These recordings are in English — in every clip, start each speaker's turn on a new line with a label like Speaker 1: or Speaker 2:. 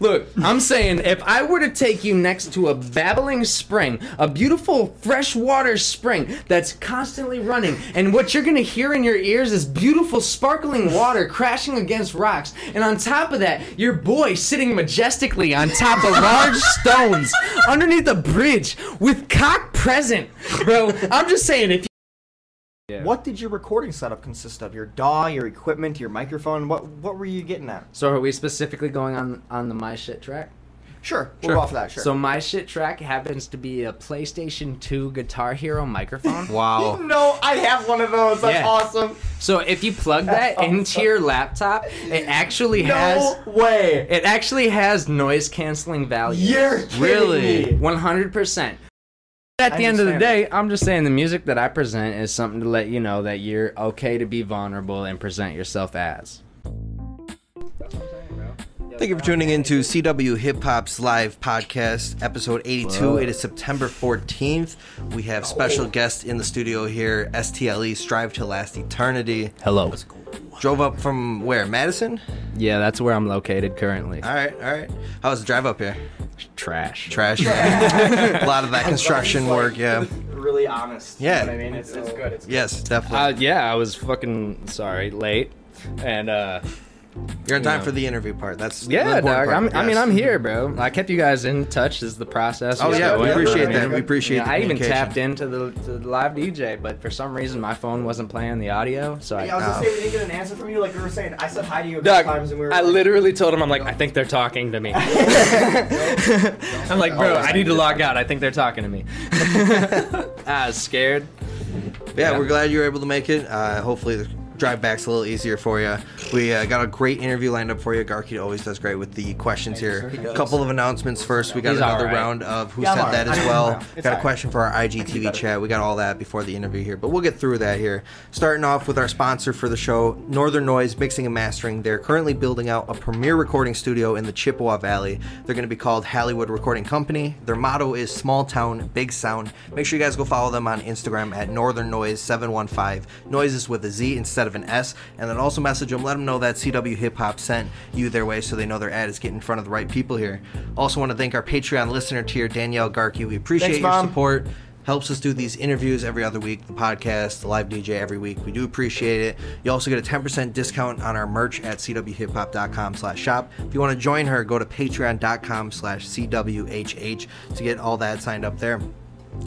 Speaker 1: Look, I'm saying if I were to take you next to a babbling spring, a beautiful freshwater spring that's constantly running, and what you're gonna hear in your ears is beautiful sparkling water crashing against rocks, and on top of that, your boy sitting majestically on top of large stones underneath a bridge with cock present, bro. I'm just saying if
Speaker 2: What did your recording setup consist of? Your DAW, your equipment, your microphone. What what were you getting at?
Speaker 1: So are we specifically going on on the my shit track?
Speaker 2: Sure, we'll go off of that. Sure.
Speaker 1: So my shit track happens to be a PlayStation 2 Guitar Hero microphone.
Speaker 3: Wow.
Speaker 2: no, I have one of those. That's
Speaker 1: Yeah.
Speaker 2: awesome.
Speaker 1: So if you plug that into your laptop, it actually has
Speaker 2: No way.
Speaker 1: it actually has noise canceling value.
Speaker 2: You're kidding
Speaker 3: Really?
Speaker 2: me.
Speaker 1: 100%. At the
Speaker 2: I
Speaker 1: end of the
Speaker 2: understand
Speaker 1: day, I'm just saying the music that I present is something to let you know that you're okay to be vulnerable and present yourself as.
Speaker 3: Thank you for tuning in to CW Hip Hop's live podcast, episode 82. It is September 14th. We have special guests in the studio here, STLE, E, Strive to Last Eternity.
Speaker 1: Hello.
Speaker 3: Drove up from where? Madison?
Speaker 1: Yeah, that's where I'm located currently.
Speaker 3: All right, all right. How was the drive up here?
Speaker 1: Trash.
Speaker 3: Trash. a lot of that construction
Speaker 2: It's like-
Speaker 3: work, yeah.
Speaker 2: it's Really honest.
Speaker 3: Yeah.
Speaker 2: You know what I mean, it's, it's good. It's good.
Speaker 3: Yes,
Speaker 1: Uh,
Speaker 3: definitely.
Speaker 1: yeah, I was fucking sorry, late, and uh,
Speaker 3: You're in time
Speaker 1: yeah.
Speaker 3: for the interview part. That's the
Speaker 1: yeah,
Speaker 3: important
Speaker 1: dog.
Speaker 3: part,
Speaker 1: I'm, I mean,
Speaker 3: yes.
Speaker 1: I'm here, bro. I kept you guys in touch as the process.
Speaker 3: Oh
Speaker 1: was
Speaker 3: yeah, we
Speaker 1: going,
Speaker 3: appreciate
Speaker 1: you know what I
Speaker 3: that.
Speaker 1: mean?
Speaker 3: We appreciate.
Speaker 1: Yeah,
Speaker 3: the
Speaker 1: I even
Speaker 3: communication.
Speaker 1: tapped into the, to the live DJ, but for some reason my phone wasn't playing the audio, so
Speaker 2: Yeah,
Speaker 1: I.
Speaker 2: I was
Speaker 3: Oh.
Speaker 2: gonna say we didn't get an answer from you, like we were saying. I said hi to you a couple
Speaker 1: Doug,
Speaker 2: times, and we were.
Speaker 1: I
Speaker 2: like-
Speaker 1: literally told him, I'm like, I think they're talking to me. I'm like, bro, I need to log out. I think they're talking to me. I was scared.
Speaker 3: Yeah,
Speaker 1: Yeah.
Speaker 3: we're glad you were able to make it. Uh, hopefully, the drive back's a little easier for you. We uh, got a great interview lined up for you. Garkey always does great with the questions here. A couple of announcements first. We got
Speaker 1: He's
Speaker 3: another
Speaker 1: alright.
Speaker 3: round of Who
Speaker 2: Yeah, I'm
Speaker 3: Said
Speaker 2: alright.
Speaker 3: That as
Speaker 2: I'm
Speaker 3: well.
Speaker 2: alright. It's
Speaker 3: Got a
Speaker 2: alright.
Speaker 3: question for our IGTV chat. We got all that before the interview here, but we'll get through that here. Starting off with our sponsor for the show, Northern Noise Mixing and Mastering. They're currently building out a premier recording studio in the Chippewa Valley. They're going to be called Hollywood Recording Company. Their motto is Small Town, Big Sound. Make sure you guys go follow them on Instagram at Northern Noise 715. Noise is with a Z instead of an S. And then also message them, let them know that CW Hip Hop sent you their way so they know their ad is getting in front of the right people here. Also want to thank our Patreon listener tier, Danielle Garkey. We appreciate
Speaker 2: Thanks,
Speaker 3: your
Speaker 2: Mom.
Speaker 3: support. Helps us do these interviews every other week, the podcast, the live DJ every week. We do appreciate it. You also get a 10% discount on our merch at cwhiphop.com slash shop. If you want to join her, go to patreon.com slash cwhh to get all that signed up there.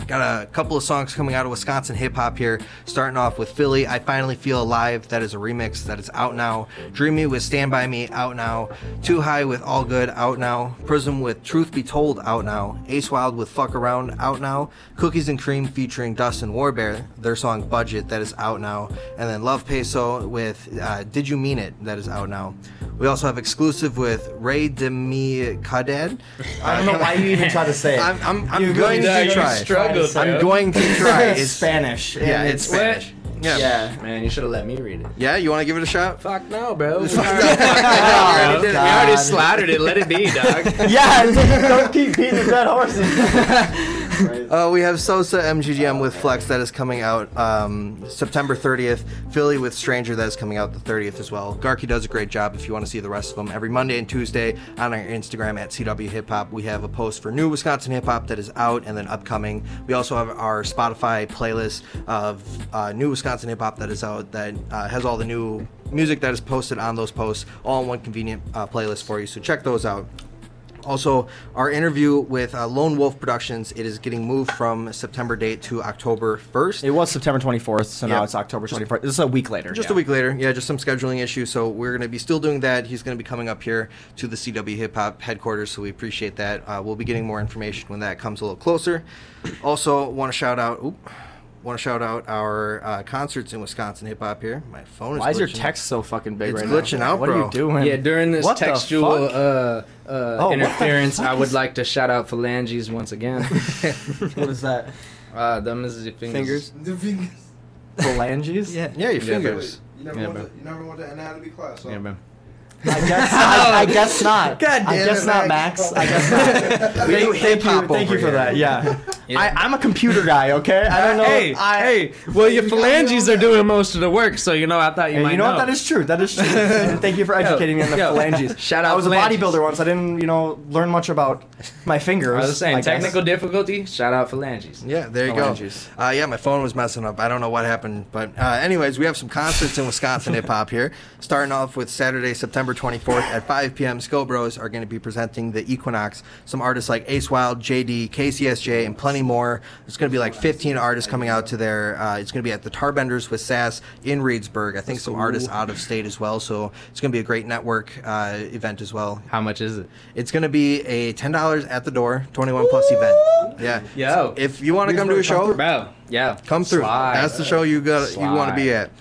Speaker 3: Got a couple of songs coming out of Wisconsin hip hop here. Starting off with Philly, I Finally Feel Alive. That is a remix that is out now. Dreamy with Stand By Me, out now. Too High with All Good, out now. Prism with Truth Be Told, out now. Ace Wild with Fuck Around, out now. Cookies and Cream featuring Dustin Warbear, their song Budget, that is out now. And then Love Peso with uh, Did You Mean It, that is out now. We also have exclusive with Ray Demi Cadad.
Speaker 2: I don't know why you even tried to say it.
Speaker 3: I'm, I'm, I'm
Speaker 2: You
Speaker 3: going
Speaker 2: really
Speaker 3: to
Speaker 2: did.
Speaker 3: try.
Speaker 2: struggled,
Speaker 3: I'm going to try.
Speaker 2: it's
Speaker 3: It's
Speaker 2: Spanish.
Speaker 3: yeah,
Speaker 2: and
Speaker 3: it's Spanish. Yeah. yeah.
Speaker 2: Yeah.
Speaker 1: Man, you should have let me read it.
Speaker 3: you want to give it a shot?
Speaker 1: Fuck no, bro. We
Speaker 3: I
Speaker 1: already,
Speaker 2: already did it.
Speaker 1: we already
Speaker 3: Oh,
Speaker 2: God.
Speaker 1: slaughtered it. Let it be, dog.
Speaker 2: Yeah, don't keep beating the dead horses.
Speaker 3: Uh, we have Sosa MGGM with Flex that is coming out um, September 30th. Philly with Stranger that is coming out the 30th as well. Garkey does a great job if you want to see the rest of them. Every Monday and Tuesday on our Instagram at CW Hip Hop, we have a post for new Wisconsin hip hop that is out and then upcoming. We also have our Spotify playlist of uh, new Wisconsin hip hop that is out that uh, has all the new music that is posted on those posts, all in one convenient uh, playlist for you. So check those out. Also, our interview with uh, Lone Wolf Productions, it is getting moved from September date to October 1st.
Speaker 2: It was September 24th, so now
Speaker 3: Yep.
Speaker 2: it's October 24th. This is a week later.
Speaker 3: just a week later, yeah, just some scheduling issue. So we're going to be still doing that. He's going to be coming up here to the CW Hip Hop headquarters, so we appreciate that. Uh, we'll be getting more information when that comes a little closer. Also, want to shout out... Oop, Want to shout out our uh, concerts in Wisconsin hip hop here? My phone is.
Speaker 2: Why is your
Speaker 3: glitching.
Speaker 2: text so fucking big
Speaker 3: It's
Speaker 2: right
Speaker 3: glitching
Speaker 2: now?
Speaker 3: out,
Speaker 2: what
Speaker 3: bro.
Speaker 2: are you doing?
Speaker 1: yeah, during this
Speaker 2: What the
Speaker 1: textual
Speaker 2: fuck?
Speaker 1: uh, uh,
Speaker 2: what the
Speaker 1: interference,
Speaker 2: fuck
Speaker 1: I would
Speaker 2: is-
Speaker 1: like to shout out phalanges once again.
Speaker 2: what is that?
Speaker 1: uh, them is the fingers.
Speaker 2: Fingers?
Speaker 4: The fingers.
Speaker 2: Phalanges?
Speaker 3: Yeah, your
Speaker 1: Yeah,
Speaker 4: Wait,
Speaker 3: fingers.
Speaker 4: you never
Speaker 1: Yeah,
Speaker 4: went
Speaker 1: bro.
Speaker 4: to, you never went to anatomy class. Huh?
Speaker 1: Yeah, man.
Speaker 2: I guess, I, I guess not.
Speaker 3: God
Speaker 2: I
Speaker 3: damn
Speaker 2: guess
Speaker 3: it,
Speaker 2: not,
Speaker 3: Max.
Speaker 2: Max. I guess not.
Speaker 3: We do
Speaker 2: thank
Speaker 3: hip-hop
Speaker 2: you, thank you
Speaker 3: over
Speaker 2: for that.
Speaker 3: here.
Speaker 2: Yeah. I, I'm a computer guy, okay? I don't know.
Speaker 1: Hey,
Speaker 2: I,
Speaker 1: hey. Well, your phalanges are doing most of the work, so you know. I thought you
Speaker 2: And
Speaker 1: might
Speaker 2: you know, what? That is true. That is true. And Thank you for educating me on the
Speaker 1: yo,
Speaker 2: phalanges.
Speaker 1: shout out
Speaker 2: I was
Speaker 1: phalanges.
Speaker 2: a bodybuilder once. I didn't, you know, learn much about my fingers.
Speaker 1: I was just saying
Speaker 2: guess.
Speaker 1: technical difficulty. Shout out phalanges.
Speaker 3: Yeah, there you go.
Speaker 2: Phalanges.
Speaker 3: Uh, yeah, my phone was messing up. I don't know what happened, but uh, anyways, we have some concerts in Wisconsin hip hop here. Starting off with Saturday, September 24th at 5 p.m. Skill Bros are going to be presenting the Equinox. Some artists like Ace Wild, JD, KCSJ, and plenty more. There's going to be like 15 artists coming out to their. Uh, it's going to be at the Tarbenders with Sass in Reedsburg. I think some artists out of state as well. So it's going to be a great network uh, event as well.
Speaker 1: How much is it?
Speaker 3: It's gonna be a ten dollars at the door, twenty one plus event. Yeah.
Speaker 1: Yo.
Speaker 3: So if you want to come to a show,
Speaker 1: Bro, yeah.
Speaker 3: come through.
Speaker 1: Slide.
Speaker 3: That's the show you got. You want to be
Speaker 1: Slide.
Speaker 3: at.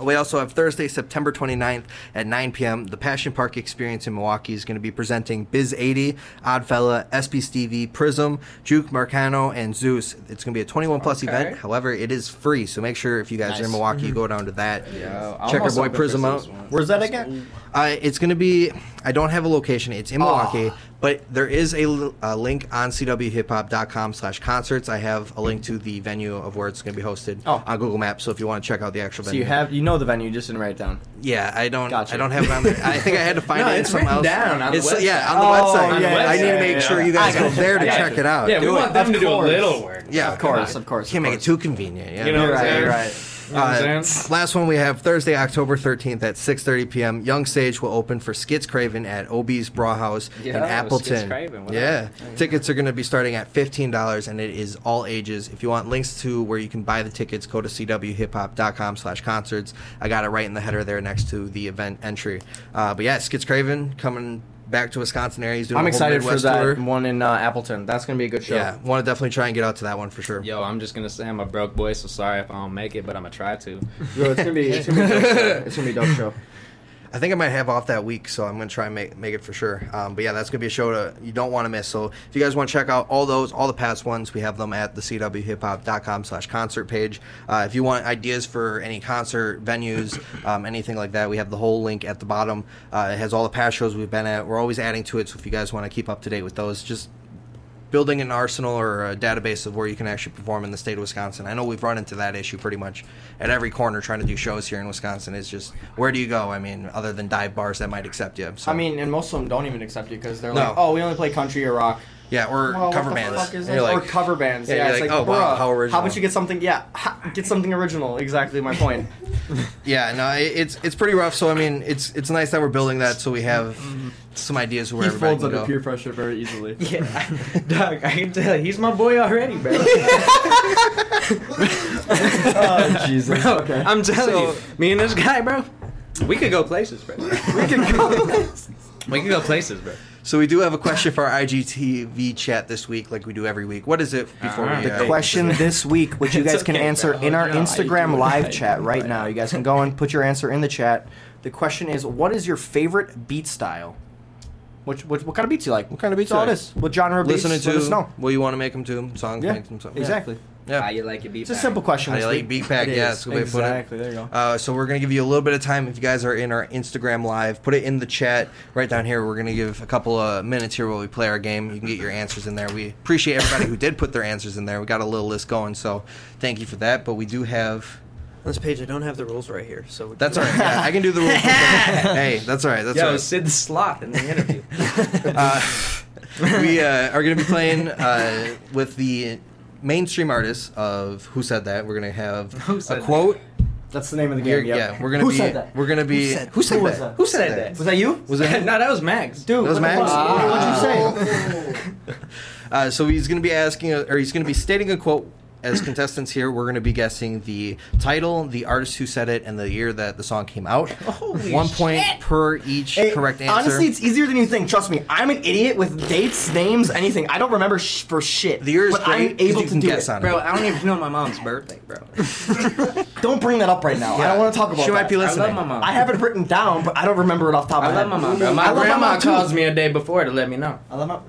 Speaker 3: We also have Thursday, September 29th at 9 p.m. The Passion Park Experience in Milwaukee is going to be presenting Biz 80, Oddfella, SB Stevie, Prism, Juke, Marcano, and Zeus. It's going to be a 21 plus
Speaker 1: Okay.
Speaker 3: event. However, it is free, so make sure if you guys are in
Speaker 1: Nice. Mm-hmm.
Speaker 3: Milwaukee, you go down to that.
Speaker 1: Yeah, I
Speaker 3: Check our
Speaker 1: almost
Speaker 3: boy
Speaker 1: opened
Speaker 3: Prism
Speaker 1: for
Speaker 3: out.
Speaker 1: Zeus once.
Speaker 2: Where's that again?
Speaker 3: Uh, it's going to be. I don't have a location. It's in Milwaukee, but there is a, l- a link on cwhiphop.com slash concerts. I have a link to the venue of where it's going to be hosted
Speaker 2: Oh.
Speaker 3: on Google Maps. So if you want to check out the actual
Speaker 2: So
Speaker 3: venue,
Speaker 2: you have, you know, the venue. You just didn't write it down.
Speaker 3: yeah, I don't.
Speaker 2: Gotcha.
Speaker 3: I don't have it on there. I think I had to find
Speaker 1: No,
Speaker 3: it
Speaker 1: it's
Speaker 3: somewhere else.
Speaker 1: written down on the
Speaker 3: It's-
Speaker 1: website.
Speaker 3: Yeah, on the
Speaker 2: Oh,
Speaker 3: website.
Speaker 2: yeah,
Speaker 3: I need to
Speaker 1: yeah,
Speaker 3: make
Speaker 1: yeah.
Speaker 3: sure you guys
Speaker 2: I
Speaker 3: go
Speaker 2: gotcha.
Speaker 3: there to
Speaker 1: Yeah.
Speaker 3: check it out.
Speaker 1: Yeah, we
Speaker 3: Do
Speaker 1: want
Speaker 3: it.
Speaker 1: them
Speaker 2: Of
Speaker 1: to do a
Speaker 2: course.
Speaker 1: little work.
Speaker 3: Yeah,
Speaker 2: Of course,
Speaker 1: on.
Speaker 2: of course.
Speaker 3: Can't
Speaker 2: of
Speaker 3: make it
Speaker 2: course.
Speaker 3: too convenient. Yeah.
Speaker 1: You know
Speaker 2: You're
Speaker 1: what I'm
Speaker 2: right.
Speaker 1: saying?
Speaker 2: You're right.
Speaker 1: You know what
Speaker 3: Uh,
Speaker 1: I'm saying?
Speaker 3: last one we have Thursday, October 13th at 6:30 p.m. Young Sage will open for Skits Craven at OB's Brauhaus in
Speaker 1: Yeah,
Speaker 3: Appleton.
Speaker 1: Skits Craven, what
Speaker 3: yeah, tickets are going to be starting at $15 and it is all ages. If you want links to where you can buy the tickets, go to cwhiphop.com/concerts. I got it right in the header there next to the event entry. Uh, but yeah, Skits Craven coming back to Wisconsin area. He's doing
Speaker 2: I'm
Speaker 3: a whole
Speaker 2: excited for
Speaker 3: Midwest
Speaker 2: that
Speaker 3: tour.
Speaker 2: one in uh, Appleton. That's gonna be a good show.
Speaker 3: Yeah, want to definitely try and get out to that one for sure.
Speaker 1: Yo, I'm just gonna say I'm a broke boy, so sorry if I don't make it, but I'm gonna try to.
Speaker 2: Yo, it's gonna be, it's gonna be, a dope show. It's gonna be a dope show.
Speaker 3: I think I might have off that week, so I'm gonna try and make, make it for sure. Um, but yeah, that's gonna be a show to, you don't want to miss. So if you guys want to check out all those, all the past ones, we have them at the cwhiphop.com slash concert page. Uh, if you want ideas for any concert venues, um, anything like that, we have the whole link at the bottom. Uh, it has all the past shows we've been at. We're always adding to it, so if you guys want to keep up to date with those, just building an arsenal or a database of where you can actually perform in the state of Wisconsin. I know we've run into that issue pretty much at every corner trying to do shows here in Wisconsin. It's just where do you go? I mean, other than dive bars that might accept you. So,
Speaker 2: I mean, and most of them don't even accept you because they're
Speaker 3: No.
Speaker 2: like, oh, we only play country or rock.
Speaker 3: yeah, or
Speaker 2: Well, what
Speaker 3: cover
Speaker 2: the
Speaker 3: bands.
Speaker 2: fuck is
Speaker 3: And you're
Speaker 2: this?
Speaker 3: like-
Speaker 2: or cover bands.
Speaker 3: Yeah,
Speaker 2: Yeah,
Speaker 3: you're
Speaker 2: it's
Speaker 3: like,
Speaker 2: like,
Speaker 3: oh, wow,
Speaker 2: bruh,
Speaker 3: how original."
Speaker 2: about you get something? Yeah, ha, get something original. Exactly my point.
Speaker 3: Yeah, no, it- it's it's pretty rough. So I mean, it's it's nice that we're building that so we have some ideas of where
Speaker 2: Mm-hmm. he
Speaker 3: everybody
Speaker 2: folds
Speaker 3: can
Speaker 2: under
Speaker 3: go.
Speaker 2: peer pressure very easily.
Speaker 1: Yeah, Doug, I can tell he's my boy already, bro.
Speaker 2: oh Jesus.
Speaker 1: Bro,
Speaker 2: okay.
Speaker 1: I'm telling
Speaker 3: So-
Speaker 1: you, me and this guy, bro, we could go places, bro.
Speaker 2: we can go.
Speaker 1: We could go places, bro.
Speaker 3: So we do have a question for our IGTV chat this week, like we do every week. What is it before
Speaker 1: Alright.
Speaker 3: we
Speaker 1: The
Speaker 3: uh,
Speaker 1: Hey,
Speaker 2: Ah, question this week, which you
Speaker 1: It's
Speaker 2: guys can
Speaker 1: okay,
Speaker 2: answer
Speaker 1: bro.
Speaker 2: in our
Speaker 1: Yeah, you do
Speaker 2: Instagram
Speaker 1: it
Speaker 2: live
Speaker 1: right,
Speaker 2: chat
Speaker 1: you do
Speaker 2: right
Speaker 1: it
Speaker 2: now.
Speaker 1: right.
Speaker 2: You guys can go and put your answer in the chat. The question is, what is your favorite beat style? Which, which what kind of beats you like? What
Speaker 3: kind of beats
Speaker 2: all
Speaker 3: you like?
Speaker 2: this? What genre of beats?
Speaker 3: listening to?
Speaker 2: Let us know.
Speaker 3: What you want to make them to? Songs,
Speaker 2: Yeah,
Speaker 3: make them something.
Speaker 2: exactly.
Speaker 3: Yeah.
Speaker 1: How you like your beat?
Speaker 2: It's a
Speaker 1: back?
Speaker 2: simple question.
Speaker 3: How do you
Speaker 2: this
Speaker 3: like
Speaker 2: week.
Speaker 3: beat pack?
Speaker 2: It
Speaker 3: Yeah,
Speaker 2: is.
Speaker 3: that's a good way to put it.
Speaker 2: Exactly. There you go.
Speaker 3: Uh, so we're gonna give you a little bit of time. If you guys are in our Instagram live, put it in the chat right down here. We're gonna give a couple of minutes here while we play our game. You can get your answers in there. We appreciate everybody who did put their answers in there. We got a little list going, so thank you for that. But we do have.
Speaker 5: On this page, I don't have the rules right here, so
Speaker 3: That's all right. Yeah, I can do the rules. hey, that's all right. That's all
Speaker 1: Yo,
Speaker 3: right.
Speaker 1: Sid the Sloth in the interview.
Speaker 3: Uh, we uh, are going to be playing uh, with the mainstream artists of Who Said That. We're going to have
Speaker 1: Who
Speaker 3: a
Speaker 1: Said That?
Speaker 3: quote.
Speaker 2: That's the name of the
Speaker 3: We're-
Speaker 2: game. yep.
Speaker 3: yeah, we're going to
Speaker 2: Who
Speaker 3: be.
Speaker 2: said that?
Speaker 3: We're going to be.
Speaker 5: said-
Speaker 3: Who said,
Speaker 2: Who was
Speaker 3: that?
Speaker 2: that?
Speaker 1: Who said that?
Speaker 2: Was that you?
Speaker 3: Was it?
Speaker 1: no, that was Max,
Speaker 2: Dude,
Speaker 3: That
Speaker 2: what
Speaker 3: was
Speaker 2: the
Speaker 3: Max?
Speaker 2: fuck?
Speaker 3: Ah.
Speaker 2: What did you say?
Speaker 4: Oh.
Speaker 3: Uh, so he's going to be asking, uh, or he's going to be stating a quote. As contestants here, we're going to be guessing the title, the artist who said it, and the year that the song came out. One point per each
Speaker 2: Hey,
Speaker 3: correct answer.
Speaker 2: Honestly, it's easier than you think. Trust me. I'm an idiot with dates, names, anything. I don't remember sh- for shit.
Speaker 3: the year is
Speaker 2: but
Speaker 3: great
Speaker 2: I'm
Speaker 3: 'cause
Speaker 2: able
Speaker 3: you
Speaker 2: to
Speaker 3: can
Speaker 2: do
Speaker 3: guess
Speaker 2: it.
Speaker 3: on
Speaker 1: bro. I don't even know my mom's birthday, bro.
Speaker 2: Don't bring that up right now. I don't want to talk about
Speaker 3: She
Speaker 2: that.
Speaker 3: might be listening.
Speaker 1: my mom.
Speaker 2: I have it written down, but I don't remember it off the top
Speaker 1: I
Speaker 2: of my
Speaker 1: love
Speaker 2: head.
Speaker 1: my mom, bro.
Speaker 2: I
Speaker 1: My
Speaker 2: love
Speaker 1: grandma
Speaker 2: mom, too.
Speaker 1: calls me a day before to let me know.
Speaker 2: I love my.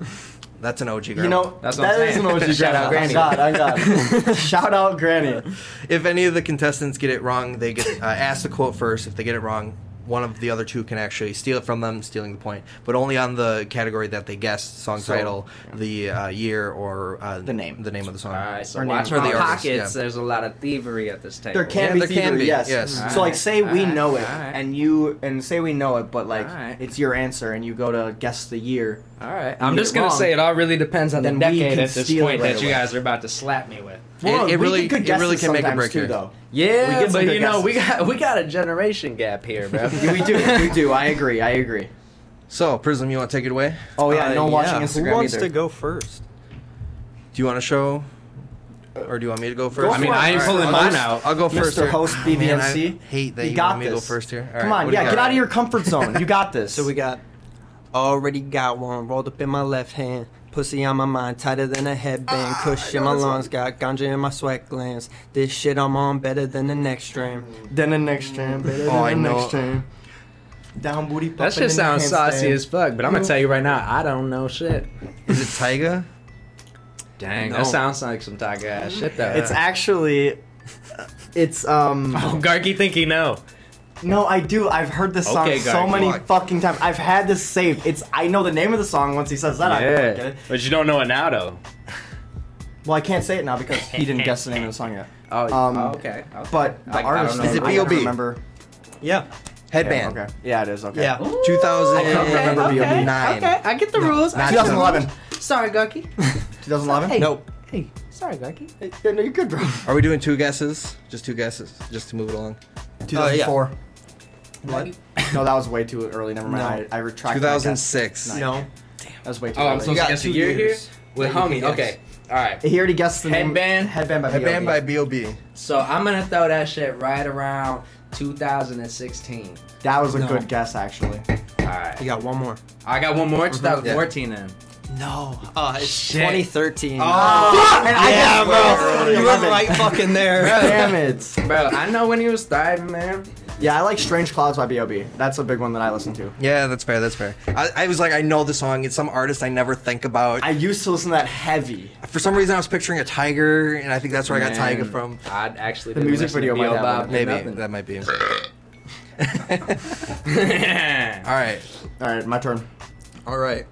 Speaker 3: That's an OG girl.
Speaker 2: You know,
Speaker 1: That's
Speaker 2: that's
Speaker 1: what I'm saying.
Speaker 2: an OG
Speaker 1: Shout
Speaker 2: shout
Speaker 1: out
Speaker 2: out. I
Speaker 1: Granny.
Speaker 2: got, I got. Shout out, Granny.
Speaker 3: If any of the contestants get it wrong, they get uh, asked the quote first. If they get it wrong, one of the other two can actually steal it from them, stealing the point, but only on the category that they guessed: song
Speaker 2: So-
Speaker 3: title, the uh, year, or uh,
Speaker 2: The name.
Speaker 3: the name of the song.
Speaker 1: Alright, so
Speaker 2: Or
Speaker 1: watch
Speaker 2: name.
Speaker 1: our
Speaker 3: Or the artist,
Speaker 1: pockets.
Speaker 3: yeah.
Speaker 1: There's a lot of thievery at this table.
Speaker 2: There can
Speaker 3: Yeah,
Speaker 2: be
Speaker 3: there can
Speaker 2: thievery,
Speaker 3: be,
Speaker 2: yes.
Speaker 3: yes.
Speaker 2: So like
Speaker 1: Alright,
Speaker 2: say we
Speaker 1: alright,
Speaker 2: know it
Speaker 1: alright.
Speaker 2: and you and say we know it, but like
Speaker 1: Alright.
Speaker 2: it's your answer and you go to guess the year.
Speaker 1: All right.
Speaker 2: You
Speaker 1: I'm
Speaker 2: get
Speaker 1: just
Speaker 2: it
Speaker 1: gonna
Speaker 2: wrong,
Speaker 1: say it all really depends on the
Speaker 2: then we
Speaker 1: decade
Speaker 2: can
Speaker 1: at this
Speaker 2: steal it
Speaker 1: point
Speaker 2: right
Speaker 1: that you
Speaker 2: away.
Speaker 1: guys are about to slap me with.
Speaker 3: It- it
Speaker 2: we
Speaker 3: really-
Speaker 2: did good
Speaker 3: it really
Speaker 2: guesses
Speaker 3: can make or
Speaker 2: sometimes
Speaker 3: break
Speaker 2: too,
Speaker 3: here.
Speaker 2: though. We
Speaker 1: Yeah,
Speaker 2: get some
Speaker 1: but you
Speaker 2: good
Speaker 1: know we
Speaker 2: guesses.
Speaker 1: got we got a generation gap here, bro.
Speaker 2: we do, we do. I agree. I agree.
Speaker 3: So, Prism, you want to take it away?
Speaker 2: Oh yeah, no
Speaker 5: Uh,
Speaker 2: watching
Speaker 5: yeah.
Speaker 2: Instagram
Speaker 5: Who wants
Speaker 2: either.
Speaker 5: to go first?
Speaker 3: Do you want to show, or do you want me to go first?
Speaker 2: Go
Speaker 1: I mean,
Speaker 2: for it.
Speaker 1: I ain't
Speaker 2: Alright,
Speaker 1: pulling
Speaker 2: I'll
Speaker 1: mine
Speaker 2: just-
Speaker 1: out.
Speaker 3: I'll go first.
Speaker 2: Mr.
Speaker 3: here.
Speaker 2: Host
Speaker 3: Man, I
Speaker 2: BBNC.
Speaker 3: hate that
Speaker 2: you
Speaker 3: you
Speaker 2: got
Speaker 3: want me to go
Speaker 2: this.
Speaker 3: first here. All
Speaker 2: Come
Speaker 3: right,
Speaker 2: on,
Speaker 3: what do
Speaker 2: yeah,
Speaker 3: you
Speaker 2: get
Speaker 3: got?
Speaker 2: out of your comfort zone. You got this.
Speaker 5: So we got already got one rolled up in my left hand. Pussy on my mind, tighter than a
Speaker 3: Ah,
Speaker 5: headband. Cush in my lungs, got ganja in my sweat glands. This shit I'm on better than the next stream.
Speaker 2: then the next time. Better
Speaker 3: Oh, I
Speaker 2: than the
Speaker 3: know.
Speaker 2: next time. Down booty.
Speaker 1: That
Speaker 2: popping in
Speaker 1: shit sounds
Speaker 2: the
Speaker 1: saucy
Speaker 2: handstand.
Speaker 1: as fuck, but I'm gonna tell you right now, I don't know shit.
Speaker 3: Is it Tyga?
Speaker 1: Dang, oh.
Speaker 5: No.
Speaker 1: that sounds like some taco ass shit though.
Speaker 2: It's actually. It's um.
Speaker 1: Uh. oh, Garky think he know.
Speaker 2: No, I do. I've heard this song
Speaker 1: Okay,
Speaker 2: so
Speaker 1: guys,
Speaker 2: many
Speaker 3: look.
Speaker 2: fucking times. I've had this saved. It's I know the name of the song once he says that. I don't get it.
Speaker 1: but you don't know it now though.
Speaker 2: Well, I can't say it now because he didn't guess the name of the song yet.
Speaker 1: Oh,
Speaker 2: Um,
Speaker 1: okay. okay.
Speaker 2: But the
Speaker 1: Like, I don't
Speaker 2: artist
Speaker 1: know.
Speaker 2: name,
Speaker 3: Is it
Speaker 2: I don't
Speaker 3: B.O.B.?
Speaker 2: remember.
Speaker 5: Yeah.
Speaker 3: Headband.
Speaker 2: Yeah, okay. Yeah, it is. Okay.
Speaker 5: Yeah.
Speaker 1: Ooh,
Speaker 3: 2009.
Speaker 1: okay, okay,
Speaker 3: Nine.
Speaker 1: Okay, I get the rules. I
Speaker 3: not
Speaker 1: get the
Speaker 2: 2011.
Speaker 1: rules. Sorry, Garky.
Speaker 2: 2011.
Speaker 1: Hey.
Speaker 5: Nope.
Speaker 1: Hey, sorry, Garky.
Speaker 2: Yeah, no, you're good, bro.
Speaker 3: Are we doing two guesses? Just two guesses, just to move it along.
Speaker 2: 2004.
Speaker 5: What?
Speaker 2: No, that was way too early. Never mind.
Speaker 5: No.
Speaker 2: I, I retract. my guess.
Speaker 3: 2006.
Speaker 2: Nice.
Speaker 5: No.
Speaker 2: That was way too
Speaker 1: Oh, I'm
Speaker 2: early.
Speaker 1: supposed
Speaker 5: got
Speaker 1: to guess a
Speaker 5: two
Speaker 1: year here
Speaker 5: years
Speaker 1: with
Speaker 5: that you
Speaker 1: homie.
Speaker 5: can
Speaker 1: Okay, all right.
Speaker 2: he already guessed the name.
Speaker 1: Headband.
Speaker 2: Headband by
Speaker 3: Headband by
Speaker 2: B.O.B..
Speaker 3: B.O.B.
Speaker 1: So I'm gonna throw that shit right around 2016.
Speaker 2: That was a
Speaker 5: No.
Speaker 2: good guess, actually.
Speaker 1: All
Speaker 5: You
Speaker 1: right.
Speaker 5: got one more.
Speaker 1: I got one more. 2014 then.
Speaker 5: No. Uh, it's
Speaker 1: Shit.
Speaker 5: 2013.
Speaker 2: Oh, Fuck! And I
Speaker 5: yeah,
Speaker 2: guessed
Speaker 5: bro.
Speaker 2: way
Speaker 5: You
Speaker 2: early.
Speaker 5: were right fucking there.
Speaker 2: Damn it.
Speaker 1: Bro, I know when he was thriving, man.
Speaker 2: Yeah, I like Strange Clouds by B.O.B. That's a big one that I listen to.
Speaker 3: Yeah, that's fair. That's fair. I, I was like, I know the song. It's some artist I never think about.
Speaker 2: I used to listen to that heavy.
Speaker 3: For some reason, I was picturing a tiger, and I think that's where I got
Speaker 1: Man,
Speaker 3: tiger from.
Speaker 1: I'd actually
Speaker 2: The
Speaker 1: been
Speaker 2: music
Speaker 1: listening
Speaker 2: video
Speaker 1: to
Speaker 2: might
Speaker 1: Bill
Speaker 2: have
Speaker 1: Bob
Speaker 2: one.
Speaker 1: did
Speaker 3: Maybe that might be.
Speaker 1: nothing.
Speaker 3: All right.
Speaker 2: All right, my turn.
Speaker 3: All right.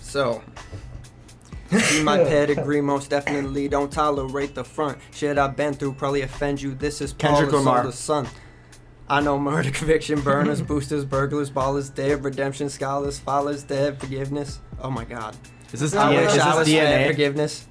Speaker 3: So
Speaker 5: See my pedigree, most definitely don't tolerate the front. Shit I've been through probably offend you. This is Paul
Speaker 2: Kendrick
Speaker 5: the
Speaker 2: Lamar.
Speaker 5: the son. I know murder, conviction, burners, boosters, burglars, ballers, dead, redemption, scholars, fathers, dead, forgiveness. Oh my God.
Speaker 2: Is this
Speaker 5: I
Speaker 2: DNA?
Speaker 5: wish
Speaker 2: Is
Speaker 5: I
Speaker 2: this
Speaker 5: was dead,
Speaker 2: DNA?
Speaker 5: forgiveness.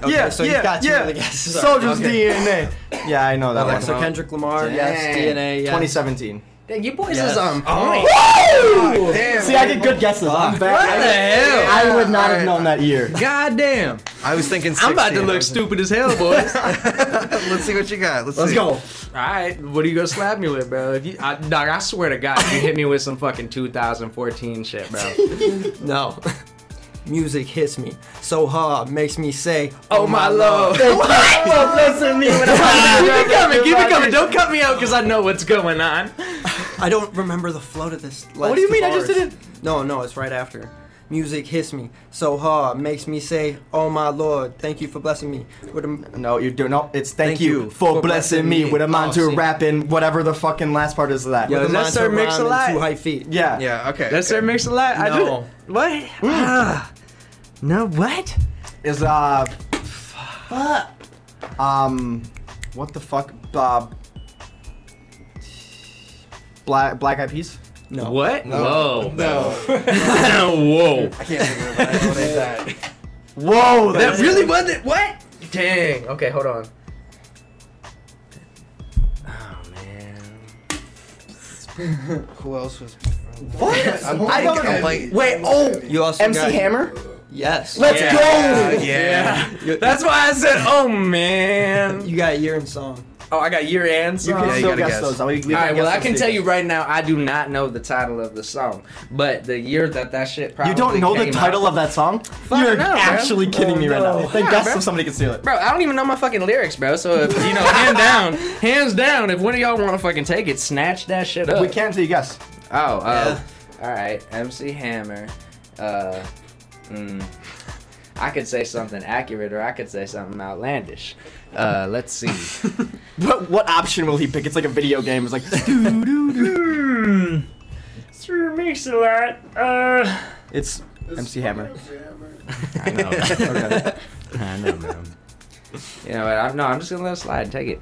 Speaker 5: Okay, so you got two of the guesses.
Speaker 2: Soldier's
Speaker 5: Okay.
Speaker 2: DNA. Yeah, I know that
Speaker 3: Okay,
Speaker 2: one.
Speaker 3: so
Speaker 5: So Kendrick Lamar,
Speaker 1: Dang.
Speaker 5: yes, DNA, yes.
Speaker 2: 2017.
Speaker 1: Dang, you boys
Speaker 5: Yes.
Speaker 1: is um, on point.
Speaker 3: Damn,
Speaker 2: See, I get good guesses. I'm bad.
Speaker 1: What Oh, the hell?
Speaker 2: I would not
Speaker 3: Alright.
Speaker 2: have known that year.
Speaker 1: God damn.
Speaker 3: I was thinking. 60,
Speaker 1: I'm about to look stupid as hell, boys. All
Speaker 3: Let's see what you got. Let's,
Speaker 2: Let's
Speaker 3: see.
Speaker 2: go.
Speaker 1: right, what are you gonna slap me with, bro? If you, I, dog, I swear to God, if you hit me with some fucking 2014 shit, bro.
Speaker 5: No. Music hits me so hard, makes me say,
Speaker 1: Oh my lord.
Speaker 2: Well, listen to me when
Speaker 1: keep
Speaker 2: I'm
Speaker 1: it coming, keep it coming. Don't cut me out because I know what's going on.
Speaker 5: I don't remember the flow to this. Last
Speaker 2: What do you mean? I just
Speaker 5: bars.
Speaker 2: did
Speaker 5: No, no, it's right after. Music hits me so hard, makes me say, "Oh my Lord, thank you for blessing me." With a,
Speaker 2: No, you do no. It's thank,
Speaker 3: Thank
Speaker 2: you,
Speaker 3: you
Speaker 2: for, blessing me with a mind
Speaker 5: Oh,
Speaker 2: to
Speaker 5: see.
Speaker 2: rap in whatever the fucking last part is of that.
Speaker 5: with
Speaker 1: Yo,
Speaker 5: a
Speaker 1: that's
Speaker 5: mind
Speaker 1: Sir
Speaker 5: to rhyme and
Speaker 1: Mix-a-Lot.
Speaker 5: Two high feet.
Speaker 2: Yeah.
Speaker 3: Yeah. Okay.
Speaker 1: That sir
Speaker 3: okay.
Speaker 1: makes a lot. I
Speaker 5: No.
Speaker 1: just, what? Ah, no, what?
Speaker 2: Is uh. Fuck. Um. What the fuck? Bob. Black Black Eyed Peas.
Speaker 5: No.
Speaker 1: What? Whoa.
Speaker 3: No.
Speaker 1: Whoa.
Speaker 3: I can't remember that.
Speaker 2: Whoa,
Speaker 1: That really wasn't what? Dang. Okay, hold on. Oh man.
Speaker 3: Who else was?
Speaker 2: What?
Speaker 3: I'm,
Speaker 2: I don't know.
Speaker 3: I'm like-
Speaker 2: Wait, oh,
Speaker 5: You also
Speaker 2: MC
Speaker 5: got,
Speaker 2: Hammer?
Speaker 5: Yes.
Speaker 2: Let's
Speaker 1: Yeah.
Speaker 2: go!
Speaker 3: Yeah.
Speaker 1: That's why I said, oh man.
Speaker 5: You got year and song.
Speaker 1: Oh, I got year and
Speaker 2: You
Speaker 1: song.
Speaker 2: can
Speaker 3: Yeah, you
Speaker 2: still
Speaker 3: gotta
Speaker 2: guess,
Speaker 3: guess.
Speaker 2: those. We, we
Speaker 1: All right,
Speaker 2: can
Speaker 1: well,
Speaker 2: guess
Speaker 1: I can
Speaker 2: those
Speaker 1: tell you
Speaker 2: too.
Speaker 1: right now, I do not know the title of the song, but the year that that shit probably
Speaker 2: You don't know the
Speaker 1: came
Speaker 2: title
Speaker 1: out-
Speaker 2: of that song? You're
Speaker 1: no, man.
Speaker 2: actually kidding me right
Speaker 5: no.
Speaker 2: now. Then
Speaker 1: Nah,
Speaker 2: guess
Speaker 1: bro.
Speaker 2: if somebody can steal it.
Speaker 1: Bro, I don't even know my fucking lyrics, bro. So if you know, hand down, hands down. If one of y'all want to fucking take it, snatch that shit up.
Speaker 2: We can't until you guess.
Speaker 1: Oh, uh, all right. MC Hammer. Uh, mm, I could say something accurate or I could say something outlandish. Uh, let's see.
Speaker 2: What, what option will he pick? It's like a video game. It's like, doo, doo, doo. Hmm.
Speaker 1: Sir makes a lot. Uh,
Speaker 2: it's MC Hammer.
Speaker 1: I know.
Speaker 2: Okay.
Speaker 1: I know, man. You know what? I'm, no, I'm just gonna let it slide. and Take it.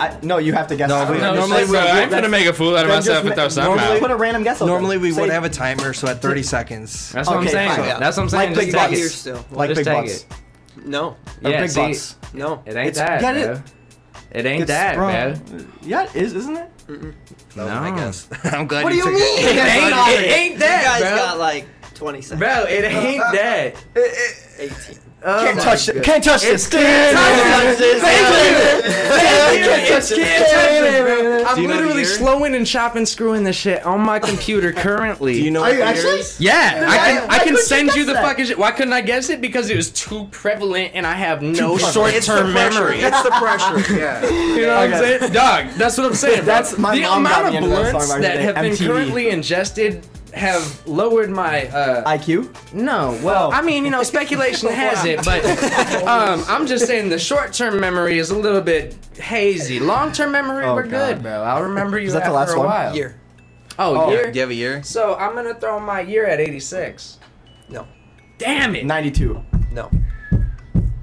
Speaker 2: I, no, you have to guess.
Speaker 3: No, we-
Speaker 2: Just-
Speaker 6: Normally,
Speaker 2: just-
Speaker 6: we, I'm
Speaker 2: just-
Speaker 6: gonna make a fool out of
Speaker 2: then just
Speaker 6: myself
Speaker 2: ma-
Speaker 6: and throw something
Speaker 2: normally put
Speaker 6: out.
Speaker 2: a random guess. open.
Speaker 3: Normally we
Speaker 2: Say-
Speaker 3: would have a timer, so at 30 seconds.
Speaker 1: That's what I'm
Speaker 2: Okay,
Speaker 1: saying.
Speaker 2: fine.
Speaker 1: That's what I'm saying.
Speaker 2: Like
Speaker 1: just
Speaker 2: big
Speaker 1: take
Speaker 2: bucks.
Speaker 1: it.
Speaker 5: still.
Speaker 2: like
Speaker 1: Just
Speaker 2: big
Speaker 1: take
Speaker 2: bucks.
Speaker 1: it.
Speaker 5: No,
Speaker 2: Or
Speaker 1: Yeah,
Speaker 2: big
Speaker 1: see,
Speaker 2: bucks.
Speaker 5: no.
Speaker 1: it ain't
Speaker 2: It's-
Speaker 1: that,
Speaker 2: get it.
Speaker 1: bro. It ain't
Speaker 2: It's
Speaker 1: that,
Speaker 2: strong.
Speaker 1: bro.
Speaker 2: Yeah, it is, isn't it?
Speaker 3: That was
Speaker 1: No.
Speaker 3: my guess. I'm glad
Speaker 5: What do
Speaker 3: you
Speaker 5: you
Speaker 3: took
Speaker 5: mean?
Speaker 3: it.
Speaker 1: It ain't, it ain't
Speaker 5: You guys
Speaker 1: that,
Speaker 5: got like 20 seconds.
Speaker 1: bro. Bro, it ain't that.
Speaker 5: 18.
Speaker 1: Oh
Speaker 2: Can't
Speaker 1: my
Speaker 2: touch it.
Speaker 1: God.
Speaker 2: Can't touch this.
Speaker 1: Thank you. Thank you. It's can't touch it, bro.
Speaker 3: Do
Speaker 1: I'm
Speaker 3: you know the
Speaker 1: literally
Speaker 3: year?
Speaker 1: slowing and chopping, screwing this shit on my computer currently.
Speaker 3: Do you know
Speaker 2: Are
Speaker 3: what
Speaker 2: you
Speaker 3: the year
Speaker 2: actually?
Speaker 3: is?
Speaker 1: Yeah, I can
Speaker 2: why
Speaker 1: I can
Speaker 2: couldn't you
Speaker 1: send you
Speaker 2: guess
Speaker 1: the
Speaker 2: that?
Speaker 1: fucking shit. Why couldn't I guess it? Because it was too prevalent and I have no
Speaker 2: prevalent.
Speaker 1: short
Speaker 3: It's the
Speaker 1: term
Speaker 3: pressure.
Speaker 1: memory.
Speaker 3: It's the pressure. Yeah.
Speaker 1: You know what I'm
Speaker 2: Okay.
Speaker 1: saying? Dog, that's what I'm saying. bro.
Speaker 2: That's- my
Speaker 1: the
Speaker 2: mom got
Speaker 1: amount
Speaker 2: me
Speaker 1: of
Speaker 2: into that song
Speaker 1: blunts
Speaker 2: back in the
Speaker 1: that
Speaker 2: day,
Speaker 1: have been
Speaker 2: MTV.
Speaker 1: currently ingested have lowered my uh
Speaker 2: IQ.
Speaker 1: no well
Speaker 2: Oh.
Speaker 1: i mean you know speculation has it but um i'm just saying the short-term memory is a little bit hazy long-term memory
Speaker 2: Oh,
Speaker 1: we're
Speaker 2: God.
Speaker 1: good bro i'll remember you
Speaker 2: that the
Speaker 1: after
Speaker 2: last
Speaker 1: a
Speaker 2: one?
Speaker 1: while
Speaker 5: Year.
Speaker 1: oh,
Speaker 2: Oh.
Speaker 1: year
Speaker 3: Do you have a year?
Speaker 1: so i'm gonna throw my year at 86
Speaker 5: No.
Speaker 1: damn it
Speaker 2: Ninety-two.
Speaker 5: No.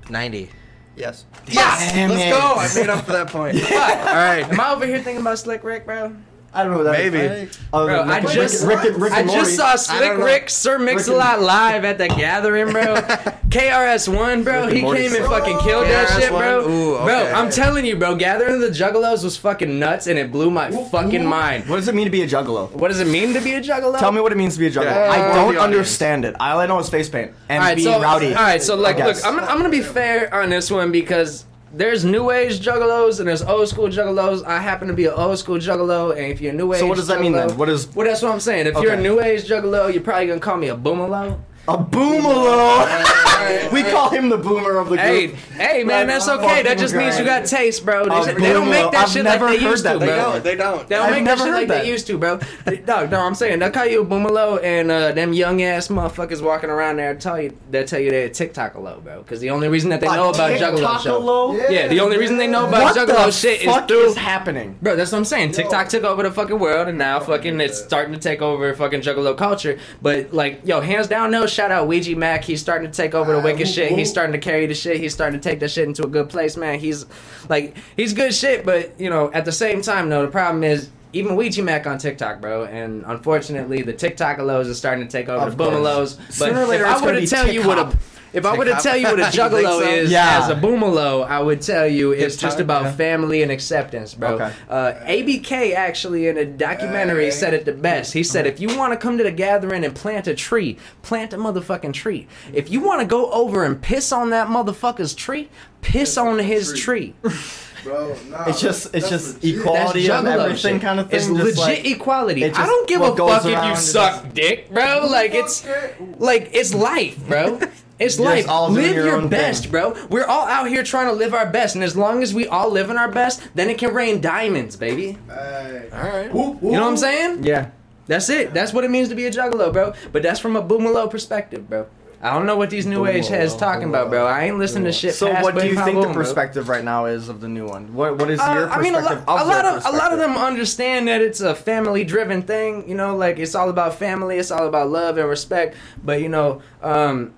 Speaker 3: 90.
Speaker 5: Yes.
Speaker 1: Yes!
Speaker 2: Damn
Speaker 3: Let's
Speaker 2: it.
Speaker 3: go. I made up for that point. All right.
Speaker 1: Am I over here thinking about Slick Rick, bro?
Speaker 2: I don't know what that is.
Speaker 3: Maybe.
Speaker 2: Other
Speaker 1: Bro,
Speaker 2: than
Speaker 1: I
Speaker 2: Rick-
Speaker 1: just
Speaker 2: Rick, Rick, Rick
Speaker 1: I
Speaker 2: and Morty.
Speaker 1: just saw
Speaker 3: I
Speaker 1: Slick
Speaker 3: don't know.
Speaker 1: Rick, Sir Mix-a-Lot live at the gathering, bro. KRS One, bro, he
Speaker 2: Morty
Speaker 1: came and
Speaker 2: sucks.
Speaker 1: fucking killed that
Speaker 3: KRS-One?
Speaker 1: shit, bro.
Speaker 3: Ooh, okay.
Speaker 1: Bro, I'm telling you, bro, Gathering of the Juggalos was fucking nuts, and it blew my fucking mind.
Speaker 2: What does it mean to be a juggalo?
Speaker 1: What does it mean to be a Juggalo?
Speaker 2: Tell me what it means to be a juggalo.
Speaker 3: Yeah.
Speaker 2: I
Speaker 3: Uh,
Speaker 2: don't
Speaker 3: the audience.
Speaker 2: understand it. All I know is face paint and
Speaker 1: All right,
Speaker 2: being
Speaker 1: so,
Speaker 2: rowdy.
Speaker 1: All right, so like,
Speaker 2: I
Speaker 1: look,
Speaker 2: guess.
Speaker 1: I'm, I'm gonna be fair on this one because there's new age juggalos and there's old school juggalos. I happen to be an old school juggalo, and if you're a new age,
Speaker 2: So what does that mean
Speaker 1: juggalo-
Speaker 2: then? What is-
Speaker 1: Well, that's what I'm saying. If you're a
Speaker 2: Okay.
Speaker 1: new age juggalo, you're probably gonna call me a boomalo.
Speaker 2: A boomalo. we call him the boomer of the group.
Speaker 1: Hey, hey, man,
Speaker 2: Like,
Speaker 1: that's
Speaker 2: I'm
Speaker 1: okay. That
Speaker 2: fucking
Speaker 1: just means you got
Speaker 2: grind.
Speaker 1: taste, bro.
Speaker 2: A
Speaker 1: They, they don't make
Speaker 2: boomalo.
Speaker 1: that
Speaker 2: I've
Speaker 1: shit like
Speaker 2: never
Speaker 1: they
Speaker 2: heard
Speaker 1: used
Speaker 2: that.
Speaker 1: to,
Speaker 2: They
Speaker 1: bro.
Speaker 2: don't.
Speaker 3: They don't.
Speaker 1: They don't
Speaker 2: I've
Speaker 1: make that
Speaker 2: never
Speaker 1: shit
Speaker 2: heard
Speaker 1: like
Speaker 2: that.
Speaker 1: they used to, bro. Dog, no, I'm saying they'll call you a boomalo, and uh, them young ass motherfuckers walking around there tell you they tell you they're a TikTok low, bro. Because the only reason that they
Speaker 2: A
Speaker 1: know about Juggalo show,
Speaker 2: tick-tock-a-lo?
Speaker 4: Yeah.
Speaker 1: yeah, the only reason they know about
Speaker 2: What
Speaker 1: Juggalo
Speaker 2: the
Speaker 1: shit is
Speaker 2: fuck
Speaker 1: through.
Speaker 2: is happening?
Speaker 1: Bro, that's what I'm saying. TikTok took over the fucking world, and now fucking it's starting to take over fucking Juggalo culture. But like, yo, hands down, no shout out Ouija Mac. He's starting to take
Speaker 2: Ah,
Speaker 1: over the wicked shit. He's starting to carry the shit. He's starting to take that shit into a good place, man. He's like, he's good shit. But you know, at the same time, though, the problem is. Even Ouija Mac on TikTok, bro, and unfortunately, the TikTokalos are starting to take over
Speaker 2: Of
Speaker 1: the
Speaker 2: course.
Speaker 1: Boomalows. But
Speaker 2: Sooner or later,
Speaker 1: if
Speaker 2: it's
Speaker 1: I
Speaker 2: gonna
Speaker 1: were to
Speaker 2: be
Speaker 1: tell you what a,
Speaker 2: TikTok.
Speaker 1: if I were to
Speaker 3: TikTok?
Speaker 1: tell you what a
Speaker 3: You think
Speaker 1: Juggalo
Speaker 3: so?
Speaker 1: is
Speaker 2: Yeah.
Speaker 1: as a Boomalo, I would tell you it's just
Speaker 3: TikTok,
Speaker 1: about
Speaker 3: yeah.
Speaker 1: family and acceptance, bro.
Speaker 2: Okay.
Speaker 1: Uh, ABK actually in a documentary
Speaker 4: Hey.
Speaker 1: said it the best. He said, if you want to come to the gathering and plant a tree, plant a motherfucking tree. If you want to go over and piss on that motherfucker's tree, piss on his tree.
Speaker 4: Bro, nah,
Speaker 2: It's just it's
Speaker 4: that's
Speaker 2: just
Speaker 4: legit.
Speaker 1: That's
Speaker 2: equality of
Speaker 1: juggalo
Speaker 2: everything
Speaker 1: shit.
Speaker 2: kind of thing.
Speaker 1: It's
Speaker 2: just
Speaker 1: legit
Speaker 2: like-
Speaker 1: equality.
Speaker 2: it
Speaker 1: I
Speaker 2: just-
Speaker 1: don't give
Speaker 2: what
Speaker 1: a
Speaker 2: goes
Speaker 1: fuck if
Speaker 2: around
Speaker 1: you
Speaker 2: is-
Speaker 1: suck dick, bro. Like it's
Speaker 4: that?
Speaker 1: like it's life, bro. It's
Speaker 2: You're
Speaker 1: life.
Speaker 2: just all doing
Speaker 1: live your,
Speaker 2: your own
Speaker 1: best,
Speaker 2: thing.
Speaker 1: bro. We're all out here trying to live our best, and as long as we all live in our best, then it can rain diamonds, baby.
Speaker 4: Hey.
Speaker 3: All right.
Speaker 1: You know what I'm saying?
Speaker 2: Yeah.
Speaker 1: That's it. That's what it means to be a juggalo, bro. But that's from a boomalo perspective, bro. I don't know what these new age heads talking about, bro. I ain't listening to shit.
Speaker 2: So
Speaker 1: past
Speaker 2: what do
Speaker 1: Big
Speaker 2: you
Speaker 1: Pop
Speaker 2: think
Speaker 1: Boom,
Speaker 2: the
Speaker 1: bro.
Speaker 2: perspective right now is of the new one? What what is your
Speaker 1: Uh, I mean,
Speaker 2: perspective
Speaker 1: a lot,
Speaker 2: of
Speaker 1: a lot
Speaker 2: their
Speaker 1: of a lot of
Speaker 2: perspective?
Speaker 1: them understand that it's a family-driven thing. You know, like it's all about family, it's all about love and respect. But you know, um,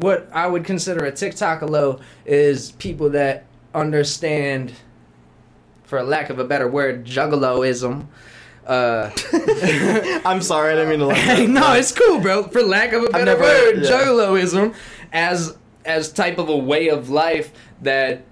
Speaker 1: what I would consider a TikTok low is people that understand, for lack of a better word, juggaloism. Uh,
Speaker 2: I'm sorry, I didn't mean to laugh.
Speaker 1: Hey, no, it's cool, bro. For lack of a better
Speaker 2: never-
Speaker 1: word,
Speaker 2: yeah.
Speaker 1: juggaloism as as type of a way of life that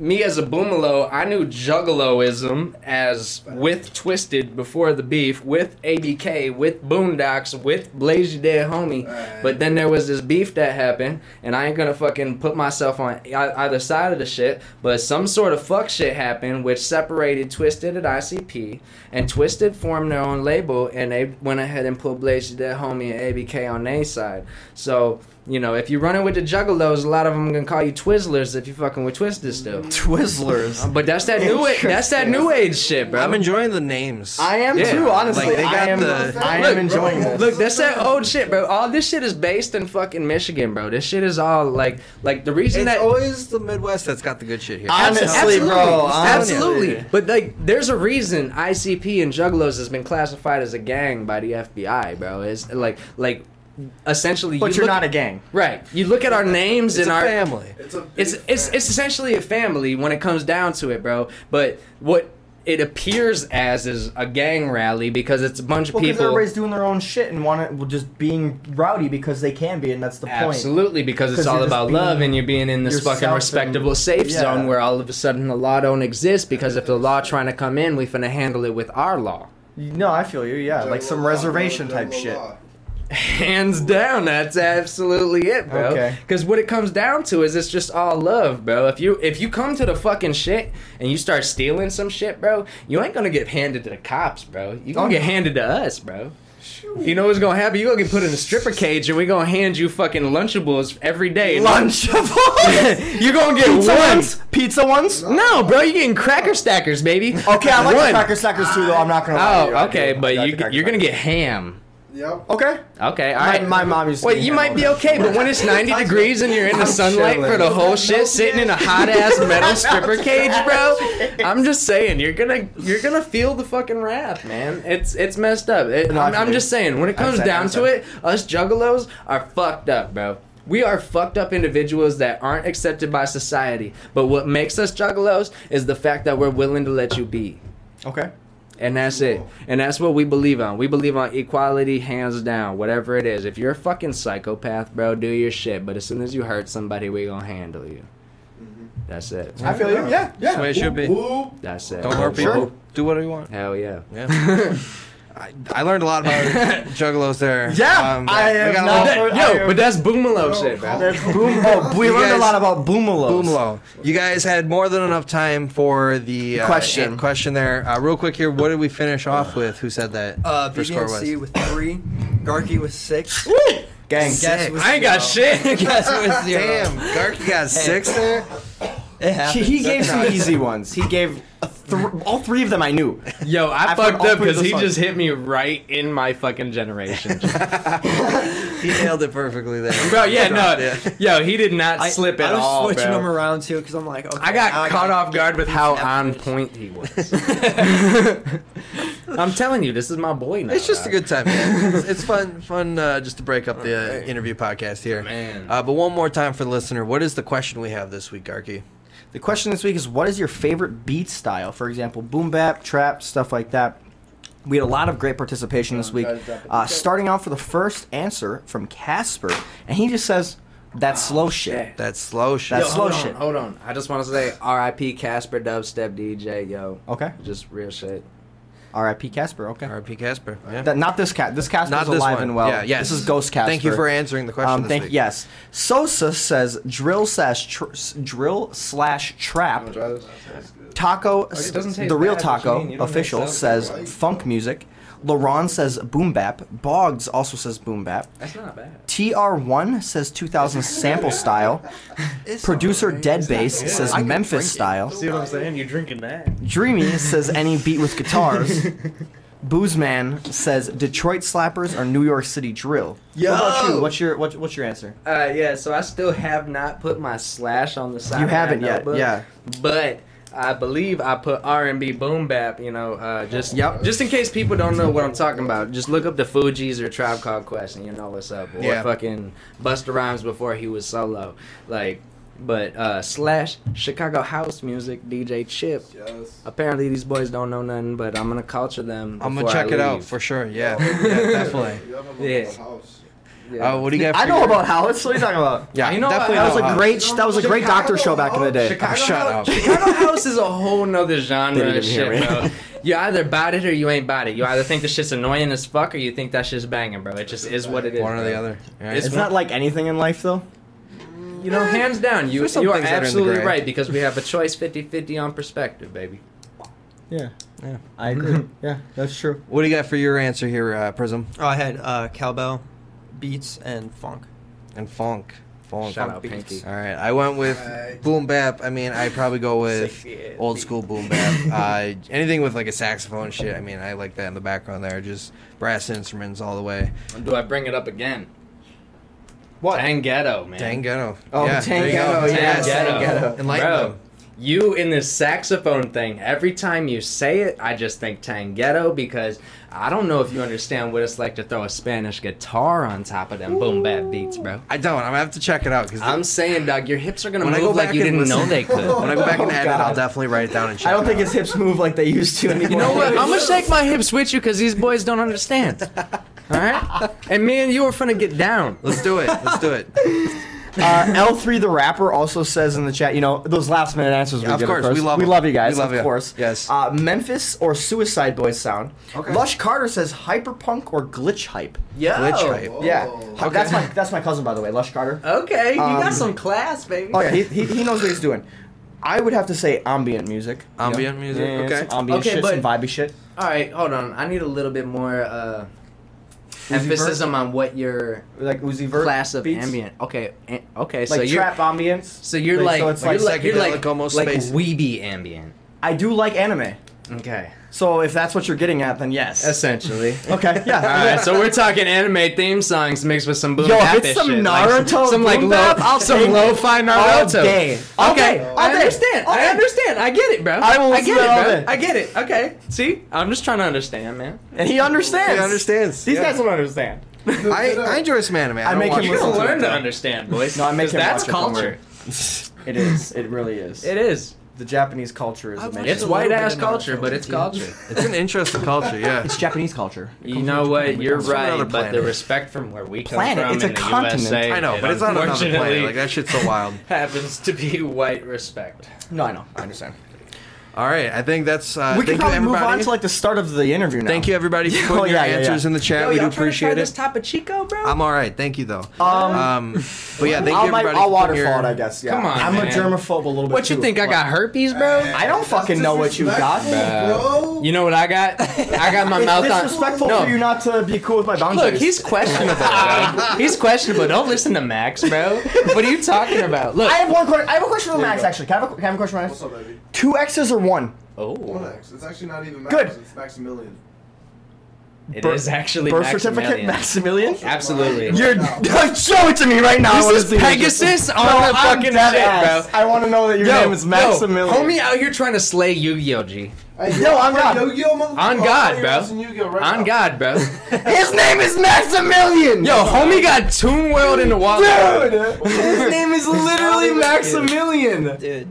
Speaker 1: me as a boomalo, I knew juggaloism as with Twisted before the beef, with ABK, with Boondocks, with Blaze Your Dead Homie. But then there was this beef that happened, and I ain't gonna fucking put myself on ei- either side of the shit. But some sort of fuck shit happened, which separated Twisted and ICP, and Twisted formed their own label, and they went ahead and put Blaze Your Dead Homie and ABK on their side. So You know, if you run it with the juggalos, a lot of them gonna call you Twizzlers if you fucking with Twisted still.
Speaker 3: Twizzlers.
Speaker 1: But that's that new age. That's that new age shit, bro.
Speaker 3: I'm enjoying the names.
Speaker 2: I am
Speaker 1: Yeah.
Speaker 2: too, honestly.
Speaker 3: Like, they
Speaker 2: I
Speaker 3: got
Speaker 2: am,
Speaker 3: the-
Speaker 2: I am
Speaker 1: Look,
Speaker 2: enjoying
Speaker 4: bro,
Speaker 2: this.
Speaker 1: Look, that's that old shit, bro. All this shit is based in fucking Michigan, bro. This shit is all like, like the reason
Speaker 3: it's
Speaker 1: that
Speaker 3: always the Midwest that's got the good shit here.
Speaker 2: Honestly,
Speaker 1: Absolutely.
Speaker 2: bro, honestly.
Speaker 1: absolutely. But like, there's a reason ICP and Juggalos has been classified as a gang by the FBI, bro. It's like, like, essentially,
Speaker 2: but
Speaker 1: you
Speaker 2: you are
Speaker 1: look-
Speaker 2: not a gang.
Speaker 1: right. You look at our names
Speaker 3: It's
Speaker 1: and
Speaker 3: a
Speaker 1: our
Speaker 3: family.
Speaker 4: It's a big
Speaker 1: it's it's
Speaker 4: fact.
Speaker 1: it's essentially a family when it comes down to it, bro. But what it appears as is a gang rally because it's a bunch of
Speaker 2: Well, because
Speaker 1: people.
Speaker 2: everybody's doing their own shit and want well, just being rowdy because they can be, and that's the point.
Speaker 1: Absolutely, because it's
Speaker 2: 'Cause
Speaker 1: all
Speaker 2: you're just
Speaker 1: about
Speaker 2: being
Speaker 1: love, and you're being in this fucking
Speaker 2: yourself
Speaker 1: respectable
Speaker 2: and-
Speaker 1: safe
Speaker 2: yeah.
Speaker 1: zone where all of a sudden the law don't exist. Because if the law trying to come in, we finna handle it with our law.
Speaker 2: No, I feel you. Yeah, like some
Speaker 4: Jungle law,
Speaker 2: reservation
Speaker 4: bro,
Speaker 2: type
Speaker 4: jungle
Speaker 2: shit.
Speaker 4: law.
Speaker 1: Hands down, that's absolutely it, bro.
Speaker 2: Okay.
Speaker 1: Because what it comes down to is it's just all love, bro. If you if you come to the fucking shit and you start stealing some shit, bro, you ain't gonna get handed to the cops, bro. You
Speaker 2: Oh,
Speaker 1: gonna get handed to us, bro. You know what's gonna happen? You gonna get put in a stripper cage, and we gonna hand you fucking Lunchables every day.
Speaker 2: Lunchables.
Speaker 1: You're gonna get
Speaker 2: Pizza
Speaker 1: one.
Speaker 2: ones. Pizza ones.
Speaker 1: No, bro, you're getting cracker stackers, baby.
Speaker 2: Okay, I like
Speaker 1: One.
Speaker 2: the cracker stackers too, though. I'm not gonna. lie to you. Oh, I
Speaker 1: Oh,
Speaker 2: do.
Speaker 1: okay,
Speaker 2: I
Speaker 1: but
Speaker 2: like
Speaker 1: you
Speaker 2: the Cracker
Speaker 1: you're gonna
Speaker 2: Stackers.
Speaker 1: get ham.
Speaker 4: Yep.
Speaker 2: Okay.
Speaker 1: Okay, all
Speaker 2: My-
Speaker 1: right.
Speaker 2: my mom used to
Speaker 1: Wait,
Speaker 2: do
Speaker 1: you
Speaker 2: that
Speaker 1: might
Speaker 2: all
Speaker 1: be
Speaker 2: the
Speaker 1: okay, but when it's 90 degrees and you're in the
Speaker 2: I'm
Speaker 1: sunlight for
Speaker 2: chilling.
Speaker 1: the whole shit, sitting in a hot ass metal stripper cage, bro. I'm just saying, you're gonna you're gonna feel the fucking wrath, man. It's it's messed up. It-
Speaker 2: No, I
Speaker 1: I'm,
Speaker 2: feel
Speaker 1: I'm
Speaker 2: you.
Speaker 1: just saying, when it comes
Speaker 2: said-
Speaker 1: down
Speaker 2: I
Speaker 1: to
Speaker 2: said.
Speaker 1: it, us juggalos are fucked up, bro. We are fucked up individuals that aren't accepted by society. But what makes us juggalos is the fact that we're willing to let you be.
Speaker 2: Okay.
Speaker 1: And that's it. And that's what we believe on. We believe on equality, hands down, whatever it is. If you're a fucking psychopath, bro, do your shit. But as soon as you hurt somebody, we gonna handle you. That's it.
Speaker 2: I feel you. Yeah.
Speaker 3: That's the
Speaker 2: Yeah.
Speaker 3: way it should be.
Speaker 4: Whoop.
Speaker 1: That's it.
Speaker 3: Don't hurt people.
Speaker 2: Sure.
Speaker 3: Do whatever you want.
Speaker 1: Hell yeah.
Speaker 3: Yeah. I, I learned a lot about juggalos there. Um,
Speaker 2: Yeah, I
Speaker 3: we
Speaker 2: am
Speaker 3: got a
Speaker 2: not-
Speaker 3: little-
Speaker 2: That-
Speaker 1: Yo, but that's Boomalo shit, bro.
Speaker 2: That's boom. Oh, we
Speaker 3: You
Speaker 2: learned a
Speaker 3: guys-
Speaker 2: lot about boomalos.
Speaker 3: Boomalo. You guys had more than enough time for the uh,
Speaker 2: Question.
Speaker 3: Question there. Uh, real quick here. What did we finish off with? Who said that?
Speaker 5: Uh,
Speaker 3: for score was?
Speaker 5: BDNC with three, Garky with six.
Speaker 2: Gang.
Speaker 5: Guess with
Speaker 1: I ain't got
Speaker 5: zero.
Speaker 1: shit.
Speaker 5: Guess with zero.
Speaker 3: Damn, Gark got six there.
Speaker 5: It happens.
Speaker 2: He gave some easy ones. He gave a thr all three of them. I knew.
Speaker 1: Yo, I,
Speaker 2: I've
Speaker 1: fucked
Speaker 2: heard all
Speaker 1: up
Speaker 2: three of
Speaker 1: because he
Speaker 2: those
Speaker 1: just
Speaker 2: songs.
Speaker 1: hit me right in my fucking generation.
Speaker 3: He nailed it perfectly there.
Speaker 1: bro, yeah, no. Yo, he did not
Speaker 5: I,
Speaker 1: slip at
Speaker 5: I was
Speaker 1: all.
Speaker 5: switching
Speaker 1: bro.
Speaker 5: them around too because I'm like, okay,
Speaker 1: I got
Speaker 5: now
Speaker 1: caught
Speaker 5: gotta
Speaker 1: off
Speaker 5: get
Speaker 1: guard with how
Speaker 5: these
Speaker 1: on
Speaker 5: efforts.
Speaker 1: point he was. I'm telling you, this is my boy now.
Speaker 3: It's just a
Speaker 1: dog.
Speaker 3: good time. Man. It's, it's fun, fun uh, just to break up the uh, interview podcast here.
Speaker 1: Man.
Speaker 3: Uh, but one more time for the listener, what is the question we have this week, Garky?
Speaker 2: The question this week is what is your favorite beat style? For example, boom bap, trap, stuff like that. We had a lot of great participation this week. Uh, starting off with the first answer from Casper, and he just says, "That's slow shit."
Speaker 3: That's slow shit.
Speaker 2: That's
Speaker 1: Ah, Yo,
Speaker 2: slow
Speaker 1: hold on,
Speaker 2: shit.
Speaker 1: Hold on. I just want to say R.I.P. Casper Dubstep DJ, yo.
Speaker 2: Okay.
Speaker 1: Just real shit.
Speaker 2: R.I.P. Casper. Okay.
Speaker 3: R.P. Casper. Yeah.
Speaker 2: That, not this cat. This Casper
Speaker 3: Not
Speaker 2: is
Speaker 3: this
Speaker 2: alive
Speaker 3: one.
Speaker 2: and well.
Speaker 3: Yeah, yes.
Speaker 2: This is Ghost Casper.
Speaker 3: Thank you for answering the question
Speaker 2: Um,
Speaker 3: this
Speaker 2: thank
Speaker 3: week.
Speaker 2: yes. Sosa says drill slash tr- s- drill slash trap.
Speaker 4: Try this. That's good.
Speaker 2: Taco,
Speaker 1: Oh, it doesn't taste
Speaker 2: the real
Speaker 1: bad, but you
Speaker 2: taco
Speaker 1: mean you don't
Speaker 2: official
Speaker 1: make sound
Speaker 2: says
Speaker 4: good, right?
Speaker 2: funk music. LaRon says boom bap. Boggs also says boom bap.
Speaker 1: That's not bad.
Speaker 2: TR1 says 2000 sample style. Producer Dead Bass says Memphis style.
Speaker 1: See what I'm saying? You're drinking that.
Speaker 2: Dreamy says any beat with guitars. Boozman says Detroit slappers or New York City drill.
Speaker 1: Yo!
Speaker 2: What about you? What's your what, what's your answer?
Speaker 1: Uh, yeah, so I still have not put my slash on the side.
Speaker 2: You
Speaker 1: of my
Speaker 2: haven't yet,
Speaker 1: notebook,
Speaker 2: yeah.
Speaker 1: But I believe I put R and B boom bap. You know, uh, just yep. Just in case people don't know what I'm talking about, just look up the Fugees or Tribe Called Quest, and you know what's up. Or
Speaker 3: Yeah.
Speaker 1: fucking Busta Rhymes before he was solo, like. But uh, slash Chicago house music DJ Chip.
Speaker 4: Yes.
Speaker 1: Apparently these boys don't know nothing, but I'm gonna culture them.
Speaker 3: I'm gonna
Speaker 1: before I
Speaker 3: check it out
Speaker 1: leave.
Speaker 3: for sure. Yeah, yeah definitely.
Speaker 4: You have a
Speaker 1: Yeah.
Speaker 4: little house.
Speaker 1: Yeah.
Speaker 3: Uh, what do you got? For
Speaker 2: I know
Speaker 3: your-
Speaker 2: about Howitz. What are you talking about?
Speaker 3: Yeah,
Speaker 1: You know
Speaker 3: definitely
Speaker 1: what?
Speaker 2: That was
Speaker 3: know
Speaker 2: a
Speaker 3: how-
Speaker 2: great that was a great doctor show back in the day.
Speaker 1: Chicago,
Speaker 3: shut
Speaker 1: House-
Speaker 3: up.
Speaker 1: Chicago House is a whole nother genre
Speaker 2: Didn't
Speaker 1: of
Speaker 2: even hear
Speaker 1: shit,
Speaker 2: me.
Speaker 1: bro. You either bought it or you ain't bought it. You either think the shit's annoying as fuck or you think that shit's banging, bro. It just is what it is.
Speaker 3: One or the
Speaker 1: bro.
Speaker 3: other. All right.
Speaker 1: It's
Speaker 2: It's not like anything in life though.
Speaker 1: You know, hands down, you,
Speaker 3: There's some
Speaker 1: you are
Speaker 3: things that are in the
Speaker 1: absolutely
Speaker 3: gray.
Speaker 1: right because we have a choice 50 50 on perspective, baby.
Speaker 2: Yeah.
Speaker 3: Yeah.
Speaker 2: I agree. yeah, that's true.
Speaker 3: What do you got for your answer here, uh, Prism?
Speaker 5: Oh, I had uh, cowbell, beats, and funk.
Speaker 3: and funk. Funk.
Speaker 1: Shout
Speaker 3: Funk
Speaker 1: out
Speaker 3: beats.
Speaker 1: Pinky.
Speaker 3: All right, I went with
Speaker 4: Alright.
Speaker 3: boom bap. I mean, I probably go with
Speaker 5: Sexy ass
Speaker 3: old
Speaker 5: beat.
Speaker 3: school boom bap. uh, anything with like a saxophone shit. I mean, I like that in the background there. Just brass instruments all the way.
Speaker 1: Do I bring it up again? What? Tanghetto, man.
Speaker 3: Tangano.
Speaker 2: Oh,
Speaker 3: there you go.
Speaker 2: Tangano,
Speaker 1: Yes.
Speaker 2: yes.
Speaker 1: Ghetto.
Speaker 2: Tanghetto.
Speaker 3: Enlighten
Speaker 1: Bro,
Speaker 3: them.
Speaker 1: you in this saxophone thing, every time you say it, I just think Tanghetto because I don't know if you understand what it's like to throw a Spanish guitar on top of them boom bap beats, bro.
Speaker 3: I don't. I'm gonna have to check it out because
Speaker 1: I'm saying, Doug, your hips are gonna
Speaker 3: When I
Speaker 1: move
Speaker 3: go
Speaker 1: like
Speaker 3: back
Speaker 1: you
Speaker 3: and
Speaker 1: didn't know
Speaker 3: listen-
Speaker 1: they could.
Speaker 3: when I go back and
Speaker 2: Oh,
Speaker 3: edit,
Speaker 2: God.
Speaker 3: I'll definitely write it down and check.
Speaker 2: I don't
Speaker 3: it
Speaker 2: think
Speaker 3: out.
Speaker 2: his hips move like they used to anymore.
Speaker 1: You know what? I'm gonna shake my hips with you because these boys don't understand. All right, and me and you are finna get down.
Speaker 3: Let's do it. Let's do it.
Speaker 2: Uh, L3 the rapper also says in the chat, you know, those last minute answers we
Speaker 3: Yeah, of
Speaker 2: get,
Speaker 3: course, we love
Speaker 2: we
Speaker 3: 'em.
Speaker 2: love you guys,
Speaker 3: We love
Speaker 2: of
Speaker 3: you.
Speaker 2: course.
Speaker 3: Yes.
Speaker 2: Uh, Memphis or Suicide Boys sound.
Speaker 3: Okay.
Speaker 2: Lush Carter says hyperpunk or glitch hype.
Speaker 5: Yo.
Speaker 3: Glitch hype.
Speaker 2: Yeah.
Speaker 4: Okay.
Speaker 2: That's my that's my cousin by the way, Lush Carter.
Speaker 5: Okay, you
Speaker 2: Um,
Speaker 5: got some class, baby.
Speaker 2: Oh yeah, he, he, he knows what he's doing. I would have to say ambient music. you know?
Speaker 3: Ambient music,
Speaker 2: Yeah,
Speaker 3: okay.
Speaker 2: some ambient
Speaker 1: Okay,
Speaker 2: shit, some
Speaker 1: but-
Speaker 2: vibey shit.
Speaker 1: All right, hold on. I need a little bit more uh, emphasis on what your
Speaker 2: Like Uzi Vert
Speaker 1: class of
Speaker 2: beats.
Speaker 1: ambient. Okay, an- okay.
Speaker 2: Like
Speaker 1: so you're
Speaker 2: trap ambience.
Speaker 1: So you're like,
Speaker 2: Like, so it's
Speaker 1: you're like,
Speaker 3: like
Speaker 1: you're like,
Speaker 3: psychedelic almost
Speaker 1: like
Speaker 3: space.
Speaker 1: weeby ambient.
Speaker 2: I do like anime.
Speaker 1: Okay,
Speaker 2: So if that's what you're getting at, then yes.
Speaker 1: essentially.
Speaker 2: okay, yeah.
Speaker 1: All right, so we're talking anime theme songs mixed with some boom
Speaker 2: Yo,
Speaker 1: bap
Speaker 2: if it's some
Speaker 1: shit, like,
Speaker 2: Naruto
Speaker 1: some like
Speaker 2: boom
Speaker 1: low,
Speaker 2: bap, I'll
Speaker 1: some
Speaker 2: take it
Speaker 1: lo-fi
Speaker 2: all
Speaker 1: Naruto.
Speaker 2: day. All
Speaker 1: Okay,
Speaker 2: day, all
Speaker 1: I
Speaker 2: day,
Speaker 1: understand.
Speaker 2: all
Speaker 1: I
Speaker 2: day.
Speaker 1: understand. I get it, bro.
Speaker 2: I will listen
Speaker 1: get
Speaker 2: to that all
Speaker 1: it, bro.
Speaker 2: day.
Speaker 1: I get it. Okay, see, I'm just trying to understand, man.
Speaker 2: And he understands.
Speaker 3: He understands.
Speaker 2: These
Speaker 3: Yeah.
Speaker 2: guys don't understand.
Speaker 3: I, I enjoy this man, man. I,
Speaker 2: I
Speaker 3: don't
Speaker 2: make
Speaker 3: watch
Speaker 2: him
Speaker 1: You
Speaker 3: it.
Speaker 2: listen
Speaker 1: gonna
Speaker 2: to
Speaker 1: learn
Speaker 2: it,
Speaker 1: to
Speaker 2: though.
Speaker 1: understand, boys.
Speaker 2: No, I make
Speaker 1: 'cause
Speaker 2: him
Speaker 1: That's
Speaker 2: watch it, don't worry.
Speaker 1: culture.
Speaker 2: It is. It really is.
Speaker 1: It is.
Speaker 2: the Japanese culture is amazing.
Speaker 1: It's white ass culture, but it's culture.
Speaker 3: It's an interesting culture, yeah.
Speaker 2: It's Japanese culture.
Speaker 1: You know what? You're
Speaker 3: It's from another
Speaker 1: right, but the
Speaker 3: planet.
Speaker 1: respect from where we come
Speaker 2: Planet,
Speaker 1: from
Speaker 2: it's
Speaker 1: in
Speaker 2: a
Speaker 1: the
Speaker 2: continent.
Speaker 1: USA,
Speaker 3: I know,
Speaker 1: it
Speaker 3: but it's on another
Speaker 1: unfortunately
Speaker 3: planet. Like that shit's so wild.
Speaker 1: happens to be white respect.
Speaker 2: No, I know. I understand.
Speaker 3: All right, I think that's. Uh,
Speaker 2: we can
Speaker 3: thank you,
Speaker 2: probably move on
Speaker 3: everybody.
Speaker 2: to like the start of the interview now.
Speaker 3: Thank you everybody for
Speaker 2: Yeah,
Speaker 3: putting
Speaker 2: yeah, yeah,
Speaker 3: your answers
Speaker 2: yeah.
Speaker 3: in the chat. we do appreciate it.
Speaker 1: Topo Chico, bro?
Speaker 3: I'm all right. Thank you though. Um, but yeah, thank
Speaker 2: I'll,
Speaker 3: you
Speaker 2: might- I'll
Speaker 3: everybody. for putting
Speaker 2: waterfall
Speaker 3: your-
Speaker 2: it, I guess. Yeah.
Speaker 1: Come on,
Speaker 2: I'm
Speaker 1: man.
Speaker 2: a germaphobe a little bit.
Speaker 1: what you
Speaker 2: too.
Speaker 1: think? I got herpes, bro?
Speaker 2: I don't fucking know what you got.
Speaker 4: bro.
Speaker 1: You know what I got? I got my
Speaker 2: It's
Speaker 1: mouth on.
Speaker 2: disrespectful
Speaker 1: No.
Speaker 2: for you not to be cool with my boundaries.
Speaker 1: Look, he's questionable. bro. he's questionable. Don't listen to Max, bro. What are you talking about? Look.
Speaker 2: I have one. que- I have a question for Max.
Speaker 4: go.
Speaker 2: Actually, can I have a, can I have a question for
Speaker 4: What's
Speaker 2: Max?
Speaker 4: up, baby?
Speaker 2: Two X's or one?
Speaker 4: One
Speaker 1: oh,
Speaker 4: X. It's actually not even Max.
Speaker 2: Good.
Speaker 4: It's Maximilian.
Speaker 1: it
Speaker 2: Birth-
Speaker 1: is actually
Speaker 2: Birth certificate,
Speaker 1: Maximilian.
Speaker 2: Maximilian.
Speaker 1: Absolutely.
Speaker 2: You're
Speaker 4: No.
Speaker 2: show it to me right now. I
Speaker 1: This
Speaker 2: wanna
Speaker 1: is
Speaker 2: see what you-
Speaker 1: Pegasus Oh, on
Speaker 2: No,
Speaker 1: the
Speaker 2: I'm
Speaker 1: fucking
Speaker 2: dead
Speaker 1: shit,
Speaker 2: ass.
Speaker 1: bro.
Speaker 2: I want to know that your name is Maximilian.
Speaker 1: Yo, homie out here trying to slay Yu-Gi-Oh, G.
Speaker 4: Hey,
Speaker 2: No, on God.
Speaker 4: Yo, yo, motherfucker.
Speaker 1: On
Speaker 4: I'll
Speaker 1: God,
Speaker 4: play
Speaker 1: bro.
Speaker 4: Russ and Yu-Gi-Oh right
Speaker 1: On
Speaker 4: now.
Speaker 1: God, bro.
Speaker 2: His name is Maximilian.
Speaker 1: Yo, homie got Toon World in the wall.
Speaker 2: dude, his name is literally Maximilian.
Speaker 5: Dude.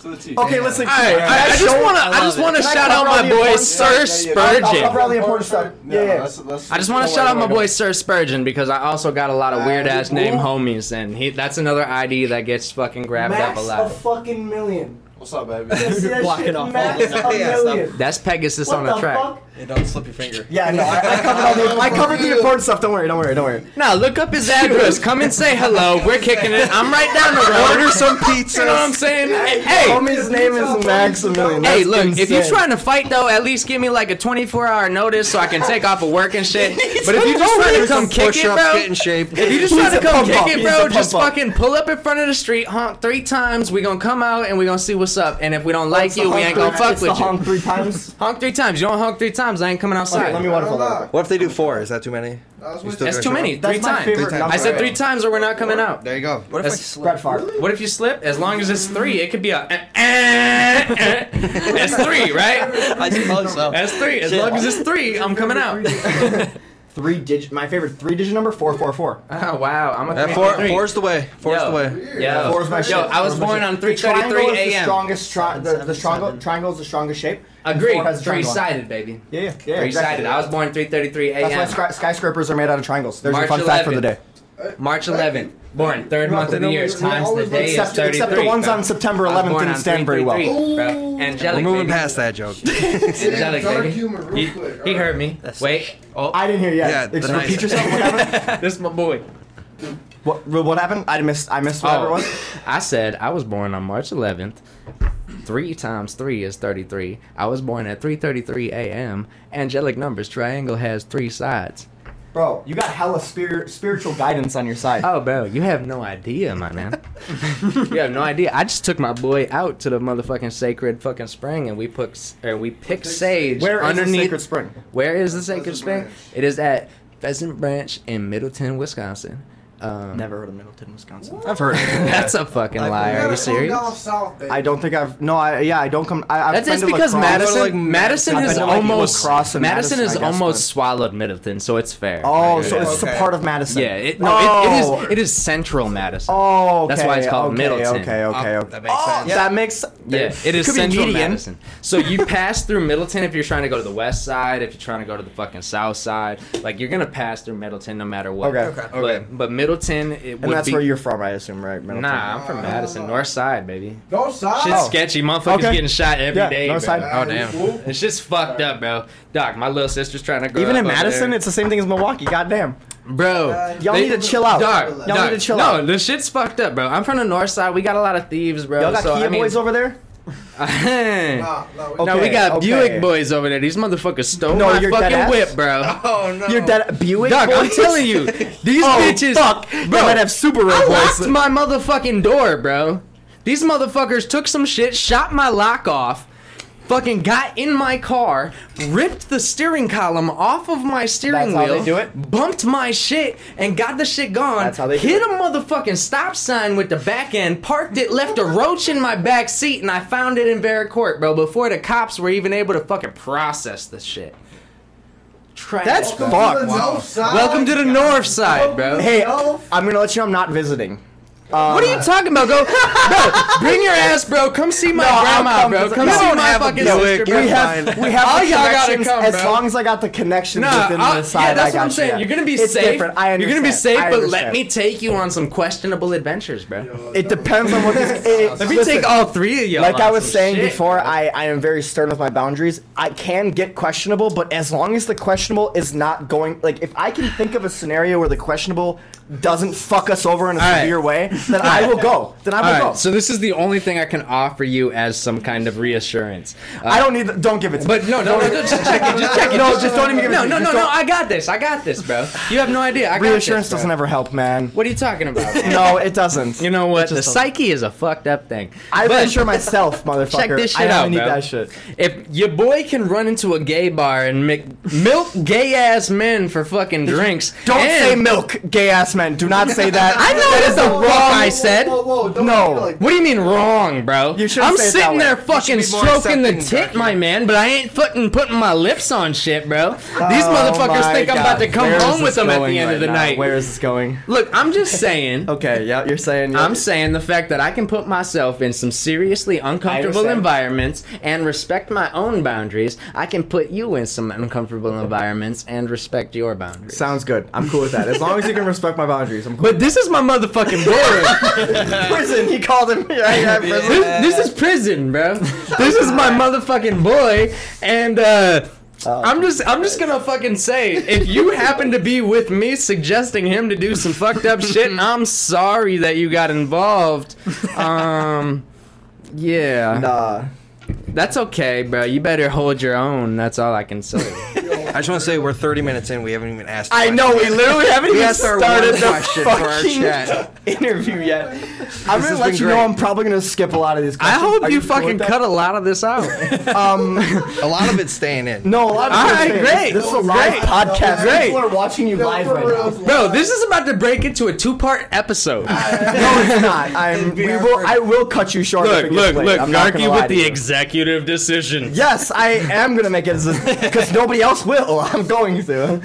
Speaker 4: To the T.
Speaker 2: Okay, listen.
Speaker 1: I,
Speaker 2: can
Speaker 1: I, I
Speaker 2: show-
Speaker 1: just wanna, I,
Speaker 5: love
Speaker 1: just
Speaker 5: it.
Speaker 1: wanna
Speaker 2: Can I
Speaker 1: shout out
Speaker 2: cover all
Speaker 1: my
Speaker 2: the
Speaker 1: boy
Speaker 2: important
Speaker 1: Sir
Speaker 4: stuff? Yeah, yeah, yeah.
Speaker 1: Spurgeon.
Speaker 2: I'll cover all the important stuff.
Speaker 4: No,
Speaker 2: Yeah, yeah.
Speaker 4: let's- let's-
Speaker 1: I just want to
Speaker 4: don't
Speaker 1: shout
Speaker 4: worry,
Speaker 1: out my
Speaker 4: don't
Speaker 1: boy
Speaker 4: worry.
Speaker 1: Sir Spurgeon because I also got a lot of weird ass name homies, and he that's another ID that gets fucking grabbed up
Speaker 2: Max
Speaker 1: a
Speaker 2: a
Speaker 1: lot.
Speaker 2: fucking million.
Speaker 4: What's up, baby?
Speaker 2: Yes, yes,
Speaker 5: Block it
Speaker 2: shit,
Speaker 5: off.
Speaker 2: Max a
Speaker 3: Yeah, yeah, stop.
Speaker 2: million.
Speaker 1: That's Pegasus
Speaker 2: What
Speaker 1: on a
Speaker 2: the
Speaker 1: track.
Speaker 2: fuck?
Speaker 3: Hey, don't slip your finger.
Speaker 2: Yeah, no, I, I covered all the I covered the important stuff. Don't worry, don't worry, don't worry.
Speaker 1: Now look up his address. Come and say hello. We're kicking it. I'm right down the road.
Speaker 3: Order some pizza.
Speaker 1: You know what I'm saying? Hey,
Speaker 2: Homie's name is Maximilian.
Speaker 1: Hey,
Speaker 2: That's
Speaker 1: look, if you're
Speaker 2: insane.
Speaker 1: trying to fight though, at least give me like a 24 hour notice so I can take off of work and shit. But if you're just trying to come kick it,
Speaker 3: Push-ups,
Speaker 1: bro.
Speaker 3: get in shape.
Speaker 1: If you're just
Speaker 2: He's
Speaker 1: trying to
Speaker 2: a
Speaker 1: come
Speaker 2: pump up.
Speaker 1: kick it,
Speaker 2: He's
Speaker 1: bro,
Speaker 2: a
Speaker 1: just
Speaker 2: pump up.
Speaker 1: fucking pull up in front of the street, honk three times. We gonna come out and we gonna see what's up. And if we don't like
Speaker 2: It's the
Speaker 1: you, we
Speaker 2: honk
Speaker 1: ain't gonna
Speaker 2: three-
Speaker 1: fuck
Speaker 2: it's the
Speaker 1: with you.
Speaker 2: honk three times.
Speaker 1: Honk three times. You don't honk three times. I ain't coming outside.
Speaker 2: Okay, let me
Speaker 4: I
Speaker 2: waterfall
Speaker 4: don't
Speaker 2: that.
Speaker 4: know.
Speaker 3: What if they do four? Is that too many?
Speaker 4: That was
Speaker 3: You
Speaker 4: way
Speaker 3: still
Speaker 1: That's
Speaker 3: got
Speaker 1: too
Speaker 3: your-
Speaker 1: many.
Speaker 2: That's
Speaker 1: three
Speaker 2: my
Speaker 1: times.
Speaker 2: favorite
Speaker 3: Three times.
Speaker 2: number.
Speaker 1: I said three
Speaker 2: times.
Speaker 1: times or we're not coming out.
Speaker 3: There you go.
Speaker 5: What if I
Speaker 1: That's-
Speaker 5: slip?
Speaker 1: What if you slip? As long as it's three, it could be a. eh, eh, eh. That's three, right?
Speaker 5: I suppose so.
Speaker 1: That's three. As
Speaker 5: Shit.
Speaker 1: long as it's three, I'm coming out.
Speaker 2: Three digit. My favorite three digit number four four four.
Speaker 1: Oh, wow. I'm a
Speaker 3: Uh,
Speaker 1: three
Speaker 3: four,
Speaker 1: three.
Speaker 3: four's the way. Four's
Speaker 1: Yo.
Speaker 3: the way.
Speaker 1: Yo,
Speaker 2: Four's my
Speaker 1: yo,
Speaker 2: shit.
Speaker 1: I was
Speaker 2: Four's my
Speaker 1: born
Speaker 2: shit.
Speaker 1: on
Speaker 2: The triangle
Speaker 1: 3:33
Speaker 2: is The
Speaker 1: a.m.
Speaker 2: strongest tri- the, the
Speaker 5: Seven,
Speaker 2: triangle
Speaker 5: seven.
Speaker 2: triangle is the strongest shape. and
Speaker 1: Agree.
Speaker 2: four has a
Speaker 1: Three
Speaker 2: triangle on it.
Speaker 1: sided, baby.
Speaker 2: Yeah, yeah, yeah.
Speaker 1: Three
Speaker 2: exactly.
Speaker 1: sided. I was born 3:33
Speaker 2: That's why
Speaker 1: a.m.
Speaker 2: sky- skyscrapers are made out of triangles. There's
Speaker 1: March
Speaker 2: your fun fact for the
Speaker 1: 11th.
Speaker 2: day.
Speaker 1: March 11th. Born third month of the year. Times the
Speaker 4: Always
Speaker 1: day is
Speaker 2: Except,
Speaker 1: 33.
Speaker 2: except the ones
Speaker 1: bro.
Speaker 2: on September
Speaker 1: I was
Speaker 2: 11th
Speaker 1: born
Speaker 2: didn't
Speaker 1: on
Speaker 2: stand very well.
Speaker 1: 3:33, bro.
Speaker 4: Ooh.
Speaker 1: Angelic.
Speaker 3: We're moving
Speaker 1: baby.
Speaker 3: past that joke.
Speaker 1: Angelic,
Speaker 4: Dark
Speaker 1: baby.
Speaker 4: humor, real
Speaker 1: He,
Speaker 4: quick.
Speaker 1: he
Speaker 4: all
Speaker 1: heard me.
Speaker 5: That's-
Speaker 1: Wait. Oh,
Speaker 2: I didn't hear yet.
Speaker 3: Yeah,
Speaker 2: Ex-
Speaker 3: the
Speaker 2: repeat
Speaker 3: nice-
Speaker 2: yourself. What happened?
Speaker 1: this is my boy.
Speaker 2: what, what happened? I missed. I missed whatever it was.
Speaker 1: Oh, I said I was born on March 11th. Three times three is 33. I was born at 3:33 a.m. Angelic numbers triangle has three sides.
Speaker 2: Bro, you got hella spir- spiritual guidance on your side.
Speaker 1: Oh, bro, you have no idea, my man. you have no idea. I just took my boy out to the motherfucking sacred fucking spring, and we put or we picked sage
Speaker 2: Where is the
Speaker 1: underneath.
Speaker 2: sacred spring?
Speaker 1: Where is the sacred
Speaker 4: Pheasant
Speaker 1: spring?
Speaker 4: Branch.
Speaker 1: It is at Pheasant Branch in Middleton, Wisconsin. Um,
Speaker 2: Never heard of Middleton, Wisconsin.
Speaker 3: I've heard.
Speaker 1: That's a fucking
Speaker 2: I've-
Speaker 1: lie.
Speaker 2: you
Speaker 1: Are
Speaker 4: gotta
Speaker 1: you
Speaker 4: come
Speaker 1: serious?
Speaker 4: down south, baby.
Speaker 2: I don't think I've. No, I yeah, I don't come. I, I've
Speaker 1: That's
Speaker 2: been
Speaker 1: it's
Speaker 2: to
Speaker 1: because
Speaker 2: lacrosse.
Speaker 1: Madison,
Speaker 3: I've been to, like,
Speaker 1: Madison
Speaker 2: I've been
Speaker 1: has
Speaker 2: to, like,
Speaker 1: almost
Speaker 2: lacrosse and
Speaker 1: Madison
Speaker 2: Madison,
Speaker 1: has
Speaker 2: I guess,
Speaker 1: almost
Speaker 2: but-
Speaker 1: swallowed Middleton, so it's fair.
Speaker 2: Oh,
Speaker 1: Like,
Speaker 2: so
Speaker 1: yeah.
Speaker 2: it's just a
Speaker 3: Okay.
Speaker 2: part of Madison.
Speaker 1: yeah. It, no,
Speaker 2: oh.
Speaker 1: it, it is. It is central Madison.
Speaker 2: Oh, okay,
Speaker 1: That's why it's called
Speaker 2: okay,
Speaker 1: Middleton.
Speaker 2: Okay, okay,
Speaker 3: Oh,
Speaker 2: okay.
Speaker 3: that makes
Speaker 2: oh,
Speaker 3: sense.
Speaker 2: That makes
Speaker 1: Yeah, it is
Speaker 2: could be
Speaker 1: central
Speaker 2: median.
Speaker 1: Madison. So you pass through Middleton if you're trying to go to the west side, if you're trying to go to the fucking south side. Like you're gonna pass through Middleton no matter what.
Speaker 2: Okay. Okay.
Speaker 3: Okay.
Speaker 1: But but Middleton it would
Speaker 2: And that's
Speaker 1: be
Speaker 2: where you're from, I assume, right? Middleton. Oh.
Speaker 1: Nah, I'm from Madison, north side, baby.
Speaker 4: North side.
Speaker 1: Shit's sketchy. Motherfuckers
Speaker 2: Okay.
Speaker 1: getting shot every day.
Speaker 2: Yeah, north
Speaker 1: bro.
Speaker 2: side.
Speaker 1: Oh damn. It's just fucked up, bro. Doc, my little sister's trying to grow
Speaker 2: Even
Speaker 1: up
Speaker 2: in
Speaker 1: over
Speaker 2: Madison,
Speaker 1: there.
Speaker 2: it's the same thing as Milwaukee. Goddamn.
Speaker 1: Bro,
Speaker 2: Y'all
Speaker 1: they-
Speaker 2: need to chill out.
Speaker 1: Dog,
Speaker 2: Y'all
Speaker 1: dog.
Speaker 2: need to chill
Speaker 1: no,
Speaker 2: out.
Speaker 1: the shit's fucked up, bro. I'm from the north side. We got a lot of thieves, bro.
Speaker 2: Y'all got
Speaker 1: so,
Speaker 2: Kia
Speaker 1: I mean,
Speaker 2: boys over there?
Speaker 4: Nah, nah, we-
Speaker 2: Okay.
Speaker 1: no, we got
Speaker 2: okay.
Speaker 1: Buick boys over there. These motherfuckers stole
Speaker 2: No,
Speaker 1: my
Speaker 2: you're dead
Speaker 1: fucking
Speaker 2: ass.
Speaker 1: whip, bro.
Speaker 3: Oh no.
Speaker 2: You're dead. Buick
Speaker 1: Doc, I'm
Speaker 2: boys?
Speaker 1: telling you, these
Speaker 2: oh,
Speaker 1: bitches.
Speaker 2: Fuck. They
Speaker 1: Bro,
Speaker 2: might have super
Speaker 1: I
Speaker 2: red
Speaker 1: locked
Speaker 2: boys.
Speaker 1: my motherfucking door, bro. These motherfuckers took some shit, shot my lock off, fucking got in my car, ripped the steering column off of my steering
Speaker 2: That's how
Speaker 1: wheel,
Speaker 2: they do it?
Speaker 1: bumped my shit, and got the shit gone.
Speaker 2: That's how they do
Speaker 1: hit
Speaker 2: it.
Speaker 1: a motherfucking stop sign with the back end, parked it, left a roach in my back seat, and I found it in Vera Court, bro, before the cops were even able to fucking process the shit. Trash.
Speaker 2: That's
Speaker 1: bro.
Speaker 2: fucked.
Speaker 4: North side.
Speaker 1: Welcome to the north side, bro.
Speaker 2: Hey, I'm gonna let you know I'm not visiting.
Speaker 1: What
Speaker 2: Uh-huh.
Speaker 1: are you talking about? Go, bro, bring your ass, bro. Come see my
Speaker 2: No, I'll
Speaker 1: grandma,
Speaker 2: come
Speaker 1: bro.
Speaker 2: visit.
Speaker 1: Come
Speaker 2: You
Speaker 1: see
Speaker 2: don't
Speaker 1: my
Speaker 2: have a
Speaker 1: fucking
Speaker 2: Buick.
Speaker 1: sister,
Speaker 2: We
Speaker 1: bro.
Speaker 2: have, we have
Speaker 1: All
Speaker 2: the
Speaker 1: y'all gotta
Speaker 2: connections.
Speaker 1: come,
Speaker 2: as
Speaker 1: bro.
Speaker 2: long as I got the connections
Speaker 1: Nah,
Speaker 2: within
Speaker 1: I'll-
Speaker 2: the side,
Speaker 1: yeah, that's
Speaker 2: I got
Speaker 1: what I'm saying.
Speaker 2: you.
Speaker 1: You're gonna be
Speaker 2: it's
Speaker 1: safe.
Speaker 2: Different. I understand.
Speaker 1: You're gonna be safe,
Speaker 2: I
Speaker 1: but let
Speaker 2: understand.
Speaker 1: me take you on some questionable adventures, bro.
Speaker 2: It depends on what this. It,
Speaker 1: Let me
Speaker 2: listen,
Speaker 1: take all three of y'all.
Speaker 2: Like
Speaker 1: on
Speaker 2: I was
Speaker 1: some
Speaker 2: saying
Speaker 1: shit,
Speaker 2: before,
Speaker 1: bro.
Speaker 2: I, I am very stern with my boundaries. I can get questionable, but as long as the questionable is not going, like if I can think of a scenario where the questionable doesn't fuck us over in a
Speaker 1: All right.
Speaker 2: severe way, then I will go. Then I will
Speaker 1: All right,
Speaker 2: go.
Speaker 1: so this is the only thing I can offer you as some kind of reassurance. Uh,
Speaker 2: I don't need. The, don't give it. To
Speaker 1: But
Speaker 2: me.
Speaker 1: no, no, no, just check it, just check it.
Speaker 2: No, just don't even give it
Speaker 1: No,
Speaker 2: to me.
Speaker 1: no, no,
Speaker 2: Just
Speaker 1: no.
Speaker 2: don't-
Speaker 1: I got this. I got this, bro. You have no idea. I got
Speaker 2: Reassurance
Speaker 1: this, bro.
Speaker 2: doesn't ever help, man.
Speaker 1: What are you talking about? bro?
Speaker 2: No, it doesn't.
Speaker 1: You know what? The
Speaker 2: just a-
Speaker 1: psyche is a fucked up thing.
Speaker 2: I
Speaker 1: But
Speaker 2: reassure myself, motherfucker.
Speaker 1: Check this
Speaker 2: I
Speaker 1: shit
Speaker 2: don't
Speaker 1: out,
Speaker 2: need
Speaker 1: bro.
Speaker 2: that shit.
Speaker 1: If your boy can run into a gay bar and make, milk gay ass men for fucking drinks,
Speaker 2: Don't
Speaker 1: and-
Speaker 2: say milk, gay ass men. Do not say that.
Speaker 1: I know
Speaker 2: That
Speaker 1: that's
Speaker 2: is
Speaker 1: the wrong I
Speaker 4: whoa,
Speaker 1: said.
Speaker 4: Whoa, whoa, don't
Speaker 2: No.
Speaker 4: feel like-
Speaker 1: What do you mean wrong, bro?
Speaker 2: You shouldn't
Speaker 1: I'm
Speaker 2: say it that
Speaker 1: sitting
Speaker 2: way.
Speaker 1: there
Speaker 2: You
Speaker 1: fucking
Speaker 3: be more
Speaker 1: stroking the
Speaker 3: accepting,
Speaker 1: tit,
Speaker 3: Jackie.
Speaker 1: my man, but I ain't fucking putting my lips on shit, bro. These
Speaker 2: Oh
Speaker 1: motherfuckers
Speaker 2: my
Speaker 1: think I'm
Speaker 2: God.
Speaker 1: about to come
Speaker 2: Where is
Speaker 1: home with
Speaker 2: this
Speaker 1: them at the
Speaker 2: going
Speaker 1: end of the
Speaker 2: right now?
Speaker 1: night.
Speaker 2: Where is this going?
Speaker 1: Look, I'm just saying.
Speaker 2: Okay, yeah, you're saying.
Speaker 1: I'm saying the fact that I can put myself in some seriously uncomfortable
Speaker 2: understand.
Speaker 1: environments and respect my own boundaries, I can put you in some uncomfortable environments and respect your boundaries.
Speaker 2: Sounds good. I'm cool with that. As long as you can respect my boundaries, I'm cool.
Speaker 1: but this is my motherfucking board.
Speaker 2: prison, he called him. Yeah, yeah, prison.
Speaker 1: this, this is prison, bro. This is my motherfucking boy, and uh, I'm just I'm just gonna fucking say if you happen to be with me suggesting him to do some fucked up shit, I'm sorry that you got involved. Um, yeah,
Speaker 2: Nah.
Speaker 1: that's okay, bro. You better hold your own. That's all I can say.
Speaker 3: I just want to say we're 30 minutes in. We haven't even asked.
Speaker 2: I know we literally haven't even
Speaker 3: asked our one
Speaker 2: started
Speaker 3: question
Speaker 2: the
Speaker 3: for our
Speaker 2: fucking
Speaker 3: chat.
Speaker 2: interview yet. I'm
Speaker 3: has
Speaker 2: gonna let
Speaker 3: been
Speaker 2: you
Speaker 3: great.
Speaker 2: know I'm probably gonna skip a lot of these.
Speaker 1: I
Speaker 2: Questions.
Speaker 1: hope
Speaker 2: Are
Speaker 1: you,
Speaker 2: cool
Speaker 1: fucking
Speaker 2: with that?
Speaker 1: cut a lot of this out.
Speaker 2: Um,
Speaker 3: A lot of it's staying in.
Speaker 2: no, a lot of
Speaker 1: All
Speaker 2: people
Speaker 1: right,
Speaker 2: say-
Speaker 1: great.
Speaker 2: This is a live
Speaker 1: Great.
Speaker 2: podcast.
Speaker 1: Great.
Speaker 2: People are watching you
Speaker 4: No,
Speaker 2: live
Speaker 4: for
Speaker 2: right
Speaker 4: real,
Speaker 2: now.
Speaker 4: it's
Speaker 1: Bro,
Speaker 4: live.
Speaker 1: this is about to break into a two-part episode.
Speaker 2: No, it's not. I'm, we will. I will cut you short. if
Speaker 1: look,
Speaker 2: it gets
Speaker 1: look,
Speaker 2: late.
Speaker 1: look.
Speaker 2: I'm not
Speaker 1: Narky
Speaker 2: gonna lie
Speaker 1: with
Speaker 2: to
Speaker 1: the
Speaker 2: you.
Speaker 1: executive decision.
Speaker 2: Yes, I am gonna make it because nobody else will. I'm going to.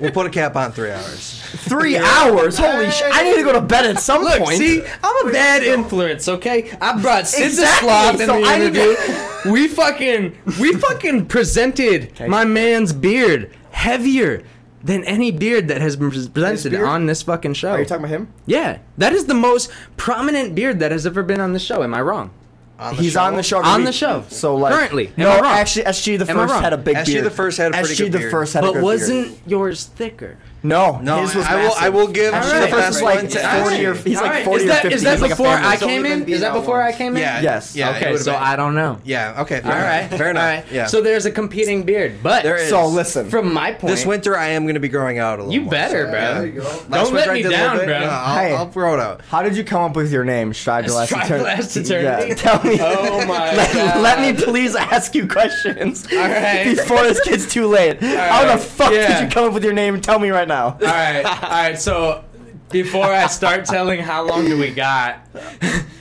Speaker 3: We'll put a cap on three hours.
Speaker 2: Three hours. Holy shit! I need to go to bed at some
Speaker 1: Look,
Speaker 2: point.
Speaker 1: see, I'm a bad influence, okay? I brought Sid
Speaker 2: Exactly,
Speaker 1: the Sloth in
Speaker 2: so
Speaker 1: the
Speaker 2: I need
Speaker 1: interview. we fucking, we fucking presented my man's beard heavier than any beard that has been presented
Speaker 2: beard?
Speaker 1: on this fucking show.
Speaker 2: Are you talking about him?
Speaker 1: yeah, that is the most prominent beard that has ever been on the show. Am I wrong?
Speaker 3: On the
Speaker 2: He's
Speaker 3: show.
Speaker 2: on the show. every
Speaker 1: On
Speaker 2: week.
Speaker 1: the show.
Speaker 2: So like
Speaker 1: Currently. Am
Speaker 2: no,
Speaker 1: I wrong?
Speaker 2: actually, SG the
Speaker 1: Am I
Speaker 2: first
Speaker 1: wrong?
Speaker 2: had a big
Speaker 3: SG
Speaker 2: beard.
Speaker 3: the first had a pretty
Speaker 2: SG
Speaker 3: good
Speaker 2: the
Speaker 3: beard.
Speaker 2: first had a
Speaker 1: But
Speaker 2: good
Speaker 1: wasn't
Speaker 2: beard.
Speaker 1: yours thicker?
Speaker 2: No,
Speaker 3: No,
Speaker 2: his was
Speaker 3: Oh, I will. I
Speaker 2: massive.
Speaker 3: will give
Speaker 1: Alright.
Speaker 3: the
Speaker 1: Jefferson's
Speaker 3: best
Speaker 2: like
Speaker 3: one to
Speaker 2: it's 40
Speaker 3: Ashley.
Speaker 2: or- he's like
Speaker 1: Alright,
Speaker 2: 40
Speaker 1: is
Speaker 2: or
Speaker 1: that,
Speaker 2: 50.
Speaker 1: Is that
Speaker 2: He's like a
Speaker 1: before
Speaker 2: family.
Speaker 1: I
Speaker 2: It's only
Speaker 1: came
Speaker 2: been
Speaker 1: in?
Speaker 2: beat
Speaker 1: Is that
Speaker 2: out
Speaker 1: before
Speaker 2: once.
Speaker 1: I came in?
Speaker 3: Yeah.
Speaker 2: Yes.
Speaker 3: Yeah. it
Speaker 1: okay,
Speaker 3: would've
Speaker 1: so
Speaker 3: been-
Speaker 1: I don't know.
Speaker 3: Yeah. Okay. Fair
Speaker 1: All right.
Speaker 3: enough. Fair enough.
Speaker 1: All right.
Speaker 3: Yeah.
Speaker 1: So there's a competing beard, but
Speaker 3: There is.
Speaker 2: So listen,
Speaker 1: from my point,
Speaker 3: This winter, I am going to be growing out a little.
Speaker 1: You
Speaker 3: more,
Speaker 1: better,
Speaker 3: so,
Speaker 1: bro.
Speaker 3: yeah.
Speaker 4: There you go.
Speaker 3: Last
Speaker 1: Don't
Speaker 3: winter
Speaker 1: let
Speaker 3: I
Speaker 1: me
Speaker 3: did a little
Speaker 1: down,
Speaker 3: bit.
Speaker 1: bro.
Speaker 3: No, I'll,
Speaker 2: Hey.
Speaker 3: I'll grow it out.
Speaker 2: how did you come up with your name, Strive to Last
Speaker 1: Strive to
Speaker 2: Eternity?
Speaker 1: Last Eternity?
Speaker 2: Yeah, tell me.
Speaker 1: Oh my
Speaker 2: let,
Speaker 1: God.
Speaker 2: let me please ask you questions
Speaker 1: right.
Speaker 2: before this gets too late. How the
Speaker 1: right.
Speaker 2: fuck
Speaker 1: Yeah.
Speaker 2: did you come up with your name? Tell me right now.
Speaker 1: all right, all right. So before I start telling how long do we got,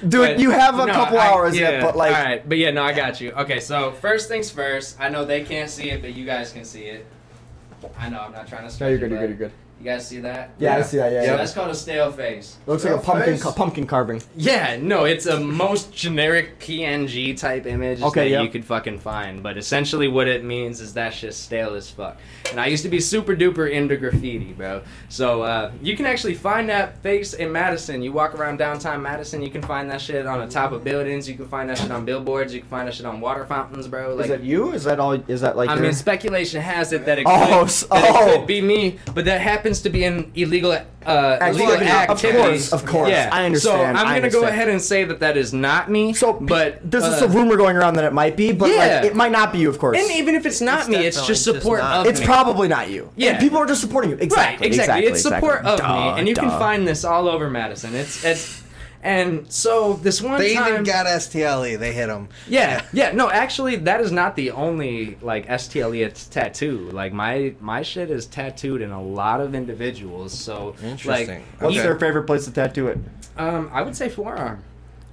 Speaker 2: Dude,
Speaker 1: But-
Speaker 2: you have a
Speaker 1: No,
Speaker 2: couple
Speaker 1: I-
Speaker 2: hours
Speaker 1: yeah.
Speaker 2: yet, but like,
Speaker 1: all right, but yeah, no, I got you. Okay, so first things first. I know they can't see it, but you guys can see it. I know I'm not trying to. Stretch it, but
Speaker 2: good.
Speaker 1: You guys see that?
Speaker 2: Yeah, I see that. Yeah,
Speaker 1: So
Speaker 2: yeah.
Speaker 1: that's called a stale face.
Speaker 2: looks like a
Speaker 4: Your
Speaker 2: pumpkin
Speaker 4: face.
Speaker 2: ca- pumpkin carving.
Speaker 1: Yeah, no, it's a most generic PNG type image that
Speaker 2: Okay, yeah.
Speaker 1: you could fucking find. But essentially, what it means is that shit's stale as fuck. And I used to be super duper into graffiti, bro. So uh, you can actually find that face in Madison. You walk around downtown Madison, you can find that shit on the top of buildings. You can find that shit on billboards. You can find that shit on water fountains, bro.
Speaker 2: is
Speaker 1: Like,
Speaker 2: that you? Is that all? Is that like?
Speaker 1: I
Speaker 2: your-
Speaker 1: mean, speculation has it that it,
Speaker 2: Oh,
Speaker 1: could,
Speaker 2: s-
Speaker 1: that it
Speaker 2: oh.
Speaker 1: could be me, but that happens to be an illegal, uh,
Speaker 2: Activity.
Speaker 1: illegal
Speaker 2: Of
Speaker 1: activity.
Speaker 2: course, of course. I understand.
Speaker 1: So I'm
Speaker 2: I
Speaker 1: gonna go
Speaker 2: understand.
Speaker 1: ahead and say that that is not me.
Speaker 2: So,
Speaker 1: but
Speaker 2: but there's just
Speaker 1: uh,
Speaker 2: a rumor going around that it might be, but
Speaker 1: Yeah.
Speaker 2: like, it might not be you, of course.
Speaker 1: And even if it's not
Speaker 5: It's
Speaker 1: me, it's
Speaker 5: definitely
Speaker 1: just
Speaker 5: just
Speaker 1: support
Speaker 5: not
Speaker 1: of
Speaker 2: it's
Speaker 1: me.
Speaker 2: probably not you.
Speaker 1: Yeah.
Speaker 2: and people are just supporting you. Exactly,
Speaker 1: right, exactly. It's support
Speaker 2: exactly.
Speaker 1: of
Speaker 2: Duh,
Speaker 1: me, and you can
Speaker 2: duh.
Speaker 1: find this all over Madison. It's it's. And so this one
Speaker 3: They
Speaker 1: time,
Speaker 3: even got STLE. E. They hit him.
Speaker 1: yeah, yeah, no, actually, that is not the only like STLE t- tattoo. Like my my shit is tattooed in a lot of individuals. So
Speaker 3: Interesting.
Speaker 1: like,
Speaker 2: What's
Speaker 1: you-
Speaker 3: Okay.
Speaker 2: their favorite place to tattoo it?
Speaker 1: um, I would say forearm.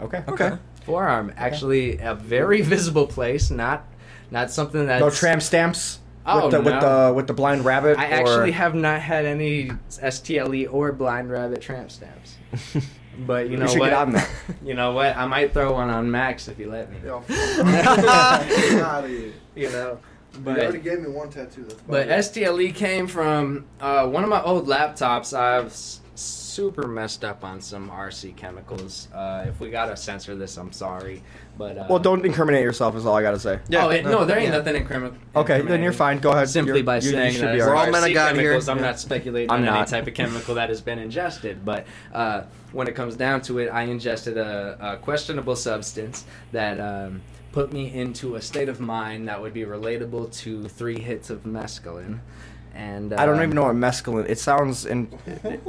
Speaker 2: Okay.
Speaker 3: Okay.
Speaker 1: Forearm, actually, a very visible place. Not not something that's
Speaker 2: No tramp stamps.
Speaker 1: Oh,
Speaker 2: with the, with
Speaker 1: no.
Speaker 2: the with the blind rabbit.
Speaker 1: I
Speaker 2: or-
Speaker 1: actually have not had any STLE E or Blind Rabbit tramp stamps. But you know
Speaker 2: You should
Speaker 1: what?
Speaker 2: get on that.
Speaker 1: You know what? I might throw one on Max if you let me.
Speaker 4: Yo, fuck. Get outta here.
Speaker 1: You know.
Speaker 4: You already
Speaker 1: But
Speaker 4: gave me one tattoo. That's
Speaker 2: Oh,
Speaker 1: but
Speaker 4: about it.
Speaker 1: STLE E came from uh, one of my old laptops. I've s- super messed up on some RC chemicals. Uh, if we gotta censor this, I'm sorry. But uh,
Speaker 2: Well, don't incriminate yourself. Is all I gotta say.
Speaker 1: oh, it, no, there ain't
Speaker 3: yeah.
Speaker 1: nothing incrimin-
Speaker 2: Okay, then
Speaker 1: incriminating.
Speaker 2: you're fine. Go ahead.
Speaker 1: simply
Speaker 2: You're-
Speaker 1: by
Speaker 2: you- you
Speaker 1: saying
Speaker 2: should
Speaker 1: that
Speaker 2: be
Speaker 1: it's
Speaker 3: We're all
Speaker 2: alright.
Speaker 1: RC
Speaker 3: men of God here.
Speaker 1: chemicals. I'm not speculating
Speaker 2: I'm
Speaker 1: on any
Speaker 2: not.
Speaker 1: type of chemical that has been ingested, but uh, when it comes down to it, I ingested a, a questionable substance that um, put me into a state of mind that would be relatable to three hits of mescaline. And
Speaker 2: I don't
Speaker 1: um,
Speaker 2: even know what mescaline. It sounds and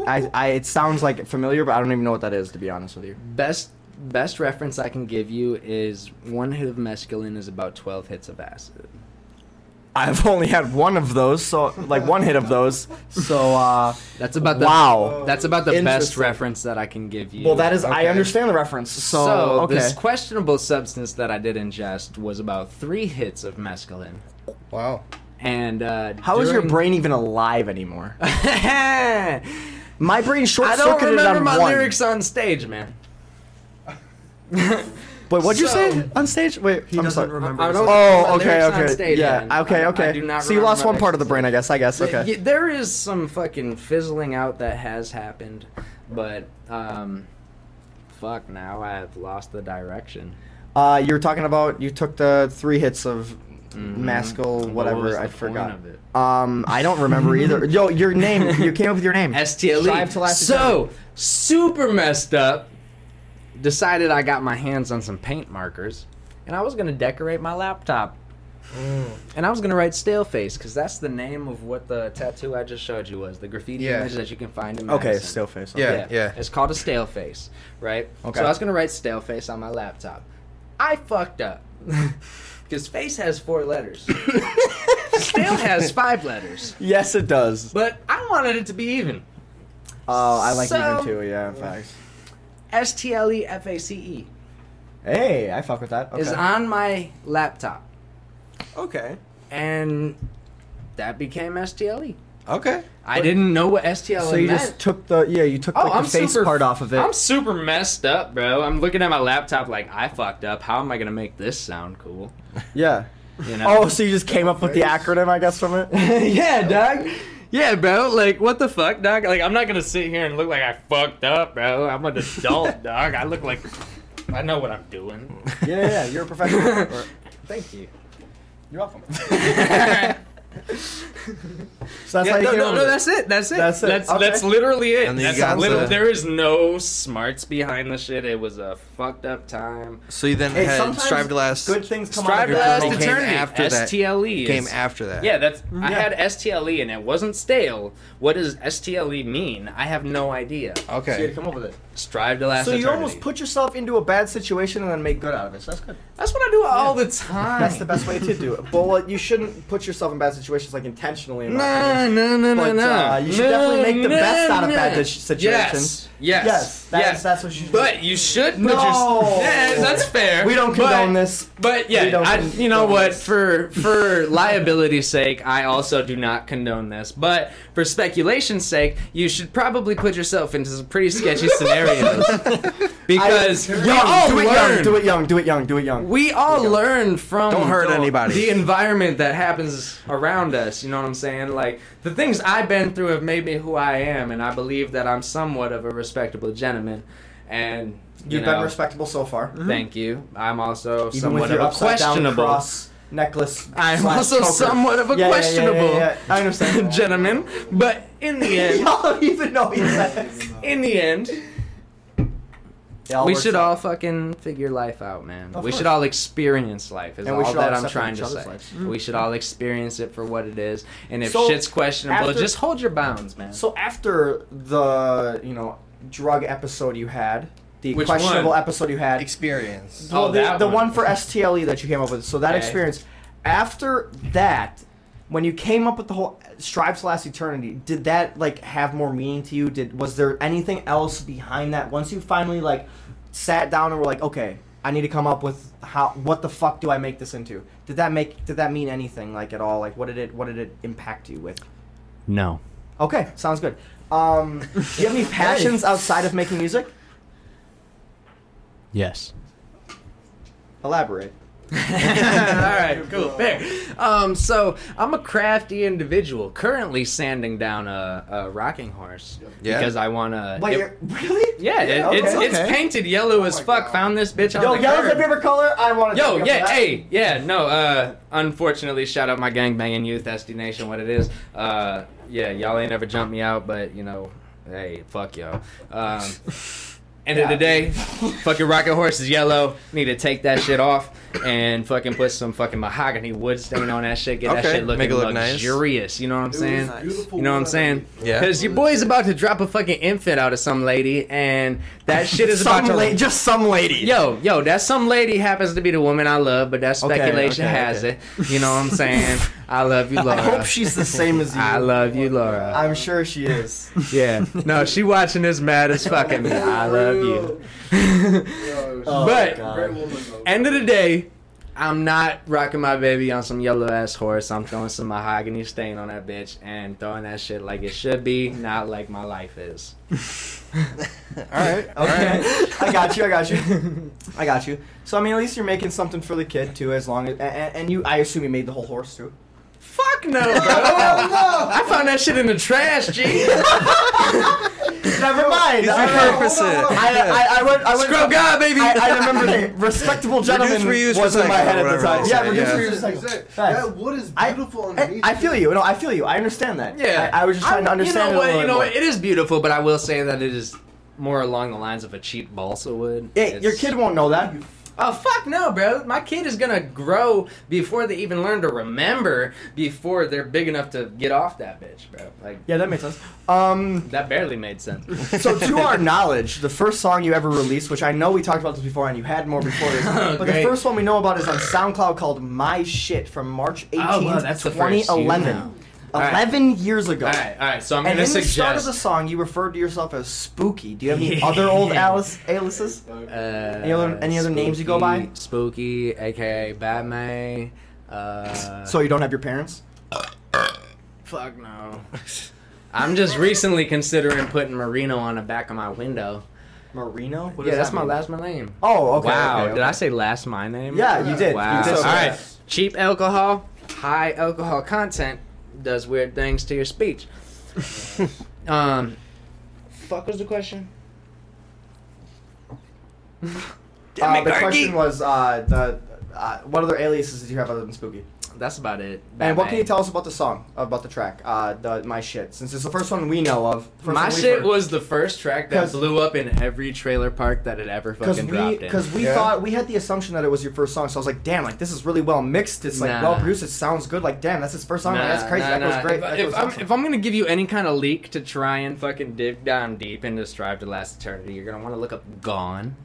Speaker 2: I, I it sounds like familiar, but I don't even know what that is to be honest with you.
Speaker 1: Best best reference I can give you is one hit of mescaline is about twelve hits of acid.
Speaker 2: I've only had one of those, so like one hit of those. So uh
Speaker 1: That's about the Oh.
Speaker 2: Wow.
Speaker 1: That's about the best
Speaker 2: Interesting.
Speaker 1: reference that I can give you.
Speaker 2: well that is I
Speaker 3: Okay.
Speaker 2: understand the reference. So,
Speaker 1: So,
Speaker 2: okay.
Speaker 1: this questionable substance that I did ingest was about three hits of mescaline,
Speaker 3: Wow.
Speaker 1: and uh,
Speaker 2: How is your
Speaker 1: during-
Speaker 2: brain even alive anymore?
Speaker 1: I
Speaker 2: My brain short
Speaker 1: don't
Speaker 2: circuited
Speaker 1: remember
Speaker 2: on
Speaker 1: my
Speaker 2: one.
Speaker 1: lyrics on stage, man.
Speaker 2: Wait, what'd you
Speaker 1: So-
Speaker 2: say on stage? Wait,
Speaker 5: He
Speaker 2: I'm
Speaker 5: doesn't
Speaker 2: sorry.
Speaker 5: remember.
Speaker 1: I
Speaker 5: his
Speaker 1: don't-
Speaker 5: name.
Speaker 1: my
Speaker 2: Oh, okay,
Speaker 1: lyrics on
Speaker 2: okay,
Speaker 1: stage,
Speaker 2: yeah,
Speaker 1: man.
Speaker 2: okay,
Speaker 1: I- I
Speaker 2: okay.
Speaker 1: do not
Speaker 2: so you
Speaker 1: remember
Speaker 2: lost
Speaker 1: my
Speaker 2: one part of the
Speaker 1: lyrics
Speaker 2: brain, I guess. I guess. Okay.
Speaker 1: Y- There is some fucking fizzling out that has happened, but um, fuck, now I've lost the direction.
Speaker 2: Uh, you were talking about you took the three hits of
Speaker 1: Mhm.
Speaker 2: Maskell,
Speaker 1: What
Speaker 2: whatever.
Speaker 1: was the
Speaker 2: I
Speaker 1: point
Speaker 2: forgot.
Speaker 1: of it?
Speaker 2: Um, I don't remember either. Yo, your name. You came up with your name. Strive to
Speaker 1: STLE.
Speaker 2: last
Speaker 1: E. So super messed up. Decided I got my hands on some paint markers, and I was gonna decorate my laptop. And I was gonna write stale face because that's the name of what the tattoo I just showed you was the graffiti
Speaker 3: Yeah.
Speaker 1: image that you can find in.
Speaker 2: Okay,
Speaker 1: Madison.
Speaker 2: still face.
Speaker 3: Yeah. yeah.
Speaker 1: It's called a stale face, right?
Speaker 2: Okay.
Speaker 1: So I was gonna write stale face on my laptop. I fucked up because face has four letters. stale has five letters,
Speaker 2: Yes, it does.
Speaker 1: but I wanted it to be even.
Speaker 2: Oh, I like
Speaker 1: So-
Speaker 2: even too. Yeah, in fact.
Speaker 1: S T L E F A C E
Speaker 2: Hey, I fuck with that. Okay.
Speaker 1: is on my laptop,
Speaker 5: Okay.
Speaker 1: and that became S T L E.
Speaker 3: Okay.
Speaker 1: I didn't know what S T L E
Speaker 2: so you
Speaker 1: meant.
Speaker 2: just took the yeah, you took
Speaker 1: Oh,
Speaker 2: like, the
Speaker 1: I'm
Speaker 2: face
Speaker 1: super-
Speaker 2: part off of it.
Speaker 1: I'm super messed up, bro. I'm looking at my laptop like I fucked up. How am I gonna make this sound cool?
Speaker 2: yeah.
Speaker 1: You know?
Speaker 2: Oh, so you just came up with the acronym, I guess, from it.
Speaker 1: Oh, yeah, dog. Yeah, bro. Like, what the fuck, dog? Like, I'm not gonna sit here and look like I fucked up, bro. I'm an adult, dog. I look like I know what I'm doing.
Speaker 2: yeah, yeah, you're a professional.
Speaker 1: Thank you.
Speaker 2: You're welcome.
Speaker 1: but
Speaker 2: So that's
Speaker 1: Yeah,
Speaker 2: how you
Speaker 1: no,
Speaker 2: came
Speaker 1: no,
Speaker 2: up
Speaker 1: no,
Speaker 2: with it.
Speaker 1: that's it. That's it.
Speaker 2: um, That's it.
Speaker 1: That's,
Speaker 2: Okay.
Speaker 1: that's literally it.
Speaker 3: And then you
Speaker 1: that's
Speaker 3: got
Speaker 1: lit-
Speaker 3: the-
Speaker 1: there is no smarts behind the shit. It was a fucked up time.
Speaker 3: So you then
Speaker 2: Hey,
Speaker 3: had
Speaker 2: sometimes
Speaker 3: Strive to Last.
Speaker 2: Good things come
Speaker 1: Strive to
Speaker 2: out
Speaker 1: last
Speaker 2: of
Speaker 3: Came
Speaker 2: your trouble.
Speaker 1: eternity.
Speaker 3: after that.
Speaker 1: STLE
Speaker 3: Came
Speaker 1: E is-
Speaker 3: after that.
Speaker 1: Yeah, that's. I
Speaker 2: Yeah.
Speaker 1: had STLE E and it wasn't stale. What does STLE E mean? I have no idea.
Speaker 2: So you had
Speaker 3: Okay.
Speaker 2: to come up with it.
Speaker 1: Strive to last.
Speaker 2: So you
Speaker 1: eternity.
Speaker 2: almost put yourself into a bad situation and then make good out of it. So that's good.
Speaker 1: That's what I do all the time.
Speaker 2: That's the best way to do it. But what, you shouldn't put yourself in bad situations like intentionally. in my
Speaker 1: No,
Speaker 2: opinion.
Speaker 1: no, no, no,
Speaker 2: But,
Speaker 1: no.
Speaker 2: uh, you should
Speaker 1: No,
Speaker 2: definitely make the
Speaker 1: no,
Speaker 2: best out of
Speaker 1: no.
Speaker 2: bad dis- situations.
Speaker 1: Yes, yes,
Speaker 2: Yes, that is-
Speaker 1: yes.
Speaker 2: that's what you should do.
Speaker 1: But you should put
Speaker 2: No.
Speaker 1: your. Yes, that's fair.
Speaker 2: We don't
Speaker 1: but-
Speaker 2: condone this.
Speaker 1: But yeah,
Speaker 2: We don't
Speaker 1: I,
Speaker 2: condone
Speaker 1: you know what?
Speaker 2: this.
Speaker 1: For for liability's sake, I also do not condone this. But for speculation's sake, you should probably put yourself into some pretty sketchy scenarios because
Speaker 2: I-
Speaker 1: we all
Speaker 2: do it
Speaker 1: learn.
Speaker 2: young, do it young, do it young, do it young.
Speaker 1: We all learn from
Speaker 3: Don't hurt anybody.
Speaker 1: The environment that happens around us, you know what I'm saying? Like the things I've been through have made me who I am, and I believe that I'm somewhat of a respectable gentleman. And you
Speaker 2: You've
Speaker 1: know,
Speaker 2: been respectable so far.
Speaker 1: Thank you. I'm also
Speaker 2: Even
Speaker 1: somewhat
Speaker 2: with your
Speaker 1: of a
Speaker 2: upside down
Speaker 1: questionable.
Speaker 2: cross necklace.
Speaker 1: I'm
Speaker 2: slash
Speaker 1: also
Speaker 2: choker.
Speaker 1: somewhat of a
Speaker 2: Yeah, yeah, yeah,
Speaker 1: questionable
Speaker 2: yeah, yeah. I understand.
Speaker 1: gentleman, but in the end,
Speaker 2: Y'all don't even know what he says.
Speaker 1: in the end,
Speaker 2: It all
Speaker 1: we
Speaker 2: works
Speaker 1: should
Speaker 2: out.
Speaker 1: all fucking figure life out, man.
Speaker 2: Of
Speaker 1: we should
Speaker 2: course.
Speaker 1: all experience life. Is
Speaker 2: And we
Speaker 1: all
Speaker 2: should all
Speaker 1: that I'm
Speaker 2: accept
Speaker 1: trying
Speaker 2: each
Speaker 1: to
Speaker 2: other's
Speaker 1: say.
Speaker 2: lives.
Speaker 1: We should all experience it for what it is. And if
Speaker 2: So,
Speaker 1: shit's questionable,
Speaker 2: after-
Speaker 1: just hold your bounds, man.
Speaker 2: So after the you know drug episode you had, the
Speaker 1: Which
Speaker 2: questionable
Speaker 1: one?
Speaker 2: episode you had,
Speaker 3: Experience.
Speaker 2: well,
Speaker 1: Oh,
Speaker 2: the,
Speaker 1: that
Speaker 2: the
Speaker 1: one.
Speaker 2: one. for STLE E that you came up with. So that
Speaker 1: Okay.
Speaker 2: experience, after that, when you came up with the whole strive to last eternity, did that like have more meaning to you? Did was there anything else behind that? Once you finally like sat down and were like, okay, I need to come up with how what the fuck do I make this into? Did that make did that mean anything like at all? Like what did it what did it impact you with?
Speaker 1: no.
Speaker 2: Okay, sounds good. Um, do you have any passions outside of making music?
Speaker 1: Yes.
Speaker 2: Elaborate.
Speaker 1: All right, cool, fair. Um, so I'm a crafty individual. Currently sanding down a, a rocking horse
Speaker 3: Yeah.
Speaker 1: because I want to.
Speaker 2: Wait, you're- really?
Speaker 1: Yeah, it,
Speaker 2: okay. Oh
Speaker 1: it's it's
Speaker 3: Okay.
Speaker 1: painted yellow as
Speaker 4: my
Speaker 1: fuck.
Speaker 4: God.
Speaker 1: Found this bitch on
Speaker 2: Yo,
Speaker 1: the
Speaker 2: yellow's my
Speaker 1: curb.
Speaker 2: favorite color. I want to.
Speaker 1: Yo, yeah, hey, yeah, no. Uh, unfortunately, shout out my gangbanging youth, SD Nation, what it is. Uh, yeah, y'all ain't ever jumped me out, but you know, hey, fuck y'all. Um, end of the day, fucking rocket horse is yellow. Need to take that shit off and fucking put some fucking mahogany wood stain on that shit. Get that
Speaker 3: Okay,
Speaker 1: shit looking
Speaker 3: make it look nice.
Speaker 1: luxurious. You know what I'm saying?
Speaker 4: beautiful
Speaker 1: You know what I'm
Speaker 4: weather.
Speaker 1: saying?
Speaker 3: Yeah.
Speaker 1: Because your boy's about to drop a fucking infant out of some lady, and that shit is about to
Speaker 2: just some lady.
Speaker 1: Yo, yo, that some lady happens to be the woman I love, but that
Speaker 2: Okay,
Speaker 1: speculation
Speaker 2: okay,
Speaker 1: has
Speaker 2: okay.
Speaker 1: it. You know what I'm saying? I love you, Laura.
Speaker 2: I hope she's the same as you.
Speaker 1: I love you, Laura.
Speaker 2: I'm sure she is.
Speaker 1: yeah. No, she watching this mad as fucking me. I love you.
Speaker 2: Oh,
Speaker 1: But-
Speaker 2: God.
Speaker 4: great woman. Though.
Speaker 1: End of the day, I'm not rocking my baby on some yellow ass horse. I'm throwing some mahogany stain on that bitch and throwing that shit like it should be, not like my life is.
Speaker 3: All right. All right.
Speaker 2: Okay, I got you. I got you. I got you. So I mean, at least you're making something for the kid too. As long as and, and you, I assume you made the whole horse too.
Speaker 1: Fuck no, bro. I found that shit in the trash, G.
Speaker 2: Never mind.
Speaker 3: He's
Speaker 2: I, I,
Speaker 3: repurposed it.
Speaker 2: I, I went. I went.
Speaker 1: Scrub God, baby.
Speaker 2: I, I remember the respectable gentleman
Speaker 3: reuse,
Speaker 2: was in my
Speaker 3: recycle,
Speaker 2: head at the
Speaker 3: whatever
Speaker 2: time.
Speaker 3: they
Speaker 2: Yeah,
Speaker 3: say,
Speaker 2: reduce,
Speaker 3: yeah.
Speaker 2: reuse,
Speaker 4: That's
Speaker 2: recycle.
Speaker 4: it.
Speaker 2: Facts.
Speaker 4: That wood is
Speaker 2: I-
Speaker 4: beautiful
Speaker 2: Eh, I,
Speaker 4: underneath.
Speaker 2: I feel you. No, I feel you. I understand that.
Speaker 1: Yeah,
Speaker 2: I, I was just trying to
Speaker 1: I'm- You
Speaker 2: understand.
Speaker 1: know
Speaker 2: it
Speaker 1: what?
Speaker 2: a
Speaker 1: You know
Speaker 2: little
Speaker 1: what? It
Speaker 2: bit
Speaker 1: is beautiful, but I will say that it is more along the lines of a cheap balsa wood.
Speaker 2: more. Yeah,
Speaker 1: It's-
Speaker 2: your kid won't know that.
Speaker 1: Oh fuck no, bro! My kid is gonna grow before they even learn to remember. Before they're big enough to get off that bitch, bro. Like
Speaker 2: Yeah, that makes sense. Um,
Speaker 1: that barely made sense.
Speaker 2: so to our knowledge, the first song you ever released, which I know we talked about this before, and you had more before this, but the
Speaker 1: Oh, Great.
Speaker 2: first one we know about is on SoundCloud called "My Shit" from March 18th,
Speaker 1: Oh, wow, that's the first.
Speaker 2: 2011.
Speaker 1: Wow. All right.
Speaker 2: Eleven years ago.
Speaker 1: all right, all right. So I'm
Speaker 2: And
Speaker 1: gonna
Speaker 2: in the start of
Speaker 1: suggest.
Speaker 2: the song, you referred to yourself as spooky. Do you have any other old Alice aliases?
Speaker 1: uh,
Speaker 2: Any other- any other names you go by?
Speaker 1: Spooky, aka Batman. Uh,
Speaker 2: So you don't have your parents?
Speaker 1: Fuck no. I'm just recently considering putting Merino on the back of my window.
Speaker 2: Marino? What
Speaker 1: yeah,
Speaker 2: does
Speaker 1: that's
Speaker 2: that
Speaker 1: my
Speaker 2: mean?
Speaker 1: last my name.
Speaker 2: Oh, okay.
Speaker 1: wow,
Speaker 2: okay, okay.
Speaker 1: did I say last my name?
Speaker 2: Yeah, you did.
Speaker 1: Wow.
Speaker 2: You did.
Speaker 1: All
Speaker 2: say
Speaker 1: right.
Speaker 2: that.
Speaker 1: Cheap alcohol, high alcohol content does weird things to your speech. um, fuck was the question?
Speaker 2: Uh, the question was uh, the uh, what other aliases did you have other than Spooky?
Speaker 1: that's about it.
Speaker 2: And what
Speaker 1: Batman.
Speaker 2: can you tell us about the song, about the track, uh, the my shit? Since it's the first one we know of. first
Speaker 1: My
Speaker 2: one we've
Speaker 1: shit
Speaker 2: heard.
Speaker 1: was the first track that
Speaker 2: 'Cause-
Speaker 1: blew up in every trailer park that it ever
Speaker 2: Cause
Speaker 1: fucking
Speaker 2: we,
Speaker 1: dropped in.
Speaker 2: cause we
Speaker 4: Yeah.
Speaker 2: thought we had the assumption that it was your first song, so I was like, "Damn, like this is really well mixed. It's like
Speaker 1: Nah.
Speaker 2: well produced. It sounds good. Like, damn, that's his first song. like, that's crazy.
Speaker 1: nah,
Speaker 2: that
Speaker 1: nah.
Speaker 2: was great.
Speaker 1: If,
Speaker 2: that
Speaker 1: if
Speaker 2: goes
Speaker 1: I'm,
Speaker 2: awesome.
Speaker 1: if I'm gonna give you any kind of leak to try and fucking dig down deep into Strive to Last Eternity, you're gonna want to look up Gone,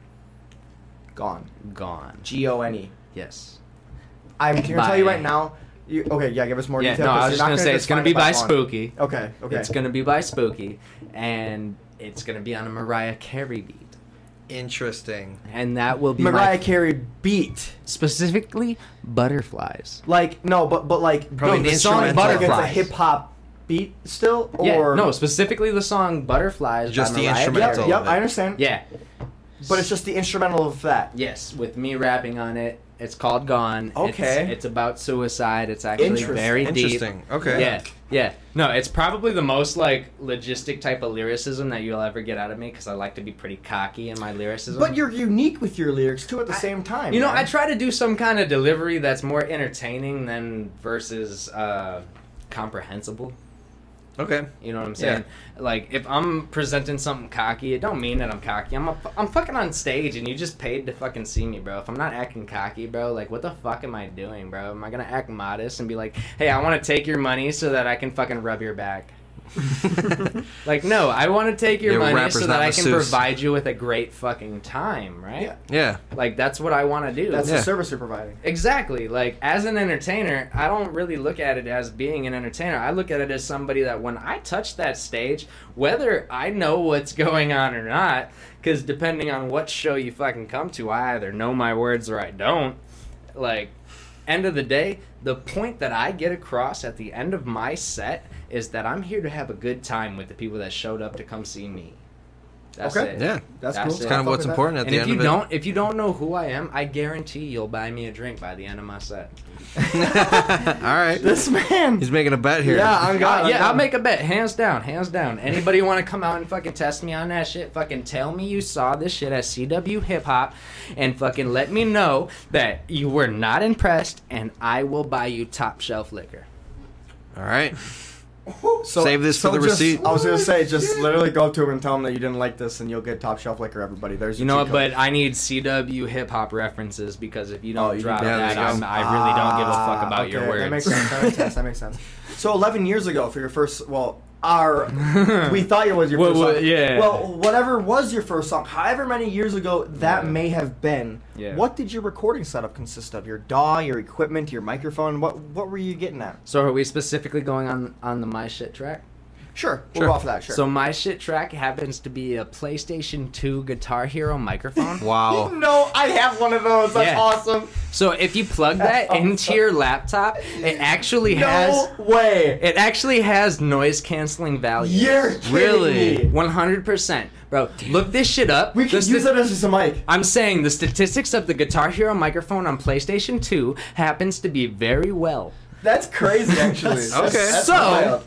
Speaker 2: Gone.
Speaker 1: Gone.
Speaker 2: G O N E.
Speaker 1: Yes.
Speaker 2: I'm can I tell you
Speaker 1: By-
Speaker 2: right now. You, okay, yeah, give us more
Speaker 1: Yeah.
Speaker 2: detail.
Speaker 1: No,
Speaker 2: 'cause
Speaker 1: I
Speaker 2: you're
Speaker 1: was just
Speaker 2: not
Speaker 1: gonna say it's
Speaker 2: just
Speaker 1: gonna
Speaker 2: find
Speaker 1: be
Speaker 2: it
Speaker 1: by
Speaker 2: song.
Speaker 1: Spooky.
Speaker 2: Okay, okay.
Speaker 1: It's gonna be by Spooky, and it's gonna be on a Mariah Carey beat,
Speaker 3: Interesting.
Speaker 1: and that will be my-
Speaker 2: Mariah Carey beat.
Speaker 1: specifically Butterflies.
Speaker 2: Like no, but but like
Speaker 3: Probably
Speaker 2: no,
Speaker 3: an
Speaker 2: the song
Speaker 3: instrumental.
Speaker 2: like, it's a
Speaker 1: Butterflies.
Speaker 2: hip hop beat still or
Speaker 1: yeah. No, specifically the song Butterflies.
Speaker 3: Just
Speaker 1: by
Speaker 3: the
Speaker 1: Mariah
Speaker 2: Yep,
Speaker 3: instrumental.
Speaker 1: Carey.
Speaker 2: yep,
Speaker 3: of it.
Speaker 2: I understand.
Speaker 1: Yeah.
Speaker 2: but it's just the instrumental of that.
Speaker 1: Yes, with me rapping on it. It's called Gone. It's-
Speaker 2: Okay.
Speaker 1: It's, about suicide. It's actually
Speaker 2: Interesting.
Speaker 1: very deep.
Speaker 3: Interesting. Okay.
Speaker 1: Yeah. Yeah. No, it's probably the most like logistic type of lyricism that you'll ever get out of me because I like to be pretty cocky in my lyricism.
Speaker 2: But you're unique with your lyrics too at the same time.
Speaker 1: You know,
Speaker 2: man.
Speaker 1: I try to do some kind of delivery that's more entertaining than versus uh, comprehensible.
Speaker 3: Okay.
Speaker 1: You know what I'm saying? Like, if I'm presenting something cocky, it don't mean that I'm cocky. I'm a, I'm fucking on stage, and you just paid to fucking see me, bro. If I'm not acting cocky, bro, like, what the fuck am I doing, bro? Am I gonna act modest and be like, hey, I want to take your money so that I can fucking rub your back? Like, no, I want to take your
Speaker 3: Yeah,
Speaker 1: money
Speaker 3: rapper's
Speaker 1: so
Speaker 3: not
Speaker 1: that I can
Speaker 3: masseuse.
Speaker 1: provide you with a great fucking time, right?
Speaker 2: Yeah.
Speaker 3: yeah.
Speaker 1: Like, that's what I want to do.
Speaker 2: That's
Speaker 3: Yeah.
Speaker 2: the service you're providing.
Speaker 1: Exactly. Like as an entertainer, I don't really look at it as being an entertainer. I look at it as somebody that when I touch that stage, whether I know what's going on or not, because depending on what show you fucking come to, I either know my words or I don't. Like, end of the day, the point that I get across at the end of my set is that I'm here to have a good time with the people that showed up to come see me. That's
Speaker 2: Okay.
Speaker 1: it.
Speaker 3: Yeah.
Speaker 2: That's,
Speaker 1: That's
Speaker 2: cool.
Speaker 1: it.
Speaker 3: It's
Speaker 1: Yeah,
Speaker 3: kind
Speaker 2: I
Speaker 3: of
Speaker 2: fuck
Speaker 3: what's
Speaker 2: with that.
Speaker 3: important at
Speaker 1: And
Speaker 3: the
Speaker 1: if
Speaker 3: end
Speaker 1: you
Speaker 3: of it.
Speaker 1: don't, if you don't know who I am, I guarantee you'll buy me a drink by the end of my set.
Speaker 3: All right.
Speaker 2: This man.
Speaker 3: He's making a bet here.
Speaker 2: Yeah, I'm
Speaker 1: Uh,
Speaker 2: God.
Speaker 1: yeah, I'll make a bet. Hands down, hands down. Anybody want to come out and fucking test me on that shit? Fucking tell me you saw this shit at CW Hip Hop and fucking let me know that you were not impressed and I will buy you top shelf liquor.
Speaker 3: All right.
Speaker 2: So,
Speaker 3: Save this for the
Speaker 2: just-
Speaker 3: receipt.
Speaker 2: I was gonna say, just literally go up to him and tell him that you didn't like this, and you'll get top shelf liquor. Everybody, there's
Speaker 1: You
Speaker 2: your
Speaker 1: know what?
Speaker 2: cheat
Speaker 1: But I need CW Hip Hop references because if you
Speaker 2: Oh,
Speaker 1: don't
Speaker 2: you-
Speaker 1: drop
Speaker 3: yeah, there
Speaker 1: that,
Speaker 3: you
Speaker 1: I'm,
Speaker 3: go.
Speaker 1: I really don't give a fuck
Speaker 2: Ah,
Speaker 1: about your
Speaker 2: okay,
Speaker 1: words.
Speaker 2: That makes sense. That makes sense. That makes sense. So 11 years ago, for your first, well, our, we thought it was your
Speaker 1: What-
Speaker 2: first
Speaker 1: what-
Speaker 2: song.
Speaker 1: yeah.
Speaker 2: Well, whatever was your first song, however many years ago that
Speaker 1: Yeah.
Speaker 2: may have been.
Speaker 1: Yeah.
Speaker 2: What did your recording setup consist of? Your DAW, your equipment, your microphone. What What were you getting at?
Speaker 1: so are we specifically going on on the my shit track?
Speaker 2: Sure,
Speaker 3: Sure.
Speaker 2: we'll go off that. Sure.
Speaker 1: So my shit track happens to be a PlayStation 2 Guitar Hero microphone.
Speaker 3: Wow.
Speaker 2: no, I have one of those. That's
Speaker 1: Oh. Yeah.
Speaker 2: awesome.
Speaker 1: So if you plug that
Speaker 2: awesome.
Speaker 1: into your laptop, it actually
Speaker 2: No
Speaker 1: has
Speaker 2: way.
Speaker 1: it actually has noise canceling values.
Speaker 2: You're kidding
Speaker 3: Really?
Speaker 2: me.
Speaker 1: One hundred percent, bro. Look this shit up.
Speaker 2: We
Speaker 1: The
Speaker 2: could
Speaker 1: sti-
Speaker 2: use it as just a mic.
Speaker 1: I'm saying the statistics of the Guitar Hero microphone on PlayStation 2 happens to be very well.
Speaker 2: That's crazy, actually.
Speaker 3: Okay.
Speaker 1: So,
Speaker 2: wild.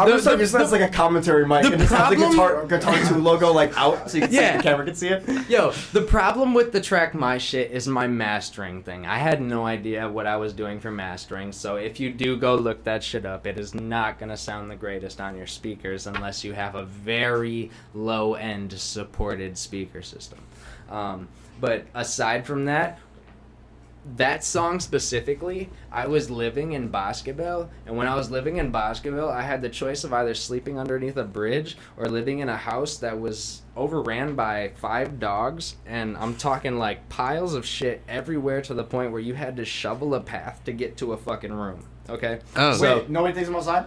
Speaker 2: I'm
Speaker 1: the-
Speaker 2: just like,
Speaker 1: the-
Speaker 2: just that's like a commentary mic,
Speaker 1: the
Speaker 2: and just have the
Speaker 1: problem-
Speaker 2: guitar, guitar two logo like out, so you can see
Speaker 1: Yeah.
Speaker 2: it, the camera can see it.
Speaker 1: Yo, the problem with the track My Shit is my mastering thing. I had no idea what I was doing for mastering, so if you do go look that shit up, it is not going to sound the greatest on your speakers unless you have a very low end supported speaker system. Um, but aside from that, that song specifically, I was living in Boscobel, and when I was living in Boscobel, I had the choice of either sleeping underneath a bridge or living in a house that was overran by five dogs, and I'm talking like piles of shit everywhere to the point where you had to shovel a path to get to a fucking room. Okay?
Speaker 3: Oh.
Speaker 1: So-
Speaker 2: Wait, nobody takes them outside.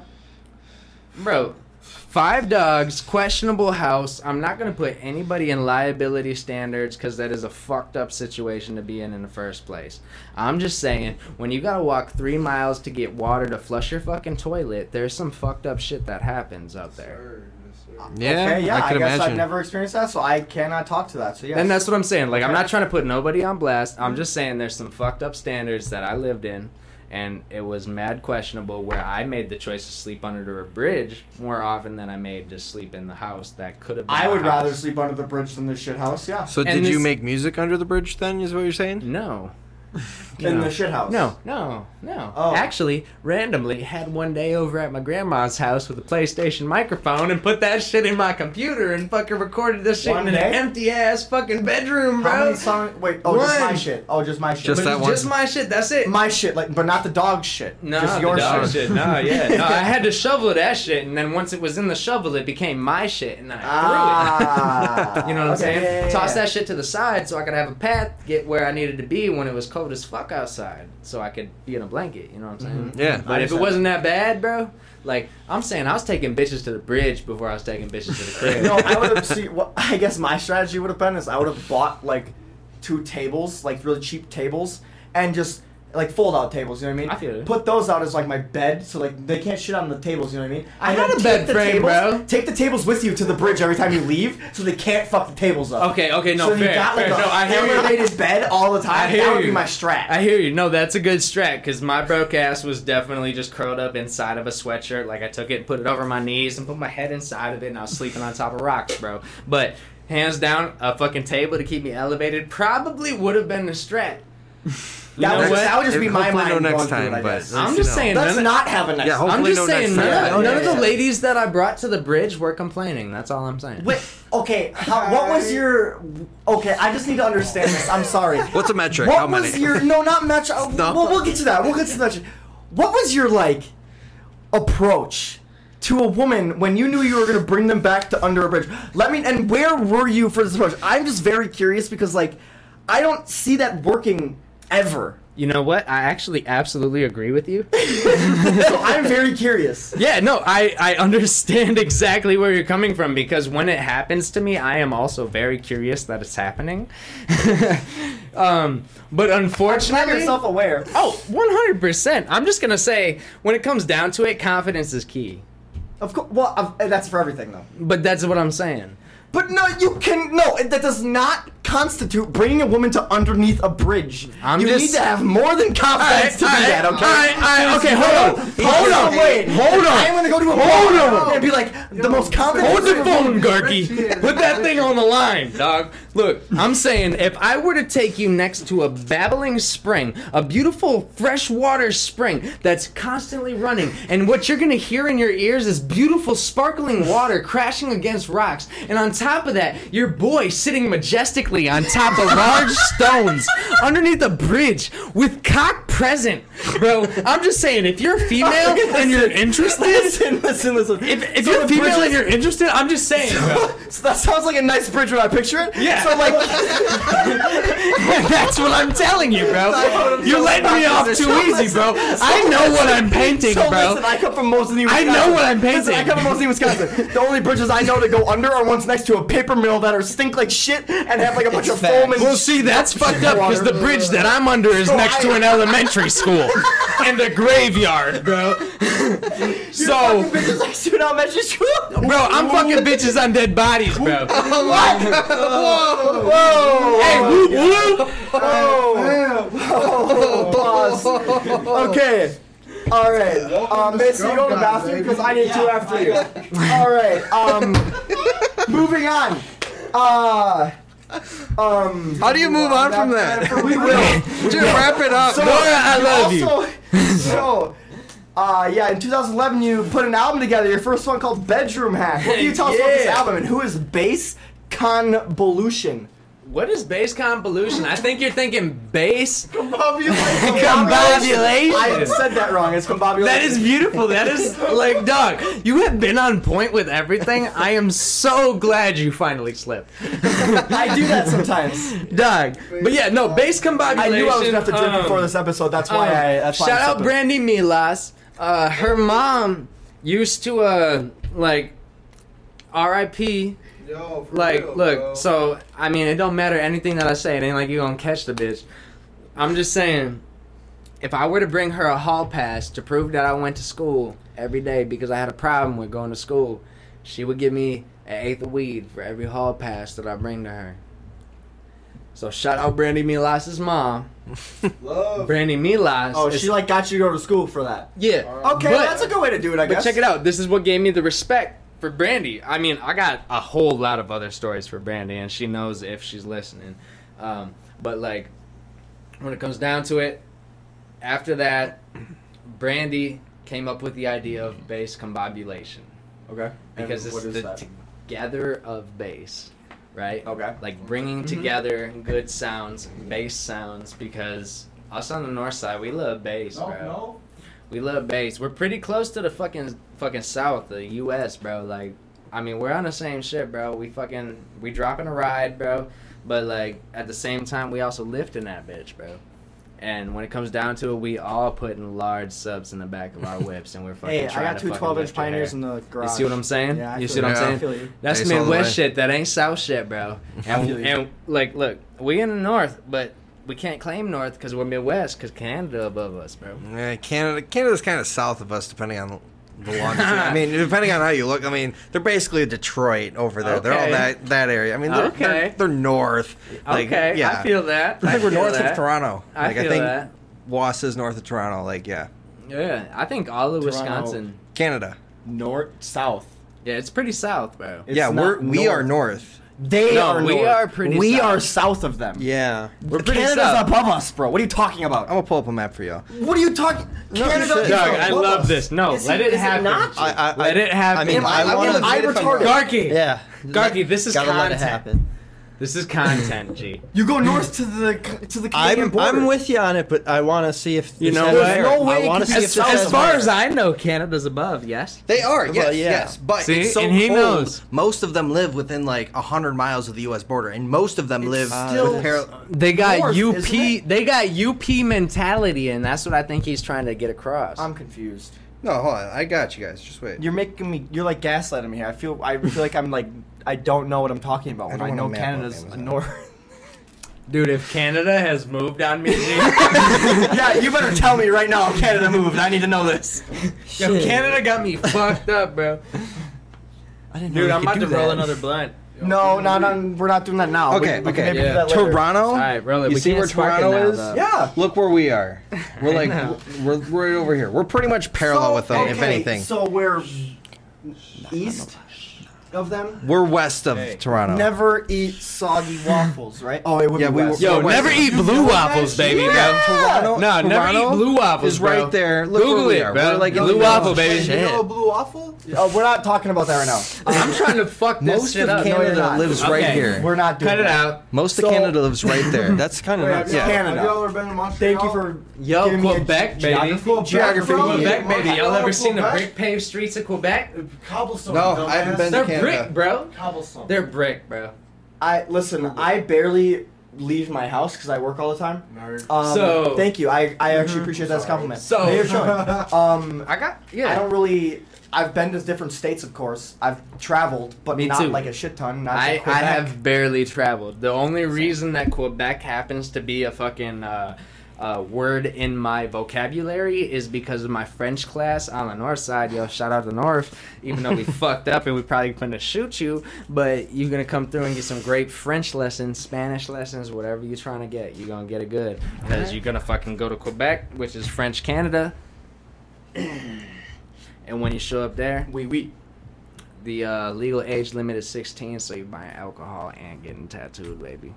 Speaker 1: Bro, five dogs, questionable house. I'm not going to put anybody in liability standards because that is a fucked up situation to be in in the first place. I'm just saying, when you got to walk three miles to get water to flush your fucking toilet, there's some fucked up shit that happens out there.
Speaker 3: Yeah.
Speaker 2: okay, yeah, I,
Speaker 3: I could
Speaker 2: guess
Speaker 3: imagine.
Speaker 2: I've never experienced that, so I cannot talk to that. So yeah,
Speaker 1: And that's what I'm saying. Like, I'm not trying to put nobody on blast. I'm just saying there's some fucked up standards that I lived in, and it was mad questionable where I made the choice to sleep under a bridge more often than I made to sleep in the house that could have been.
Speaker 2: I
Speaker 1: a
Speaker 2: would rather
Speaker 1: house.
Speaker 2: sleep under the bridge than this shit house. Yeah.
Speaker 3: So
Speaker 1: And
Speaker 3: did you
Speaker 1: this-
Speaker 3: make music under the bridge then? Is what you're saying?
Speaker 1: No.
Speaker 2: in the shit house.
Speaker 1: No, no, no.
Speaker 2: Oh.
Speaker 1: Actually, randomly had one day over at my grandma's house with a PlayStation microphone and put that shit in my computer and fucking recorded this shit
Speaker 2: One
Speaker 1: in an
Speaker 2: day?
Speaker 1: empty ass fucking bedroom, bro.
Speaker 2: How many songs? Wait, oh, just my
Speaker 1: One.
Speaker 2: shit. Oh, just my shit.
Speaker 3: Just
Speaker 1: But
Speaker 3: that
Speaker 1: it's
Speaker 3: one.
Speaker 1: Just my shit. That's it.
Speaker 2: My shit, like, but not the dog shit.
Speaker 1: no,
Speaker 2: just
Speaker 1: the
Speaker 2: your
Speaker 1: dog
Speaker 2: shit.
Speaker 1: shit. No, yeah. No, I had to shovel that shit, and then once it was in the shovel, it became my shit, and I threw it.
Speaker 2: Ah,
Speaker 1: You know what I'm
Speaker 2: okay,
Speaker 1: saying?
Speaker 2: yeah, yeah,
Speaker 1: Toss
Speaker 2: yeah.
Speaker 1: that shit to the side so I could have a path to get where I needed to be when it was cold as fuck outside, so I could be in a blanket. You know what I'm saying?
Speaker 2: Mm-hmm.
Speaker 3: Yeah.
Speaker 1: But if it
Speaker 2: 100%.
Speaker 1: wasn't that bad, bro, like I'm saying, I was taking bitches to the bridge before I was taking bitches to the crib.
Speaker 2: No, I would have. See, what I guess my strategy would have been is I would have bought like two tables, like really cheap tables, and just like fold out tables. You know what I mean?
Speaker 1: I feel it.
Speaker 2: Put those out as like my bed, so like they can't shit on the tables. You know what I mean?
Speaker 1: I
Speaker 2: And
Speaker 1: had
Speaker 2: then
Speaker 1: a
Speaker 2: take
Speaker 1: bed
Speaker 2: the
Speaker 1: frame,
Speaker 2: tables-
Speaker 1: bro.
Speaker 2: Take the tables with you to the bridge every time you leave, so they can't fuck the tables up.
Speaker 1: Okay, okay, no,
Speaker 2: so
Speaker 1: fair,
Speaker 2: you got like
Speaker 1: fair.
Speaker 2: a
Speaker 1: No, I hear you.
Speaker 2: elevated bed all the time.
Speaker 1: I hear
Speaker 2: that would
Speaker 1: you.
Speaker 2: be my strat.
Speaker 1: I hear you. No, that's a good strat because my broke ass was definitely just curled up inside of a sweatshirt. Like I took it and put it over my knees and put my head inside of it, and I was sleeping on top of rocks, bro. But hands down, a fucking table to keep me elevated probably would have been the strat. You
Speaker 2: that,
Speaker 1: know
Speaker 2: would
Speaker 1: what?
Speaker 2: just, that would just be my
Speaker 3: Hopefully
Speaker 2: mind.
Speaker 3: no next
Speaker 2: going through
Speaker 3: time,
Speaker 2: it, I
Speaker 3: but-
Speaker 2: guess.
Speaker 3: At
Speaker 1: I'm
Speaker 3: least
Speaker 1: just
Speaker 3: you know.
Speaker 1: saying.
Speaker 2: Let's
Speaker 1: none-
Speaker 2: not have a next.
Speaker 3: Yeah,
Speaker 2: time.
Speaker 1: I'm
Speaker 3: Hopefully
Speaker 1: just
Speaker 3: no
Speaker 1: saying
Speaker 3: next
Speaker 1: none,
Speaker 2: time. Oh,
Speaker 1: of,
Speaker 2: Yeah,
Speaker 1: none of the
Speaker 2: yeah, yeah.
Speaker 1: ladies that I brought to the bridge were complaining. That's all I'm saying.
Speaker 2: Wait, okay. How, what was
Speaker 4: Hi.
Speaker 2: your? Okay, I just need to understand this. I'm sorry.
Speaker 3: What's a metric?
Speaker 2: What
Speaker 3: How many?
Speaker 2: was your? No, not metric. uh,
Speaker 3: No.
Speaker 2: Well, we'll get to that. We'll get to that. What was your like approach to a woman when you knew you were gonna bring them back to under a bridge? Let me. And where were you for this approach? I'm just very curious because like I don't see that working ever.
Speaker 1: You know what? I actually absolutely agree with you.
Speaker 2: so I'm very curious.
Speaker 1: Yeah, no, I, I understand exactly where you're coming from because when it happens to me, I am also very curious that it's happening. um, but
Speaker 2: Snap
Speaker 1: unfortunately,
Speaker 2: yourself aware.
Speaker 1: oh, 100%. I'm just going to say when it comes down to it, confidence is key.
Speaker 2: Of course. Well, of- that's for everything though.
Speaker 1: But that's what I'm saying.
Speaker 2: But no, you can no. it- That does not constitute bringing a woman to underneath a bridge.
Speaker 1: I'm
Speaker 2: you
Speaker 1: just-
Speaker 2: need to have more than confidence to do
Speaker 1: alright, alright, alright,
Speaker 2: that. Okay.
Speaker 1: okay, hold on,
Speaker 2: No,
Speaker 1: hold on,
Speaker 2: Wait.
Speaker 1: hold on,
Speaker 2: I'm gonna go to a
Speaker 1: hold
Speaker 2: bar
Speaker 1: on.
Speaker 2: and be like the most confident.
Speaker 1: Hold the
Speaker 2: person-
Speaker 1: phone, Garky.
Speaker 4: Differentiate.
Speaker 1: Put that thing on the line, dog. Look, I'm saying if I were to take you next to a babbling spring, a beautiful freshwater spring that's constantly running, and what you're gonna hear in your ears is beautiful sparkling water crashing against rocks, and on top of that, your boy sitting majestically on top of large stones underneath a bridge with cock present, bro. I'm just saying if you're female and you're interested.
Speaker 2: Listen, listen, listen.
Speaker 1: If, if
Speaker 2: So
Speaker 1: you're
Speaker 2: the
Speaker 1: female
Speaker 2: bridge
Speaker 1: and
Speaker 2: is-
Speaker 1: you're interested, I'm just saying. bro.
Speaker 2: so that sounds like a nice bridge when I picture it.
Speaker 1: Yeah.
Speaker 2: So like,
Speaker 1: That's what I'm telling you, bro. You're letting me off too easy, bro. I know what I'm painting,
Speaker 2: so
Speaker 1: bro.
Speaker 2: listen, I come from Moseley,
Speaker 1: I
Speaker 2: Wisconsin.
Speaker 1: know what I'm
Speaker 2: Listen, I
Speaker 1: painting.
Speaker 2: come from Moseley, Wisconsin. the only bridges I know that go under are ones next to a paper mill that are stink like shit and have like a bunch of foam and
Speaker 1: Well, see, that's fucked up because the bridge that I'm under is next to an elementary school and a graveyard, bro. So,
Speaker 2: Fucking bitches like shoot out matches shoot up.
Speaker 1: bro, I'm fucking bitches on dead bodies, bro.
Speaker 2: Whoa!
Speaker 1: Hey, whoop whoop.
Speaker 2: Whoa! Whoa! Boss. Okay. All right. Um, Mason, you go to the bathroom because I need to after you. All right. Um, moving on. Uh, um,
Speaker 3: How do you move on from that?
Speaker 2: we will.
Speaker 3: Dude, wrap it up.
Speaker 2: So,
Speaker 3: Nora, I
Speaker 2: you
Speaker 3: love you.
Speaker 2: also, you. So, uh, yeah, in 2011, you put an album together, your first one called Bedroom Hack. What can you tell us about this
Speaker 1: Yeah.
Speaker 2: album and who is Bass Convolution?
Speaker 1: What is base convolution? I think you're thinking base.
Speaker 2: Combobulation? I said that wrong. It's combobulation.
Speaker 1: That is beautiful. That is like, dog, you have been on point with everything. I am so glad you finally slipped.
Speaker 2: I do that sometimes.
Speaker 1: Dog. But yeah, no, base combobulation.
Speaker 2: I knew I was gonna have to drink
Speaker 1: um,
Speaker 2: before this episode. That's why
Speaker 1: um,
Speaker 2: I. That's why
Speaker 1: shout
Speaker 2: I
Speaker 1: out Brandy Milas. Uh, her mom used to, uh, like, RIP.
Speaker 4: Yo, for
Speaker 1: Like,
Speaker 4: real,
Speaker 1: look,
Speaker 4: bro.
Speaker 1: so, I mean, it don't matter anything that I say. It ain't like you gonna catch the bitch. I'm just saying, if I were to bring her a hall pass to prove that I went to school every day because I had a problem with going to school, she would give me an eighth of weed for every hall pass that I bring to her. So shout out Brandy Milas's mom.
Speaker 4: Love.
Speaker 1: Brandy Milas.
Speaker 2: Oh,
Speaker 1: is-
Speaker 2: she like got you to go to school for that.
Speaker 1: yeah.
Speaker 2: Okay,
Speaker 1: But-
Speaker 2: that's a good way to do it. I
Speaker 1: But
Speaker 2: guess.
Speaker 1: check it out. This is what gave me the respect for Brandy. I mean, I got a whole lot of other stories for Brandy, and she knows if she's listening. Um, but like, when it comes down to it, after that, Brandy came up with the idea of bass combobulation.
Speaker 2: Okay.
Speaker 1: Because it's the together of bass, right?
Speaker 2: Okay.
Speaker 1: Like bringing together good sounds, bass sounds, because us on the north side, we love bass,
Speaker 4: Oh, No,
Speaker 1: bro.
Speaker 4: no.
Speaker 1: We love bass. We're pretty close to the fucking fucking south, the U.S., bro. Like, I mean, we're on the same shit, bro. We fucking we dropping a ride, bro. But like at the same time, we also lifting that bitch, bro. And when it comes down to it, we all putting large subs in the back of our whips, and we're fucking.
Speaker 2: Hey, I
Speaker 1: trying
Speaker 2: got
Speaker 1: to
Speaker 2: two
Speaker 1: fucking
Speaker 2: 12 inch
Speaker 1: lift your
Speaker 2: pioneers
Speaker 1: hair.
Speaker 2: in the garage.
Speaker 1: You see what I'm saying?
Speaker 2: Yeah, I
Speaker 1: you
Speaker 2: feel
Speaker 1: see what
Speaker 3: you.
Speaker 1: I'm
Speaker 3: Yeah.
Speaker 2: I
Speaker 1: saying?
Speaker 2: feel you.
Speaker 1: That's
Speaker 3: Bass all the
Speaker 1: Midwest
Speaker 3: way.
Speaker 1: shit. That ain't South shit, bro. And,
Speaker 2: feel you.
Speaker 1: and like, look, we in the North, but we can't claim North because we're Midwest because Canada above us, bro.
Speaker 3: Yeah, Canada. Canada's kind of south of us, depending on the longitude. I mean, depending on how you look. I mean, they're basically Detroit over there. They're all
Speaker 1: Okay.
Speaker 3: that that area. I mean, they're, they're,
Speaker 1: Okay.
Speaker 3: they're north. Like,
Speaker 1: okay,
Speaker 3: yeah.
Speaker 1: I feel that.
Speaker 3: I think we're
Speaker 1: feel
Speaker 3: north
Speaker 1: that.
Speaker 3: of Toronto.
Speaker 1: I
Speaker 3: Like,
Speaker 1: feel
Speaker 3: I think
Speaker 1: that.
Speaker 3: Wass is north of Toronto. Like, yeah,
Speaker 1: Yeah, I think all of
Speaker 2: Toronto.
Speaker 1: Wisconsin.
Speaker 3: Canada.
Speaker 2: North, south.
Speaker 1: Yeah, it's pretty south, bro.
Speaker 2: It's
Speaker 3: yeah,
Speaker 2: not
Speaker 3: we're we are north.
Speaker 2: They
Speaker 1: No,
Speaker 2: are
Speaker 1: we
Speaker 2: north.
Speaker 1: are pretty
Speaker 2: We
Speaker 1: south.
Speaker 2: are south of them.
Speaker 3: Yeah,
Speaker 1: We're pretty
Speaker 2: Canada's
Speaker 1: south.
Speaker 2: above us, bro. What are you talking about?
Speaker 3: I'm gonna pull up a map for you.
Speaker 2: What are you talking? Canada
Speaker 3: shit.
Speaker 2: is
Speaker 3: Doug,
Speaker 2: above
Speaker 1: I love
Speaker 2: us.
Speaker 1: this. No,
Speaker 2: Is
Speaker 1: let it
Speaker 2: is
Speaker 1: happen.
Speaker 2: not?
Speaker 3: I, I,
Speaker 1: Let it happen.
Speaker 3: I mean,
Speaker 1: Am
Speaker 2: I-
Speaker 3: I,
Speaker 2: I'm
Speaker 3: want
Speaker 2: in
Speaker 3: to.
Speaker 2: the- I retarded.
Speaker 1: Garky.
Speaker 5: Yeah.
Speaker 1: Garky, this is
Speaker 5: Gotta let it
Speaker 1: content.
Speaker 5: happen.
Speaker 1: This is content, G.
Speaker 2: you go north to the to the Canadian
Speaker 5: I'm,
Speaker 2: border.
Speaker 5: I'm with you on it, but I want to see if
Speaker 1: You
Speaker 5: this
Speaker 1: know
Speaker 5: has
Speaker 1: what?
Speaker 5: merit.
Speaker 1: There's no
Speaker 2: way
Speaker 5: I
Speaker 2: it
Speaker 5: want
Speaker 2: could
Speaker 5: to
Speaker 2: be
Speaker 5: see if
Speaker 1: As,
Speaker 5: this has
Speaker 1: as far
Speaker 5: merit.
Speaker 1: as I know, Canada's above. Yes.
Speaker 3: They are, yes,
Speaker 5: yeah.
Speaker 3: yes. But
Speaker 1: See?
Speaker 3: it's so
Speaker 1: And he
Speaker 3: cold.
Speaker 1: knows.
Speaker 3: Most of them live within like hundred miles of the U.S. border, and most of them live
Speaker 2: still-
Speaker 3: with par-
Speaker 1: They got
Speaker 2: North, isn't
Speaker 1: UP.
Speaker 2: it?
Speaker 1: They got UP mentality, and that's what I think he's trying to get across.
Speaker 2: I'm confused.
Speaker 3: No, hold on. I got you guys. Just wait.
Speaker 2: You're making me. You're like gaslighting me. here. I feel. I feel like I'm like. I don't know what I'm talking about when
Speaker 3: don't
Speaker 2: I,
Speaker 3: wanna
Speaker 2: know
Speaker 3: map up
Speaker 2: Canada's
Speaker 3: Amazon.
Speaker 2: north.
Speaker 1: Dude, if Canada has moved on me, G,
Speaker 2: yeah, you better tell me right now. Canada moved. I need to know this.
Speaker 1: yo,
Speaker 5: Shit.
Speaker 1: Canada got me fucked up, bro.
Speaker 5: I didn't know
Speaker 1: Dude,
Speaker 5: you
Speaker 1: I'm
Speaker 5: could
Speaker 1: about
Speaker 5: do
Speaker 1: to roll
Speaker 5: that.
Speaker 1: another blunt.
Speaker 2: No, not on. We're not doing that now.
Speaker 3: Okay,
Speaker 2: we, we
Speaker 3: okay.
Speaker 2: Can maybe
Speaker 1: Yeah.
Speaker 2: do that later.
Speaker 3: Toronto.
Speaker 1: All right, brother,
Speaker 3: You
Speaker 1: we
Speaker 3: see
Speaker 1: can't
Speaker 3: where
Speaker 1: spark it
Speaker 3: Toronto
Speaker 1: now,
Speaker 3: is?
Speaker 1: though.
Speaker 2: Yeah.
Speaker 3: Look where we are. We're like
Speaker 1: know.
Speaker 3: we're we're right over here. We're pretty much parallel
Speaker 2: So-
Speaker 3: with them, if
Speaker 2: okay,
Speaker 3: anything.
Speaker 2: So we're east of them.
Speaker 3: we're west of
Speaker 1: Hey.
Speaker 3: Toronto.
Speaker 2: Never eat soggy waffles, right? Oh, it would
Speaker 3: Yeah,
Speaker 2: be
Speaker 3: we
Speaker 2: west.
Speaker 3: were-
Speaker 1: Yo,
Speaker 3: Yo,
Speaker 1: never
Speaker 3: wait.
Speaker 1: eat blue waffles, baby,
Speaker 3: Yeah.
Speaker 1: bro.
Speaker 3: Toronto.
Speaker 1: No, never eat
Speaker 3: Toronto
Speaker 1: blue waffles,
Speaker 3: is
Speaker 1: bro.
Speaker 3: right there. Look
Speaker 1: Google
Speaker 3: where we
Speaker 1: it,
Speaker 3: are.
Speaker 1: bro.
Speaker 3: We're like in
Speaker 1: Blue
Speaker 3: the
Speaker 1: waffle,
Speaker 3: middle.
Speaker 1: baby.
Speaker 4: Hey, you know
Speaker 1: Shit.
Speaker 4: a blue waffle?
Speaker 2: Oh, we're not talking about that right now.
Speaker 1: I'm trying to fuck this
Speaker 3: Most
Speaker 1: shit
Speaker 3: of
Speaker 1: up.
Speaker 2: No,
Speaker 3: Canada
Speaker 2: you're not.
Speaker 3: lives right
Speaker 1: Okay.
Speaker 3: here.
Speaker 2: We're not doing
Speaker 1: Cut it
Speaker 2: that.
Speaker 1: out.
Speaker 3: Most of
Speaker 2: So-
Speaker 3: Canada lives right there. That's
Speaker 5: That's kind of
Speaker 4: Wait, have
Speaker 5: nuts.
Speaker 4: y'all-
Speaker 3: Yeah.
Speaker 2: Canada.
Speaker 4: Have y'all ever been to Montreal?
Speaker 2: Thank you for
Speaker 1: Yo,
Speaker 2: giving me a
Speaker 1: Quebec, baby.
Speaker 2: geography-
Speaker 1: Geography.
Speaker 2: geography.
Speaker 1: Quebec,
Speaker 4: Quebec,
Speaker 1: baby. Y'all ever seen the
Speaker 4: Quebec?
Speaker 1: brick paved streets of Quebec?
Speaker 4: cobblestone.
Speaker 3: No,
Speaker 4: dumbass.
Speaker 3: I haven't been to
Speaker 1: They're
Speaker 3: Canada.
Speaker 1: brick, bro.
Speaker 4: Cobblestone.
Speaker 1: They're brick, bro.
Speaker 2: I listen. I barely leave my house because I work all the time.
Speaker 4: Nerd.
Speaker 1: Oh.
Speaker 2: Um,
Speaker 1: So- mm-hmm.
Speaker 2: thank you. I, I actually appreciate that as a compliment.
Speaker 1: So-
Speaker 2: Hey, you're showing.
Speaker 4: uh,
Speaker 2: um,
Speaker 1: I got
Speaker 2: I
Speaker 1: yeah.
Speaker 2: don't really. I've been to different states, of course. I've traveled, but
Speaker 1: Me
Speaker 2: not
Speaker 1: too.
Speaker 2: like a shit ton.
Speaker 1: I,
Speaker 2: Not to
Speaker 1: I
Speaker 2: Quebec.
Speaker 1: have barely traveled. The only reason that Quebec happens to be a fucking uh, uh, word in my vocabulary is because of my French class on the north side. Yo, shout out to North. Even though we fucked up and we probably gonna shoot you, but you're gonna come through and get some great French lessons, Spanish lessons, whatever you're trying to get. You're gonna get it good because you're gonna fucking go to Quebec, which is French Canada. And when you show up there,
Speaker 2: We we.
Speaker 1: the uh, legal age limit is 16, so you're buying alcohol and getting tattooed, baby.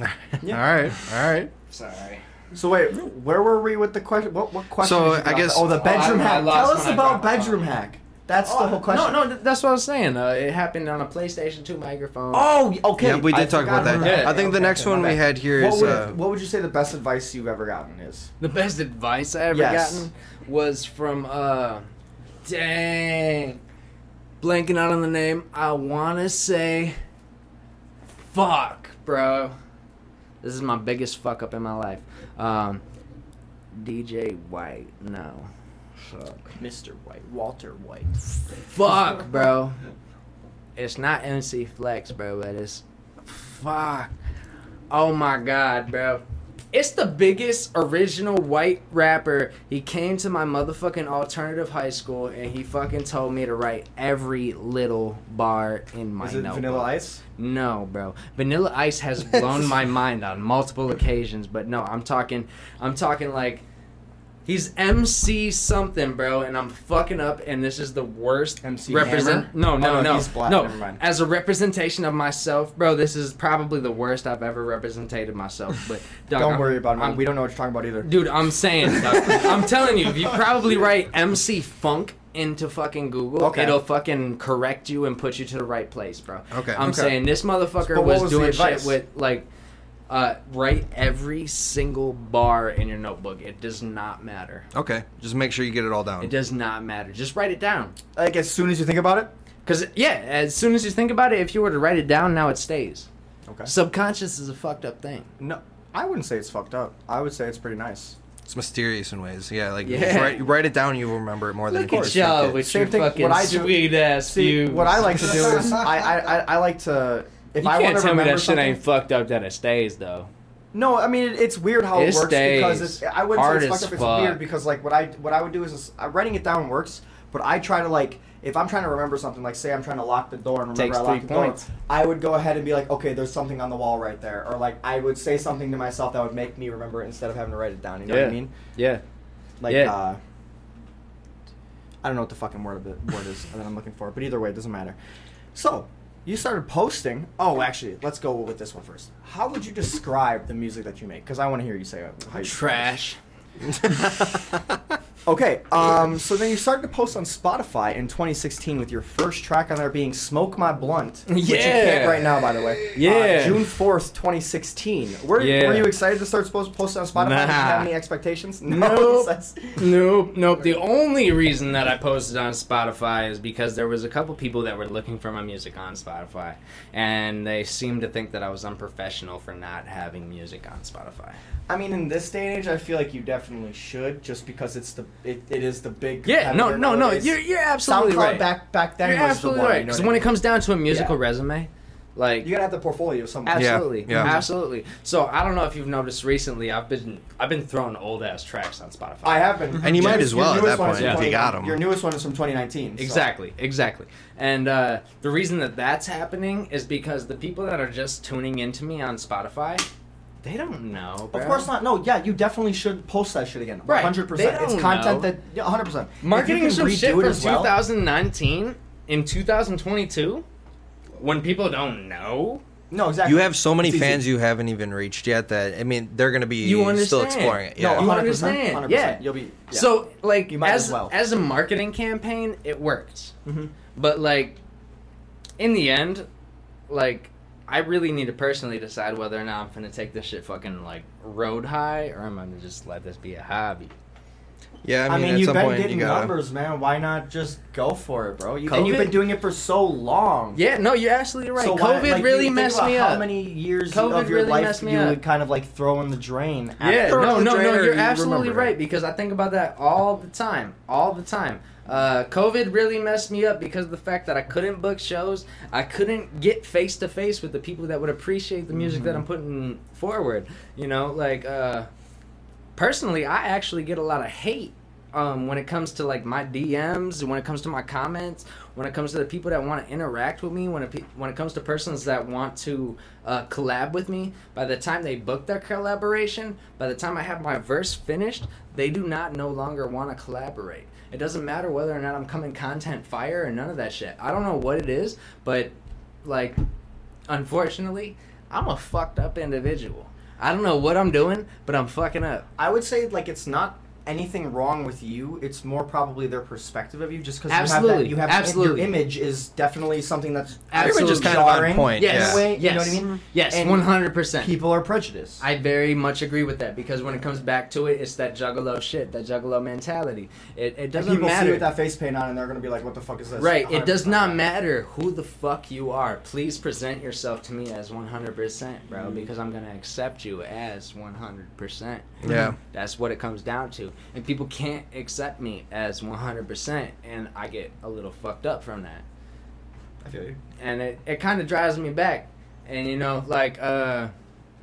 Speaker 3: All right, all right.
Speaker 1: Sorry.
Speaker 2: So wait, where were we with the question? What what question?
Speaker 3: So,
Speaker 2: did you
Speaker 3: I
Speaker 2: drop?
Speaker 3: guess-
Speaker 2: Oh, the
Speaker 1: Oh,
Speaker 2: bedroom
Speaker 1: I- I
Speaker 2: hack.
Speaker 1: lost
Speaker 2: Tell
Speaker 1: when
Speaker 2: us
Speaker 1: I
Speaker 2: about
Speaker 1: dropped my
Speaker 2: bedroom
Speaker 1: phone.
Speaker 2: hack. That's the whole question.
Speaker 1: No, no, th- that's what I was saying. Uh, it happened on a PlayStation 2 microphone.
Speaker 2: Oh, okay.
Speaker 3: Yeah, we
Speaker 2: I
Speaker 3: did talk
Speaker 2: forgot
Speaker 3: about that.
Speaker 1: that.
Speaker 3: I think the
Speaker 2: Okay,
Speaker 3: next
Speaker 2: okay,
Speaker 3: one
Speaker 2: my
Speaker 3: we
Speaker 2: bad.
Speaker 3: had here
Speaker 2: What
Speaker 3: is
Speaker 2: would,
Speaker 3: uh,
Speaker 2: what would you say the best advice you've ever gotten is?
Speaker 1: The best advice I ever
Speaker 2: Yes.
Speaker 1: gotten was from, uh, dang, blanking out on the name. I want to say, fuck, bro. This is my biggest fuck up in my life. Um, DJ White, no. Fuck.
Speaker 2: Mr. White, Walter White.
Speaker 1: Fuck, bro. It's not MC Flex, bro, but it's fuck. Oh my god, bro. It's the biggest original white rapper. He came to my motherfucking alternative high school and he fucking told me to write every little bar in my
Speaker 2: Is it
Speaker 1: notebook.
Speaker 2: Vanilla Ice?
Speaker 1: No, bro. Vanilla Ice has blown my mind on multiple occasions, but no, I'm talking I'm talking like He's MC something, bro, and I'm fucking up, and this is the worst
Speaker 2: MC Hammer?
Speaker 1: No, no,
Speaker 2: Oh, no,
Speaker 1: no,
Speaker 2: he's black.
Speaker 1: no.
Speaker 2: Never mind.
Speaker 1: As a representation of myself, bro, this is probably the worst I've ever represented myself. But dog,
Speaker 2: Don't
Speaker 1: I'm-
Speaker 2: worry about it.
Speaker 1: I'm-
Speaker 2: We don't know what you're talking about either.
Speaker 1: Dude, I'm saying, dog, I'm telling you, if you probably write MC Funk into fucking Google,
Speaker 2: Okay.
Speaker 1: it'll fucking correct you and put you to the right place, bro.
Speaker 3: Okay.
Speaker 1: I'm
Speaker 2: Okay.
Speaker 1: saying this motherfucker
Speaker 2: But what
Speaker 1: was,
Speaker 2: was the
Speaker 1: doing
Speaker 2: advice?
Speaker 1: shit with like, uh, write every single bar in your notebook. It does not matter.
Speaker 3: Okay, just make sure you get it all
Speaker 2: Um,
Speaker 3: down.
Speaker 1: It does not matter. Just write it down.
Speaker 2: Like as soon as you think about it.
Speaker 1: Cause yeah, as soon as you think about it, if you were to write it down, now it stays.
Speaker 2: Okay.
Speaker 1: Subconscious is a fucked up thing.
Speaker 2: No, I wouldn't say it's fucked up. I would say it's pretty nice.
Speaker 3: It's mysterious in ways. Yeah, like
Speaker 1: Yeah.
Speaker 3: just Write, you write it down, you will remember it more than
Speaker 1: Look
Speaker 3: you
Speaker 1: at y'all with
Speaker 2: Same
Speaker 1: your
Speaker 2: thing-
Speaker 1: fucking
Speaker 2: what I do-
Speaker 1: sweet ass
Speaker 2: See,
Speaker 1: views.
Speaker 2: what I like to do is I I, I, I like to if
Speaker 1: you
Speaker 2: I
Speaker 1: can't
Speaker 2: want to
Speaker 1: tell me
Speaker 2: remember
Speaker 1: that shit
Speaker 2: something.
Speaker 1: ain't fucked up that it stays though.
Speaker 2: no, I mean it, it's weird how it,
Speaker 1: It
Speaker 2: works because
Speaker 1: stays.
Speaker 2: it's, I wouldn't
Speaker 1: Hard
Speaker 2: say it's
Speaker 1: as
Speaker 2: fucked up. It's
Speaker 1: fuck.
Speaker 2: weird because like what I what I would do is, is uh, writing it down works, but I try to like if I'm trying to remember something, like say I'm trying to lock the door and remember
Speaker 1: Takes
Speaker 2: I locked
Speaker 1: three
Speaker 2: the
Speaker 1: points.
Speaker 2: door, I would go ahead and be like, okay, there's something on the wall right there, or like I would say something to myself that would make me remember it instead of having to write it down. You know what I mean?
Speaker 1: Yeah.
Speaker 2: like
Speaker 1: Yeah.
Speaker 2: uh I don't know what the fucking word of it word is that I'm looking for, but either way, it doesn't matter. So you started posting. Oh, actually, let's go with this one first. How would you describe the music that you make? Because I want to hear you say it. how you-
Speaker 1: Trash.
Speaker 2: Okay, um, so then you started to post on Spotify in 2016 with your first track on there being "Smoke My Blunt," which you
Speaker 1: Yeah.
Speaker 2: can't right now, by the way. Uh,
Speaker 1: Yeah.
Speaker 2: June 4th, 2016. Were,
Speaker 1: Yeah.
Speaker 2: were you excited to start supposed posting on Spotify? Did you
Speaker 1: Nah.
Speaker 2: have any expectations? No.
Speaker 1: Nope.
Speaker 2: that's-
Speaker 1: Nope, nope. The only reason that I posted on Spotify is because there was a couple people that were looking for my music on Spotify, and they seemed to think that I was unprofessional for not having music on Spotify.
Speaker 2: I mean, in this day and age, I feel like you definitely should, just because it's the it, it is the big
Speaker 1: Yeah, no,
Speaker 2: competitor
Speaker 1: no, no.
Speaker 2: nowadays.
Speaker 1: You're you're absolutely
Speaker 2: SoundCloud
Speaker 1: right.
Speaker 2: back back then
Speaker 1: you're
Speaker 2: was
Speaker 1: absolutely
Speaker 2: the one.
Speaker 1: right.
Speaker 2: you know
Speaker 1: Because
Speaker 2: what I
Speaker 1: when it
Speaker 2: mean?
Speaker 1: comes down to a musical
Speaker 2: Yeah.
Speaker 1: resume, like
Speaker 2: you gotta have the portfolio somewhere.
Speaker 1: Absolutely,
Speaker 3: Yeah, yeah.
Speaker 1: absolutely. So I don't know if you've noticed recently, I've been I've been throwing old ass tracks on Spotify.
Speaker 2: I have been,
Speaker 3: And you might as well at
Speaker 2: newest
Speaker 3: that
Speaker 2: one is
Speaker 3: point,
Speaker 2: from
Speaker 3: if you got
Speaker 2: 20
Speaker 3: 'em.
Speaker 2: Your newest one is from 2019. so-
Speaker 1: Exactly, exactly. And uh, the reason that that's happening is because the people that are just tuning into me on Spotify, they don't know. Bro.
Speaker 2: Of course not. No, yeah, you definitely should post that shit again.
Speaker 1: Right.
Speaker 2: 100%.
Speaker 1: They don't
Speaker 2: it's content
Speaker 1: know.
Speaker 2: that yeah, 100%. If you
Speaker 1: Marketing
Speaker 2: can
Speaker 1: some
Speaker 2: redo
Speaker 1: shit
Speaker 2: it
Speaker 1: from
Speaker 2: as well-
Speaker 1: 2019 in 2022, when people don't know,
Speaker 2: No, exactly.
Speaker 3: You have so many
Speaker 2: It's easy.
Speaker 3: fans you haven't even reached yet that I mean they're gonna be
Speaker 1: You understand?
Speaker 3: still exploring it.
Speaker 2: No,
Speaker 3: Yeah.
Speaker 1: you
Speaker 2: 100%,
Speaker 1: understand?
Speaker 2: 100%.
Speaker 1: Yeah.
Speaker 2: You'll be yeah.
Speaker 1: So like
Speaker 2: You might
Speaker 1: as
Speaker 2: as well. Mm-hmm.
Speaker 1: as a marketing campaign, it worked. But like in the end, like I really need to personally decide whether or not I'm gonna take this shit fucking like road high or I'm gonna just let this be a hobby.
Speaker 3: yeah, I
Speaker 2: I
Speaker 3: mean,
Speaker 2: mean,
Speaker 3: at
Speaker 2: you've
Speaker 3: some
Speaker 2: been
Speaker 3: point
Speaker 2: getting
Speaker 3: you gotta.
Speaker 2: numbers, man. Why not just go for it, bro? You,
Speaker 1: COVID?
Speaker 2: and you've been doing it for so long.
Speaker 1: Yeah, no, you're absolutely right.
Speaker 2: So why-
Speaker 1: COVID
Speaker 2: like, you
Speaker 1: really
Speaker 2: think
Speaker 1: messed
Speaker 2: about
Speaker 1: me up.
Speaker 2: How many years
Speaker 1: COVID
Speaker 2: of your
Speaker 1: really
Speaker 2: life
Speaker 1: messed me
Speaker 2: you
Speaker 1: up.
Speaker 2: would kind of like throw in the drain?
Speaker 1: Yeah, no,
Speaker 2: after-
Speaker 3: Throw it
Speaker 1: no,
Speaker 3: in the
Speaker 1: no.
Speaker 3: drain or
Speaker 1: You're
Speaker 3: you
Speaker 1: absolutely
Speaker 3: remember it.
Speaker 1: right because I think about that all the time, all the time. Uh, COVID really messed me up because of the fact that I couldn't book shows, I couldn't get face to face with the people that would appreciate the music
Speaker 2: Mm-hmm.
Speaker 1: that I'm putting forward. You know, like uh, personally, I actually get a lot of hate. Um, when it comes to like my DMs, when it comes to my comments, when it comes to the people that want to interact with me, when it pe- when it comes to persons that want to uh, collab with me, by the time they book their collaboration, by the time I have my verse finished, they do not no longer want to collaborate. It doesn't matter whether or not I'm coming content fire or none of that shit. I don't know what it is, but like unfortunately, I'm a fucked up individual. I don't know what I'm doing, but I'm fucking up.
Speaker 2: I would say like it's not anything wrong with you. It's more probably their perspective of you, just because you have that.
Speaker 1: Absolutely.
Speaker 2: You have
Speaker 1: Absolutely.
Speaker 2: your image is definitely something that's
Speaker 1: Everyone's just
Speaker 3: kind of on
Speaker 2: jarring
Speaker 3: point,
Speaker 2: in a
Speaker 1: Yes.
Speaker 3: Yeah.
Speaker 2: way,
Speaker 1: Yes. Mm-hmm.
Speaker 2: You know what I mean?
Speaker 1: Yes.
Speaker 2: And
Speaker 1: One hundred percent.
Speaker 2: People are prejudiced.
Speaker 1: I very much agree with that because when it comes back to it, it's that juggalo shit, that juggalo mentality. It, it doesn't
Speaker 2: People
Speaker 1: matter.
Speaker 2: see you with that face paint on, and they're gonna be like, "What the fuck is this?"
Speaker 1: Right. It does
Speaker 2: 100%.
Speaker 1: not matter who the fuck you are. Please present yourself to me as 100%,
Speaker 2: Mm-hmm.
Speaker 1: bro, because I'm going to accept you as 100%.
Speaker 3: Yeah.
Speaker 1: That's what it comes down to. And people can't accept me as 100%, and I get a little fucked up from that.
Speaker 2: I feel you.
Speaker 1: And it, it kind of drives me back. And, you know, like, uh,.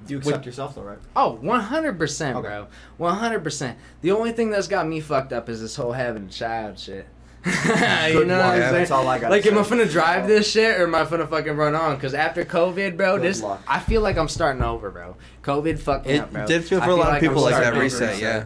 Speaker 2: You accept yourself though, right?
Speaker 1: Oh, 100%,
Speaker 2: Okay.
Speaker 1: bro. 100%. The only thing that's got me fucked up is this whole having a child shit. you know what I'm
Speaker 3: lord, yeah,
Speaker 1: saying?
Speaker 2: that's all I gotta
Speaker 1: Like, am I
Speaker 2: say.
Speaker 1: finna drive this shit or am I finna fucking run on? Because after COVID, bro,
Speaker 2: Good
Speaker 1: this
Speaker 2: luck.
Speaker 1: I feel like I'm starting over, bro. COVID fucked me
Speaker 3: It
Speaker 1: up, bro.
Speaker 3: did feel
Speaker 1: I
Speaker 3: for a lot of
Speaker 1: I'm
Speaker 3: people like that
Speaker 1: starting over.
Speaker 3: reset. Yeah.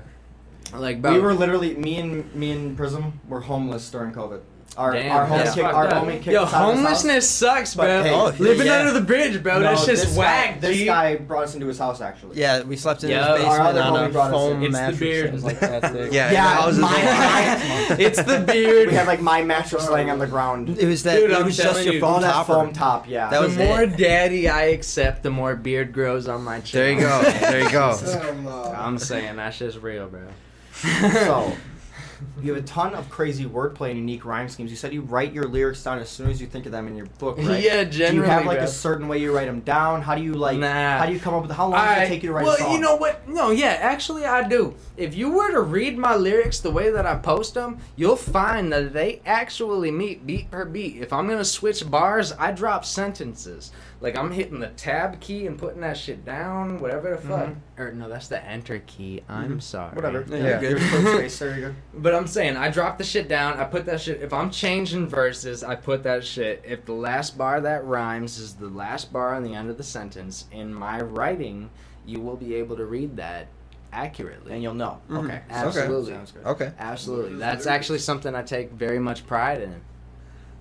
Speaker 1: Like, bro,
Speaker 2: We were literally me and me and Prism were homeless during COVID. Our
Speaker 1: Damn,
Speaker 2: our home
Speaker 1: that's
Speaker 2: kick,
Speaker 1: fucked
Speaker 2: our
Speaker 1: up.
Speaker 2: homie kicked
Speaker 1: Yo,
Speaker 2: us out of his house.
Speaker 1: homelessness sucks,
Speaker 2: But
Speaker 1: bro.
Speaker 2: hey, Oh,
Speaker 1: Living
Speaker 5: yeah.
Speaker 1: under the bridge, bro.
Speaker 2: No,
Speaker 1: That's just
Speaker 2: this guy-
Speaker 1: whack,
Speaker 2: this
Speaker 1: G.
Speaker 2: guy brought us into his house actually.
Speaker 5: Yeah, we slept in
Speaker 1: Yeah.
Speaker 5: his
Speaker 1: Our
Speaker 5: basement
Speaker 2: other
Speaker 5: on
Speaker 2: homie
Speaker 5: a
Speaker 2: brought us
Speaker 5: foam
Speaker 2: in.
Speaker 1: It's the
Speaker 5: mattress.
Speaker 1: beard.
Speaker 5: It was like that thick.
Speaker 3: Yeah,
Speaker 2: Yeah,
Speaker 3: I was just-
Speaker 2: my-
Speaker 1: It's the beard.
Speaker 2: We had like my mattress laying on the ground.
Speaker 5: It was that.
Speaker 1: Dude,
Speaker 5: it
Speaker 1: I'm
Speaker 5: was just
Speaker 1: telling
Speaker 5: your
Speaker 1: you.
Speaker 5: foam
Speaker 2: All that
Speaker 5: topper.
Speaker 2: foam top, yeah.
Speaker 5: That
Speaker 1: the
Speaker 5: was
Speaker 1: more
Speaker 5: it.
Speaker 1: daddy I accept, the more beard grows on my chin.
Speaker 3: There you go. There you go.
Speaker 4: Hell no.
Speaker 1: I'm saying that's just real, bro.
Speaker 2: so you have a ton of crazy wordplay and unique rhyme schemes. You said you write your lyrics down as soon as you think of them in your book, right?
Speaker 1: Yeah,
Speaker 2: Do you
Speaker 1: generally,
Speaker 2: have like
Speaker 1: bro.
Speaker 2: a certain way you write them down? How do you like?
Speaker 1: Nah.
Speaker 2: How do you come up with? How long does it
Speaker 1: Alright,
Speaker 2: take you to write
Speaker 1: well,
Speaker 2: a song?
Speaker 1: you know what? No, yeah, actually, I do. If you were to read my lyrics the way that I post them, you'll find that they actually meet beat per beat. If I'm gonna switch bars, I drop sentences. Like I'm hitting the tab key and putting that shit down, whatever the fuck. Or no, that's the enter key. I'm sorry.
Speaker 2: Mm-hmm. whatever.
Speaker 3: Yeah.
Speaker 2: Your first space, there you go.
Speaker 1: But I'm saying I drop the shit down. I put that shit. If I'm changing verses, I put that shit. If the last bar that rhymes is the last bar on the end of the sentence in my writing, you will be able to read that accurately.
Speaker 2: And you'll know. Mm-hmm. Okay.
Speaker 1: Absolutely.
Speaker 2: Sounds good.
Speaker 3: Okay.
Speaker 1: Absolutely. That's actually something I take very much pride in.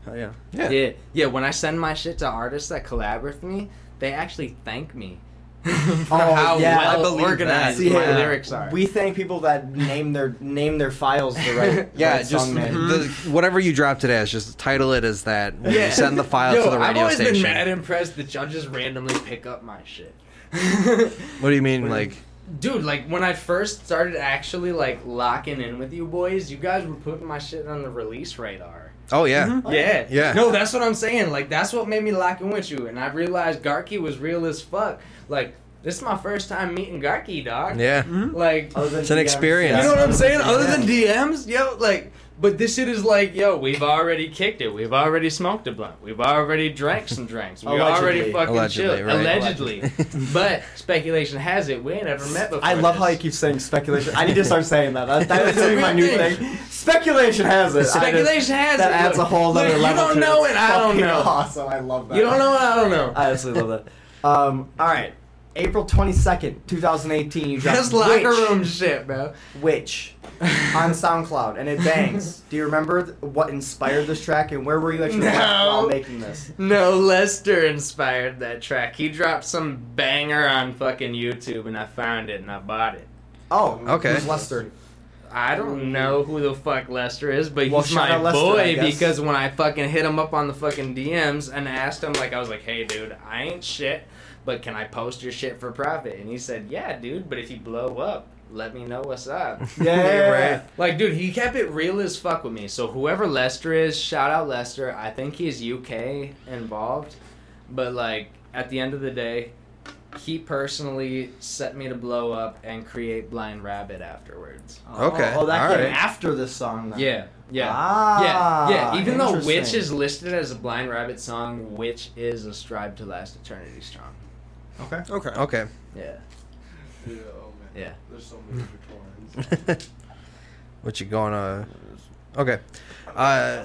Speaker 5: Oh, yeah.
Speaker 1: Yeah.
Speaker 3: Yeah.
Speaker 1: yeah. When I send my shit to artists that collab with me, they actually thank me for
Speaker 2: Oh,
Speaker 1: how
Speaker 2: yeah, I
Speaker 1: well
Speaker 5: believe
Speaker 1: organized
Speaker 5: that.
Speaker 1: my
Speaker 5: Yeah.
Speaker 1: lyrics are.
Speaker 2: We thank people that name their name their files the right.
Speaker 3: Yeah,
Speaker 2: right
Speaker 3: just
Speaker 2: song name.
Speaker 3: the, whatever you drop today is just title it as that. When
Speaker 1: Yeah.
Speaker 3: you send the file
Speaker 1: Yo,
Speaker 3: to the
Speaker 1: I've
Speaker 3: radio
Speaker 1: always been
Speaker 3: station.
Speaker 1: mad impressed that y'all just randomly pick up my shit.
Speaker 3: What do you mean, like?
Speaker 1: Dude, like when I first started actually like locking in with you boys, you guys were putting my shit on the release radar.
Speaker 3: Oh yeah.
Speaker 1: Yeah.
Speaker 3: Yeah.
Speaker 1: No, that's what I'm saying. Like that's what made me lock in with you, and I realized Garky was real as fuck. Like this is my first time meeting Garky, dog.
Speaker 3: Yeah.
Speaker 1: Like
Speaker 2: Other than
Speaker 3: It's an
Speaker 2: DMs,
Speaker 3: experience.
Speaker 1: you
Speaker 2: yeah.
Speaker 1: know what I'm saying? Other than DMs, yo, like, but this shit is like, yo, we've already kicked it. We've already smoked a blunt. We've already drank some drinks. We already
Speaker 2: Allegedly.
Speaker 1: fucking
Speaker 3: Allegedly,
Speaker 1: chilled.
Speaker 3: right.
Speaker 1: Allegedly. but speculation has it, we ain't ever met before.
Speaker 2: I love how
Speaker 1: this.
Speaker 2: you keep saying speculation. I need to start saying that. That, that is
Speaker 1: It's a
Speaker 2: gonna be my
Speaker 1: real
Speaker 2: new
Speaker 1: thing.
Speaker 2: thing. Speculation has it. I just-
Speaker 1: Speculation has
Speaker 2: that
Speaker 1: it.
Speaker 2: adds
Speaker 1: Look,
Speaker 2: a whole other
Speaker 1: look,
Speaker 2: level.
Speaker 1: You don't
Speaker 2: to
Speaker 1: know
Speaker 2: it.
Speaker 1: and I don't
Speaker 2: Fucking
Speaker 1: know.
Speaker 2: Awesome. I love that.
Speaker 1: You don't know and I don't know.
Speaker 2: I absolutely love that. Um, all right, April twenty second, two thousand eighteen. You dropped
Speaker 1: That's locker
Speaker 2: Witch,
Speaker 1: room shit, bro.
Speaker 2: Witch on SoundCloud, and it bangs. Do you remember th- what inspired this track, and where were you at your
Speaker 1: No.
Speaker 2: desk while making this?
Speaker 1: No, Lester inspired that track. He dropped some banger on fucking YouTube, and I found it and I bought it.
Speaker 2: Oh,
Speaker 3: Okay.
Speaker 2: Who's Lester?
Speaker 1: I don't know who the fuck Lester is, but
Speaker 2: Well,
Speaker 1: he's
Speaker 2: shout
Speaker 1: my
Speaker 2: out Lester, I
Speaker 1: boy
Speaker 2: guess.
Speaker 1: because when I fucking hit him up on the fucking DMs and asked him, like, I was like, hey, dude, I ain't shit, but can I post your shit for profit? And he said, yeah, dude, but if you blow up, let me know what's up.
Speaker 2: Yeah.
Speaker 3: right.
Speaker 1: like, dude, he kept it real as fuck with me. So whoever Lester is, shout out Lester. I think he's UK involved, but like at the end of the day. He personally set me to blow up and create Blind Rabbit afterwards.
Speaker 3: Okay,
Speaker 2: Oh, that came
Speaker 3: alright.
Speaker 2: after this song. Then.
Speaker 1: Yeah, yeah,
Speaker 2: Ah,
Speaker 1: yeah, yeah. Even though
Speaker 2: interesting.
Speaker 1: "Witch" is listed as a Blind Rabbit song, "Witch" is a strive to last eternity strong.
Speaker 2: Okay.
Speaker 5: Okay.
Speaker 3: Okay.
Speaker 1: Yeah,
Speaker 4: Yeah, oh man.
Speaker 1: yeah.
Speaker 4: There's so many Victorians.
Speaker 3: what you gonna? Okay. Uh,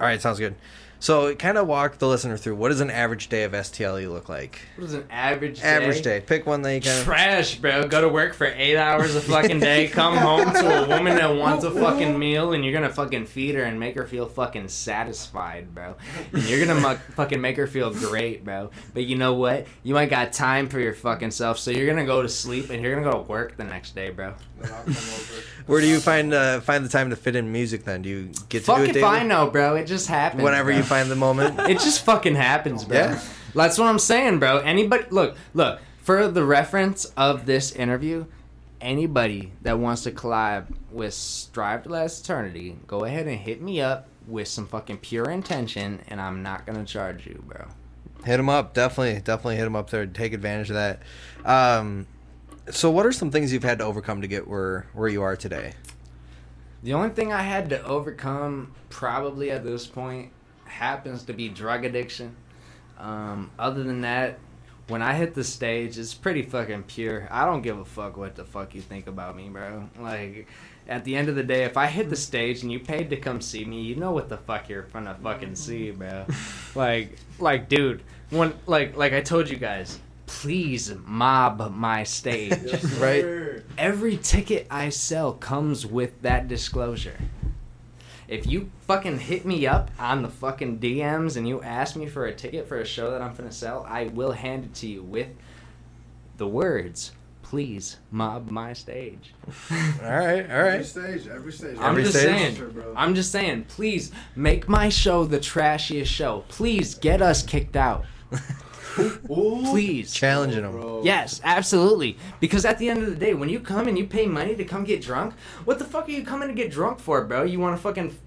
Speaker 3: all right. Sounds good. So, kind of walk the listener through what does an average day of STLE E look like?
Speaker 1: What is an average day?
Speaker 3: Average day. Pick one that you kind of.
Speaker 1: Trash, bro. Go to work for eight hours a fucking day. Come home to a woman that wants a fucking meal, and you're gonna fucking feed her and make her feel fucking satisfied, bro. And you're gonna mu- fucking make her feel great, bro. But you know what? You ain't got time for your fucking self, so you're gonna go to sleep and you're gonna go to work the next day, bro.
Speaker 4: Then I'll come over.
Speaker 3: Where do you find uh, find the time to fit in music? Then do you get to
Speaker 1: Fuck
Speaker 3: do it
Speaker 1: if I
Speaker 3: daily?
Speaker 1: know, bro. It just happens.
Speaker 3: Whenever
Speaker 1: bro.
Speaker 3: you find the moment.
Speaker 1: it just fucking happens, bro.
Speaker 3: Yeah.
Speaker 1: That's what I'm saying, bro. Anybody, look, look. For the reference of this interview, anybody that wants to collab with Strive to Last Eternity, go ahead and hit me up with some fucking pure intention, and I'm not gonna charge you, bro.
Speaker 3: Hit him up, definitely, definitely hit him up there. Take advantage of that. Um, so, what are some things you've had to overcome to get where where you are today?
Speaker 1: The only thing I had to overcome, probably at this point, happens to be drug addiction. Um, other than that, when I hit the stage, it's pretty fucking pure. I don't give a fuck what the fuck you think about me, bro. Like, at the end of the day, if I hit the stage and you paid to come see me, you know what the fuck you're gonna fucking see, bro. like, like, dude, when like like I told you guys, please mob my stage.
Speaker 3: Right.
Speaker 4: Sir.
Speaker 1: Every ticket I sell comes with that disclosure. If you fucking hit me up on the fucking DMs and you ask me for a ticket for a show that I'm gonna sell, I will hand it to you with the words, please mob my stage.
Speaker 3: All right, all
Speaker 4: Every
Speaker 3: right.
Speaker 4: stage, every stage.
Speaker 1: I'm
Speaker 3: Every
Speaker 1: just
Speaker 3: stage?
Speaker 1: saying.
Speaker 4: Bro.
Speaker 1: I'm just saying, please make my show the trashiest show. Please get us kicked out.
Speaker 4: Ooh.
Speaker 1: Please.
Speaker 3: Challenging them.
Speaker 4: Bro.
Speaker 1: Yes, absolutely. Because at the end of the day, when you come and you pay money to come get drunk, what the fuck are you coming to get drunk for, bro? You want to fucking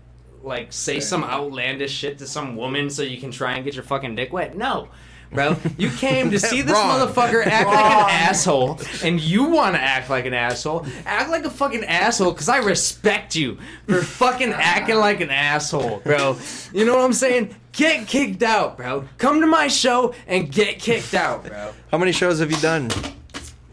Speaker 1: like say some outlandish shit to some woman so you can try and get your fucking dick wet? No. Bro, you came to see this
Speaker 3: Wrong.
Speaker 1: motherfucker act like an asshole, and you want to act like an asshole. Act like a fucking asshole, cause I respect you for fucking acting like an asshole, bro. You know what I'm saying? Get kicked out, bro. Come to my show and get kicked out, bro.
Speaker 3: How many shows have you done? Do you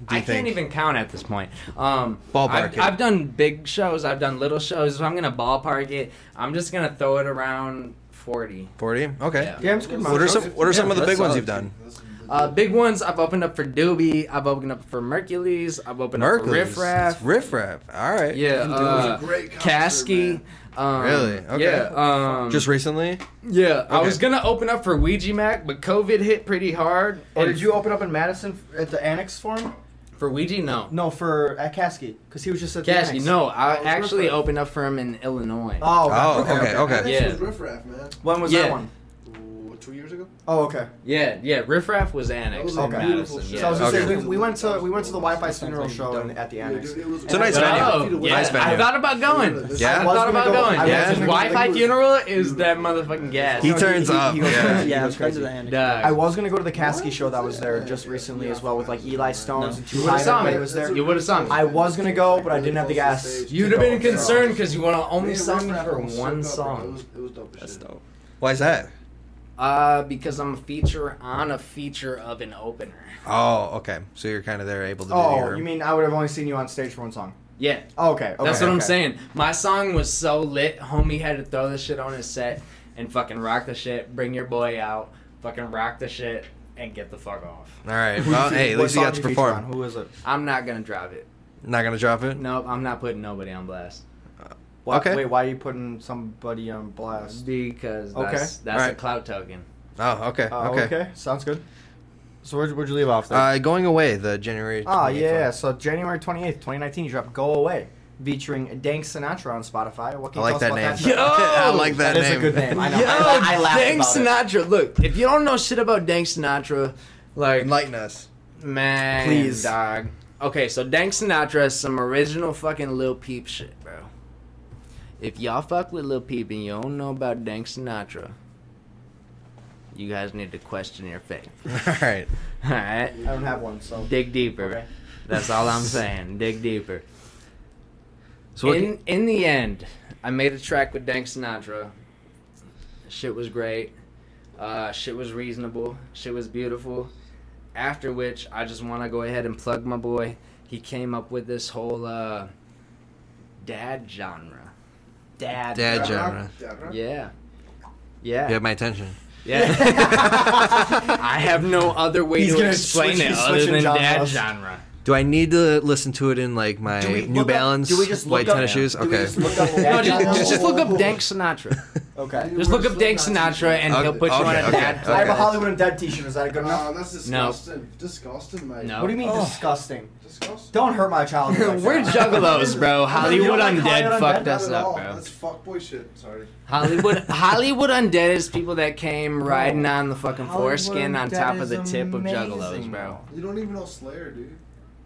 Speaker 1: I
Speaker 3: think?
Speaker 1: can't even count at this point. Um,
Speaker 3: Ballpark
Speaker 1: I've,
Speaker 3: it.
Speaker 1: I've done big shows. I've done little shows. If I'm gonna ballpark it, I'm just gonna throw it around forty.
Speaker 3: Forty. Okay.
Speaker 1: Yeah.
Speaker 2: Yeah, I'm just
Speaker 3: What are some What are some of the big ones you've done?
Speaker 4: That's-
Speaker 1: Uh, big ones. I've opened up for Doobie. I've opened up for Mercules. I've opened up for
Speaker 3: Mercury's.
Speaker 1: Riff Raff.
Speaker 3: Riff Raff. All right.
Speaker 1: Yeah, uh,
Speaker 4: was a great concert,
Speaker 1: Kasky.
Speaker 4: man.
Speaker 1: Um,
Speaker 3: Really? Okay.
Speaker 1: Yeah. Um,
Speaker 3: Just recently.
Speaker 1: yeah. I
Speaker 3: okay.
Speaker 1: was gonna open up for Ouija Mac, but COVID hit pretty hard.
Speaker 2: Or
Speaker 1: and
Speaker 2: Oh, did you open up in Madison f- at the Annex for him?
Speaker 1: for Ouija? No.
Speaker 2: No, for at Caskey, because he was just at the
Speaker 1: Kasky.
Speaker 2: Annex.
Speaker 1: No. I
Speaker 2: Oh,
Speaker 1: actually
Speaker 2: Riff Raff.
Speaker 1: opened up for him in Illinois.
Speaker 2: Oh,
Speaker 3: Oh,
Speaker 2: okay, okay,
Speaker 3: okay,
Speaker 4: That
Speaker 1: Yeah.
Speaker 4: was Riff Raff, man.
Speaker 2: When was
Speaker 1: Yeah.
Speaker 2: that one?
Speaker 4: Ooh, two years ago?
Speaker 2: Oh, okay.
Speaker 1: Yeah, yeah. Riff Raff was
Speaker 4: That
Speaker 1: annexed.
Speaker 4: was
Speaker 1: in
Speaker 4: a
Speaker 2: Okay.
Speaker 4: beautiful
Speaker 1: Madison,
Speaker 4: show.
Speaker 2: So I was
Speaker 1: yeah.
Speaker 2: gonna say,
Speaker 3: Okay.
Speaker 2: we, we went to we went to the Wi-Fi funeral show in, at the
Speaker 4: Yeah,
Speaker 2: Annex.
Speaker 4: dude, it was-
Speaker 3: It's a nice
Speaker 4: Yeah.
Speaker 3: venue.
Speaker 1: Oh,
Speaker 4: Feet away.
Speaker 1: yeah.
Speaker 3: Nice venue.
Speaker 1: I thought about going.
Speaker 3: Yeah.
Speaker 1: I thought about
Speaker 2: I was gonna
Speaker 1: going.
Speaker 2: go- I
Speaker 1: yeah.
Speaker 3: was gonna go,
Speaker 1: Wi Fi
Speaker 2: like,
Speaker 1: funeral is that motherfucking gas.
Speaker 3: He
Speaker 2: No,
Speaker 3: turns up,
Speaker 2: goes
Speaker 3: yeah.
Speaker 2: crazy, he
Speaker 5: yeah,
Speaker 2: goes
Speaker 5: I've tried to
Speaker 2: crazy.
Speaker 5: the annex.
Speaker 1: Duh.
Speaker 2: I was gonna go to the Caskey
Speaker 4: What?
Speaker 2: show that was there just
Speaker 4: Yeah.
Speaker 2: recently
Speaker 4: Yeah.
Speaker 2: as well with like Eli Stones
Speaker 5: No.
Speaker 2: and
Speaker 1: You
Speaker 2: Two
Speaker 1: would've
Speaker 2: Live,
Speaker 1: saw me.
Speaker 2: everybody was there.
Speaker 1: You would've saw me.
Speaker 2: I was gonna go, but I didn't have the gas.
Speaker 1: You'd have been concerned because you want to
Speaker 4: Me
Speaker 1: only
Speaker 4: and
Speaker 1: sign me
Speaker 4: Riff Raff
Speaker 1: for
Speaker 4: almost
Speaker 1: one
Speaker 4: hooked up, bro.
Speaker 1: song.
Speaker 4: It was, it was dope as
Speaker 5: That's
Speaker 4: shit.
Speaker 5: dope.
Speaker 3: Why is that?
Speaker 1: Uh, because I'm a feature on a feature of an opener.
Speaker 3: Oh, okay. So you're kind of there able to. do
Speaker 2: Oh,
Speaker 3: your-
Speaker 2: you mean I would have only seen you on stage for one song?
Speaker 1: Yeah.
Speaker 2: Oh, okay, okay.
Speaker 1: That's what I'm
Speaker 2: okay.
Speaker 1: saying. My song was so lit, homie had to throw this shit on his set and fucking rock the shit, bring your boy out, fucking rock the shit, and get the fuck off.
Speaker 3: All right. Well, hey, at
Speaker 2: What
Speaker 3: least you
Speaker 2: song
Speaker 3: got to
Speaker 2: did feature on?
Speaker 3: perform.
Speaker 2: Who is it?
Speaker 1: I'm not gonna drop it.
Speaker 3: Not gonna drop it.
Speaker 1: Nope, I'm not putting nobody on blast.
Speaker 2: Why,
Speaker 3: Okay.
Speaker 2: Wait, why are you putting somebody on blast?
Speaker 1: Because
Speaker 2: Okay.
Speaker 1: that's, that's
Speaker 3: Alright.
Speaker 1: a clout token.
Speaker 3: Oh, okay.
Speaker 2: Uh,
Speaker 3: okay.
Speaker 2: okay. sounds good. So where'd, where'd you leave off? There?
Speaker 3: Uh, going away the January.
Speaker 2: Ah,
Speaker 3: 28th
Speaker 2: yeah,
Speaker 3: one.
Speaker 2: yeah. So January 28th, 2019, you dropped Go Away featuring Dank Sinatra on Spotify. What
Speaker 3: I
Speaker 2: can you
Speaker 3: like that
Speaker 2: tell
Speaker 3: name.
Speaker 2: us about
Speaker 1: Yo!
Speaker 2: that?
Speaker 3: I like that,
Speaker 2: That is
Speaker 3: name.
Speaker 2: a good name. I know.
Speaker 1: Yo,
Speaker 2: I, I laughed
Speaker 1: Dank
Speaker 2: about it.
Speaker 1: Sinatra. Look, if you don't know shit about Dank Sinatra, like,
Speaker 3: Enlighten us.
Speaker 1: man,
Speaker 2: Please.
Speaker 1: dog. Okay, so Dank Sinatra is some original fucking Lil Peep shit, bro. If y'all fuck with Lil Peep and you don't know about Dank Sinatra, you guys need to question your faith.
Speaker 3: All right.
Speaker 1: All right,
Speaker 2: I don't have one, so.
Speaker 1: dig deeper.
Speaker 2: Okay.
Speaker 1: That's all I'm saying. Dig deeper.
Speaker 3: So what,
Speaker 1: in in the end, I made a track with Dank Sinatra. Shit was great. Uh, shit was reasonable. Shit was beautiful. After which, I just want to go ahead and plug my boy. He came up with this whole uh, dad genre.
Speaker 2: Dad.
Speaker 3: Dad
Speaker 4: Yeah,
Speaker 3: genre.
Speaker 4: right? Yeah, right?
Speaker 1: Yeah.
Speaker 3: You
Speaker 2: Ah.
Speaker 1: Yeah.
Speaker 3: have my attention.
Speaker 1: Yeah. I have no other way
Speaker 2: He's
Speaker 1: to
Speaker 2: gonna
Speaker 1: explain
Speaker 2: switch-
Speaker 1: it
Speaker 2: he's
Speaker 1: other
Speaker 2: switching
Speaker 1: than dad
Speaker 2: genres.
Speaker 1: genre.
Speaker 3: Do I need to listen to it in like my
Speaker 2: Do we
Speaker 3: New
Speaker 2: look up-
Speaker 3: Balance
Speaker 2: do we just
Speaker 3: white
Speaker 2: look up-
Speaker 3: tennis shoes?
Speaker 2: do we
Speaker 3: Okay.
Speaker 2: just look up-
Speaker 1: No, just,
Speaker 2: Yeah.
Speaker 1: just look up Dank Sinatra.
Speaker 2: Okay.
Speaker 1: Just look up Dank Sinatra and
Speaker 3: Okay,
Speaker 1: he'll put you on
Speaker 3: okay,
Speaker 1: a dad
Speaker 3: okay,
Speaker 2: I have a
Speaker 3: okay.
Speaker 2: Hollywood and Dead t-shirt. Is that good
Speaker 4: No,
Speaker 2: enough?
Speaker 4: that's
Speaker 1: No.
Speaker 4: disgusting. Disgusting, mate.
Speaker 1: No.
Speaker 2: What do you mean
Speaker 3: Oh.
Speaker 2: disgusting?
Speaker 4: Disgusting.
Speaker 2: Don't hurt my childhood. like
Speaker 1: We're
Speaker 2: that.
Speaker 1: juggalos, bro. Hollywood
Speaker 2: like
Speaker 1: Undead
Speaker 2: Hollywood
Speaker 1: fucked
Speaker 2: Undead?
Speaker 1: us
Speaker 4: Not at
Speaker 1: up,
Speaker 4: all.
Speaker 1: bro.
Speaker 4: That's fuckboy shit. Sorry.
Speaker 1: Hollywood Hollywood Undead is people that came riding on the fucking
Speaker 2: Hollywood
Speaker 1: foreskin on
Speaker 2: Undead
Speaker 1: top of
Speaker 2: is
Speaker 1: the tip of
Speaker 2: amazing,
Speaker 1: juggalos, bro.
Speaker 4: You don't even know Slayer, dude.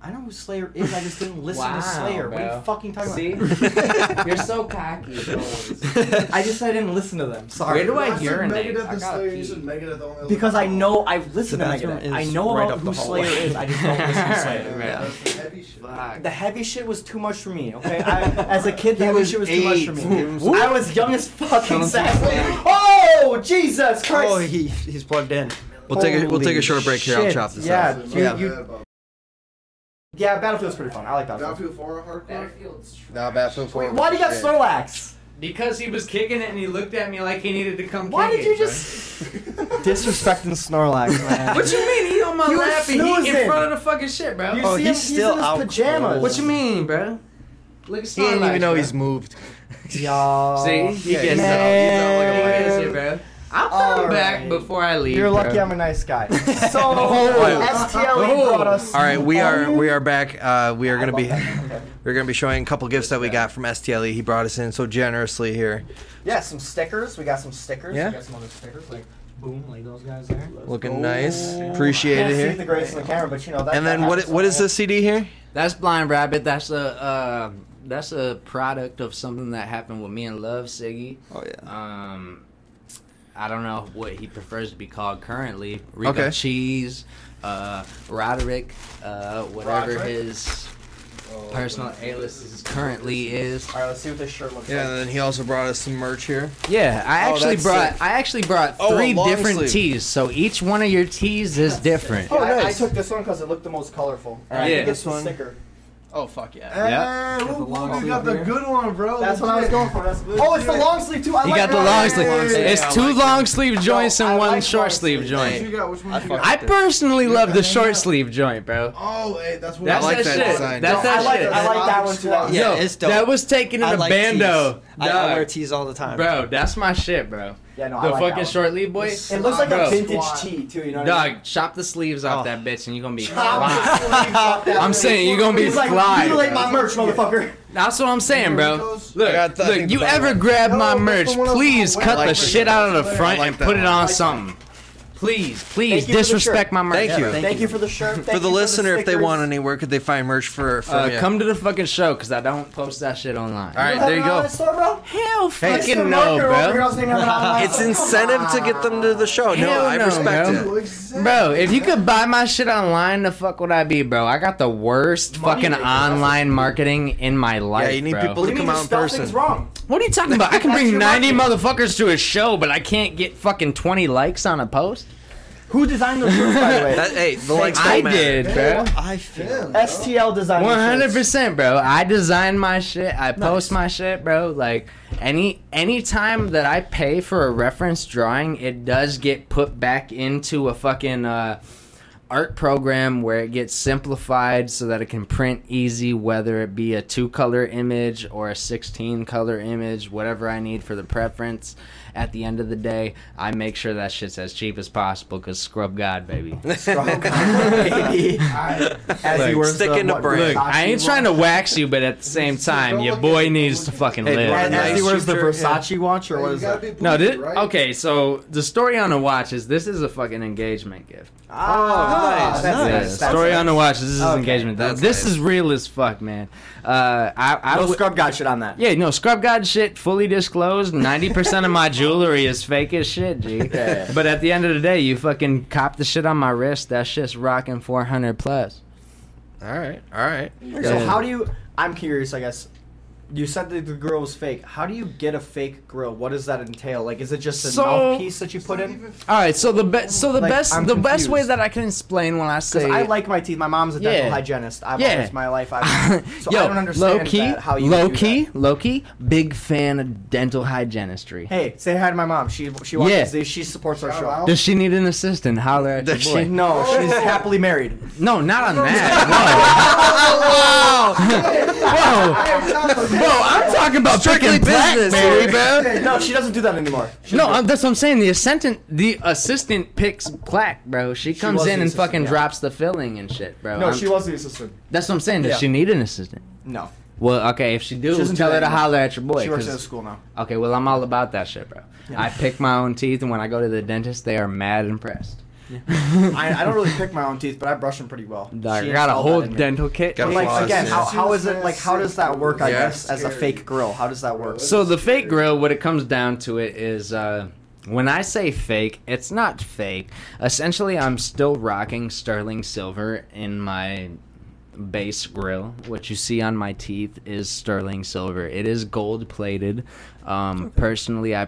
Speaker 2: I know who Slayer is. I just didn't listen
Speaker 1: Wow,
Speaker 2: to Slayer. What are
Speaker 1: bro.
Speaker 2: you fucking talking about?
Speaker 1: You're so cocky.
Speaker 2: I just I didn't listen to them. Sorry.
Speaker 1: Where do I
Speaker 4: said
Speaker 1: urinate?
Speaker 4: Megadeth
Speaker 1: I gotta
Speaker 4: and Slayer.
Speaker 1: pee.
Speaker 4: You said Megadeth only.
Speaker 2: Because I know I've listened to
Speaker 5: The bathroom
Speaker 2: Megadeth.
Speaker 5: is
Speaker 2: I know
Speaker 5: right
Speaker 2: about
Speaker 5: up the
Speaker 2: who Slayer
Speaker 5: hallway.
Speaker 2: is. I just don't listen to Slayer.
Speaker 1: Right.
Speaker 4: Yeah, that's the heavy shit.
Speaker 1: Fuck.
Speaker 2: The heavy shit was too much for me. Okay, I, as a kid, the
Speaker 1: He
Speaker 2: heavy
Speaker 1: was
Speaker 2: shit was
Speaker 1: eight.
Speaker 2: too much for
Speaker 1: He
Speaker 2: me.
Speaker 1: was-
Speaker 2: I was young as fuck.
Speaker 5: Sounds
Speaker 2: Exactly.
Speaker 5: like-
Speaker 2: Oh Jesus Christ!
Speaker 5: Oh, he, he's plugged in.
Speaker 3: We'll take a we'll take a
Speaker 2: Holy
Speaker 3: short break here. I'll
Speaker 2: shit,
Speaker 3: chop this
Speaker 2: yeah.
Speaker 3: up.
Speaker 4: That's
Speaker 2: you-
Speaker 4: not
Speaker 2: you-
Speaker 4: bad about
Speaker 2: yeah, Battlefield's pretty fun. I like Battlefield.
Speaker 4: Battlefield 4 hardcore?
Speaker 3: Nah, Battlefield
Speaker 2: Wait, why do you got Snorlax?
Speaker 1: Because he was kicking it and he looked at me like he needed to come
Speaker 2: Why
Speaker 1: kick
Speaker 2: did
Speaker 1: it,
Speaker 2: you
Speaker 1: bro.
Speaker 2: just disrespecting Snorlax, man?
Speaker 1: What you mean? He on my
Speaker 2: You were
Speaker 1: lap and he in
Speaker 2: snoozing.
Speaker 1: front of the fucking shit, bro.
Speaker 2: You
Speaker 1: Oh,
Speaker 2: see him?
Speaker 3: he's
Speaker 2: He's
Speaker 3: still
Speaker 2: in his
Speaker 3: out
Speaker 2: pajamas.
Speaker 3: cold.
Speaker 1: What you mean, bro? Look at
Speaker 3: He didn't
Speaker 1: Snorlax,
Speaker 3: even know
Speaker 1: bro.
Speaker 3: he's moved.
Speaker 2: Y'all.
Speaker 1: See, he
Speaker 3: Yeah,
Speaker 1: gets
Speaker 3: he's out.
Speaker 1: it.
Speaker 3: He's out like
Speaker 1: He
Speaker 3: a
Speaker 2: Man.
Speaker 1: gets
Speaker 3: man.
Speaker 1: it, bro. I'll come
Speaker 2: All
Speaker 1: back
Speaker 2: right.
Speaker 1: before I leave.
Speaker 2: You're lucky
Speaker 1: bro.
Speaker 2: I'm a nice guy. So STLE
Speaker 1: Oh.
Speaker 2: brought us.
Speaker 3: All right, we are we are back. Uh, we are
Speaker 2: I
Speaker 3: gonna be
Speaker 2: love that.
Speaker 3: we're gonna be showing a couple gifts that we got from STLE. E. He brought us in so generously here.
Speaker 2: Yeah, some stickers. We got some stickers.
Speaker 3: Yeah.
Speaker 2: We got some other stickers. Like boom, like those guys there.
Speaker 3: Looking nice,
Speaker 2: Can't
Speaker 3: appreciate it
Speaker 2: see
Speaker 3: here.
Speaker 2: the grace of the camera, but you know that.
Speaker 3: And then what what is this CD here?
Speaker 1: That's Blind Rabbit. That's a uh, that's a product of something that happened with me and Love Siggy.
Speaker 5: Oh yeah.
Speaker 1: Um, I don't know what he prefers to be called currently. Rico
Speaker 3: Okay.
Speaker 1: Cheese, uh, Roderick, uh, whatever
Speaker 4: Roderick?
Speaker 1: his
Speaker 3: Oh,
Speaker 1: personal alias is currently is.
Speaker 2: All right, let's see what this shirt looks
Speaker 3: Yeah,
Speaker 2: like.
Speaker 3: and then he also brought us some merch here.
Speaker 1: Yeah, I
Speaker 3: Oh,
Speaker 1: actually
Speaker 3: that's
Speaker 1: brought
Speaker 3: sick.
Speaker 1: I actually brought
Speaker 3: Oh, a
Speaker 1: three
Speaker 3: long
Speaker 1: different
Speaker 3: sleeve.
Speaker 1: teas, so each one of your teas is different.
Speaker 2: Oh, I, I
Speaker 3: nice.
Speaker 2: took this one because it looked the most colorful. All right,
Speaker 1: Yeah.
Speaker 2: yeah,
Speaker 1: This
Speaker 2: this one.
Speaker 3: one.
Speaker 2: Sticker.
Speaker 3: Oh fuck yeah.
Speaker 1: Yeah.
Speaker 4: Hey,
Speaker 5: Got the long
Speaker 4: woo, woo,
Speaker 5: sleeve
Speaker 4: you got the
Speaker 5: here.
Speaker 4: good one, bro.
Speaker 2: That's what I was
Speaker 4: Legit.
Speaker 2: going for. That's oh, it's the long sleeve too. I
Speaker 1: You
Speaker 2: like
Speaker 1: got the
Speaker 2: that.
Speaker 1: long sleeve.
Speaker 4: long sleeve.
Speaker 1: It's
Speaker 3: Yeah, I
Speaker 1: two
Speaker 3: like
Speaker 1: long sleeve joints
Speaker 2: I
Speaker 1: and one
Speaker 2: like long
Speaker 1: short sleeve
Speaker 2: sleeves.
Speaker 4: What you
Speaker 1: joint.
Speaker 4: got? Which one you got?
Speaker 1: I personally love the short sleeve joint, bro.
Speaker 4: Oh, hey, that's what
Speaker 1: That's
Speaker 4: I
Speaker 3: like
Speaker 1: that,
Speaker 3: that
Speaker 1: shit.
Speaker 3: design.
Speaker 1: That's
Speaker 3: No,
Speaker 1: that
Speaker 2: I like,
Speaker 1: shit.
Speaker 2: it. I like that one too. That was-
Speaker 5: Yeah,
Speaker 1: Yo,
Speaker 5: it's dope.
Speaker 1: That was taken in
Speaker 5: I
Speaker 1: a
Speaker 5: like
Speaker 1: bando.
Speaker 5: tees. I, I
Speaker 1: Dog.
Speaker 5: wear tees all the time.
Speaker 1: Bro, that's my shit, bro.
Speaker 2: Yeah, no, I
Speaker 1: the
Speaker 2: like
Speaker 1: fucking
Speaker 2: that one.
Speaker 1: short leave boy.
Speaker 2: It looks like
Speaker 1: Bro.
Speaker 2: a vintage tee too. You know what I mean?
Speaker 1: Dog, chop the sleeves off
Speaker 3: Oh.
Speaker 1: that bitch and you're gonna be fly. I'm
Speaker 2: I'm
Speaker 1: saying you're gonna be
Speaker 2: He's like,
Speaker 1: fly.
Speaker 2: mutilate
Speaker 1: bro.
Speaker 2: my merch, motherfucker.
Speaker 1: That's what I'm saying, bro.
Speaker 4: Doritos?
Speaker 1: Look,
Speaker 3: I got the- I
Speaker 1: look,
Speaker 3: think
Speaker 1: you
Speaker 3: the bottom
Speaker 1: ever
Speaker 3: one.
Speaker 1: grab
Speaker 4: No,
Speaker 1: my
Speaker 4: that's the
Speaker 1: merch,
Speaker 4: one I was
Speaker 1: please
Speaker 4: wearing.
Speaker 1: cut
Speaker 3: I like
Speaker 1: the
Speaker 3: that.
Speaker 1: shit out of the
Speaker 4: I
Speaker 1: front
Speaker 3: like
Speaker 1: and
Speaker 3: that
Speaker 1: put it
Speaker 3: one.
Speaker 1: on
Speaker 2: that.
Speaker 1: something. Please, please
Speaker 2: Thank you for the
Speaker 1: disrespect
Speaker 2: shirt.
Speaker 1: my merch.
Speaker 3: Thank you.
Speaker 2: Thank, you for the shirt.
Speaker 3: For
Speaker 2: thank
Speaker 3: the
Speaker 2: you
Speaker 3: listener, if they
Speaker 2: stickers.
Speaker 3: want any, where could they find merch for for
Speaker 1: Uh,
Speaker 3: ya?
Speaker 1: Come to the fucking show because I don't post that shit online.
Speaker 3: All right,
Speaker 2: You have
Speaker 3: there you
Speaker 2: an
Speaker 3: go.
Speaker 2: online Store, bro?
Speaker 1: Hell
Speaker 2: Mr.
Speaker 1: fucking
Speaker 2: Marker
Speaker 1: no,
Speaker 2: over here
Speaker 1: bro.
Speaker 2: also didn't have an online
Speaker 3: It's
Speaker 2: store. Come
Speaker 3: incentive to
Speaker 2: on.
Speaker 3: get them to the
Speaker 1: Oh,
Speaker 3: show. No,
Speaker 1: Hell
Speaker 3: I
Speaker 1: no,
Speaker 3: respect
Speaker 1: bro.
Speaker 3: it.
Speaker 4: Ooh, exactly.
Speaker 1: Bro, if you could buy my shit online, the fuck would I be, bro? I got the worst fucking
Speaker 2: maker, that's
Speaker 1: online marketing in my life.
Speaker 3: Yeah, you need
Speaker 1: bro.
Speaker 3: people
Speaker 2: What do
Speaker 3: to
Speaker 2: you
Speaker 3: come
Speaker 2: mean you
Speaker 3: out in
Speaker 2: spell things
Speaker 3: person.
Speaker 2: wrong?
Speaker 1: What are you talking about? I can
Speaker 2: That's
Speaker 1: bring
Speaker 2: your
Speaker 1: 90
Speaker 2: marketing.
Speaker 1: motherfuckers to a show, but I can't get fucking 20 likes on a post?
Speaker 2: Who designed those shirts, by the way?
Speaker 3: That, hey, the likes
Speaker 1: I
Speaker 3: don't matter.
Speaker 1: did, bro.
Speaker 5: I feel.
Speaker 4: Damn, bro.
Speaker 2: STL designed
Speaker 1: One
Speaker 2: those
Speaker 1: hundred
Speaker 2: shirts.
Speaker 1: percent, bro. I design my shit. I post my shit, bro. Like any any time that I pay for a reference drawing, it does get put back into a fucking uh, art program where it gets simplified so that it can print easy, whether it be a two color image or a sixteen color image, whatever I need for the preference. At the end of the day, I make sure that shit's as cheap as possible because scrub god, baby.
Speaker 2: As
Speaker 1: Look,
Speaker 2: you were
Speaker 3: stick
Speaker 2: the-
Speaker 3: in the
Speaker 2: what,
Speaker 3: brain.
Speaker 1: Look,
Speaker 2: Versace
Speaker 1: I ain't trying to
Speaker 2: watch?
Speaker 1: wax you, but at the same time, your boy needs to fucking
Speaker 3: Hey,
Speaker 1: live.
Speaker 3: Lauren,
Speaker 2: As, as
Speaker 3: Nice
Speaker 2: he wears the
Speaker 3: future, yeah.
Speaker 2: Versace watch, or
Speaker 4: Hey,
Speaker 2: what
Speaker 4: you
Speaker 2: is
Speaker 4: gotta
Speaker 2: that?
Speaker 4: be bougie,
Speaker 1: No, this,
Speaker 4: right?
Speaker 1: okay, so the story on the watch is this is a fucking engagement gift.
Speaker 2: Ah,
Speaker 3: Oh, nice,
Speaker 2: that's
Speaker 3: nice.
Speaker 1: Yeah,
Speaker 2: That's
Speaker 1: story on the watch, this is
Speaker 2: Okay,
Speaker 1: engagement.
Speaker 3: that's
Speaker 1: this
Speaker 3: nice.
Speaker 1: is real as fuck, man. Uh, I, I
Speaker 2: No
Speaker 1: would-
Speaker 2: scrub got shit on that.
Speaker 1: yeah, no, scrub god shit, fully disclosed. 90% of my jewelry is fake as shit, G.
Speaker 2: Yeah.
Speaker 1: But at the end of the day, you fucking cop the shit on my wrist. That shit's rocking 400 plus.
Speaker 3: All right, all right.
Speaker 2: So
Speaker 1: Yeah.
Speaker 2: how do you? I'm curious. I guess you said that the grill was fake. How do you get a fake grill? What does that entail? Like, is it just a
Speaker 1: So-
Speaker 2: mouthpiece that you put
Speaker 4: Not
Speaker 2: in?
Speaker 4: even-
Speaker 1: All right, so the be- so the
Speaker 2: Like,
Speaker 1: best
Speaker 2: I'm
Speaker 1: the best way
Speaker 2: confused.
Speaker 1: that I can explain when I say
Speaker 2: Because I like my teeth. My mom's a dental
Speaker 1: Yeah.
Speaker 2: hygienist. I've
Speaker 1: Yeah.
Speaker 2: always my life. I've, so I don't understand
Speaker 1: low key,
Speaker 2: that, how you
Speaker 1: low
Speaker 2: do
Speaker 1: key,
Speaker 2: that.
Speaker 1: low key. Big fan of dental hygienistry.
Speaker 2: Hey, say hi to my mom. She she watches
Speaker 1: Yeah.
Speaker 2: these. She supports our
Speaker 4: Shout
Speaker 2: show.
Speaker 4: out.
Speaker 1: Does she need an assistant? Holler at your
Speaker 3: Does
Speaker 1: boy.
Speaker 3: she-
Speaker 2: No, she's happily married.
Speaker 1: No, not on that. Whoa. Whoa. Bro, I'm talking about
Speaker 3: Strictly
Speaker 1: freaking
Speaker 3: business,
Speaker 1: BlackBerry, bro.
Speaker 2: No, she doesn't do that anymore. She
Speaker 1: No, I'm, that's what I'm saying. The assistant, the assistant picks plaque, bro. She comes
Speaker 2: was
Speaker 1: in
Speaker 2: the
Speaker 1: and
Speaker 2: assistant,
Speaker 1: fucking
Speaker 2: yeah.
Speaker 1: drops the filling and shit, bro.
Speaker 2: no,
Speaker 1: I'm-
Speaker 2: she was the assistant.
Speaker 1: that's what I'm saying. Does
Speaker 2: Yeah.
Speaker 1: she need an assistant?
Speaker 2: No,
Speaker 1: Well, okay, if she do,
Speaker 2: She doesn't do
Speaker 1: tell
Speaker 2: that
Speaker 1: her to
Speaker 2: anymore.
Speaker 1: holler at your boy.
Speaker 2: she works
Speaker 1: 'cause-
Speaker 2: at a school now.
Speaker 1: Okay, well, I'm all about that shit, bro. I pick my own teeth, and when I go to the dentist, they are mad impressed.
Speaker 2: I, I don't really pick my own teeth, but I brush them pretty well.
Speaker 1: I
Speaker 2: She
Speaker 1: got a
Speaker 2: installed
Speaker 1: whole
Speaker 2: that in me.
Speaker 1: dental kit.
Speaker 3: Got
Speaker 2: But
Speaker 3: But,
Speaker 2: like
Speaker 3: Flaws,
Speaker 2: again,
Speaker 3: yeah.
Speaker 2: how, how is it like how does that work? I
Speaker 3: Yeah.
Speaker 2: guess as a fake grill, how does that work?
Speaker 1: So the fake grill, what it comes down to it is, uh, when I say fake, it's not fake. Essentially, I'm still rocking sterling silver in my base grill. What you see on my teeth is sterling silver. It is gold plated. Um, personally, I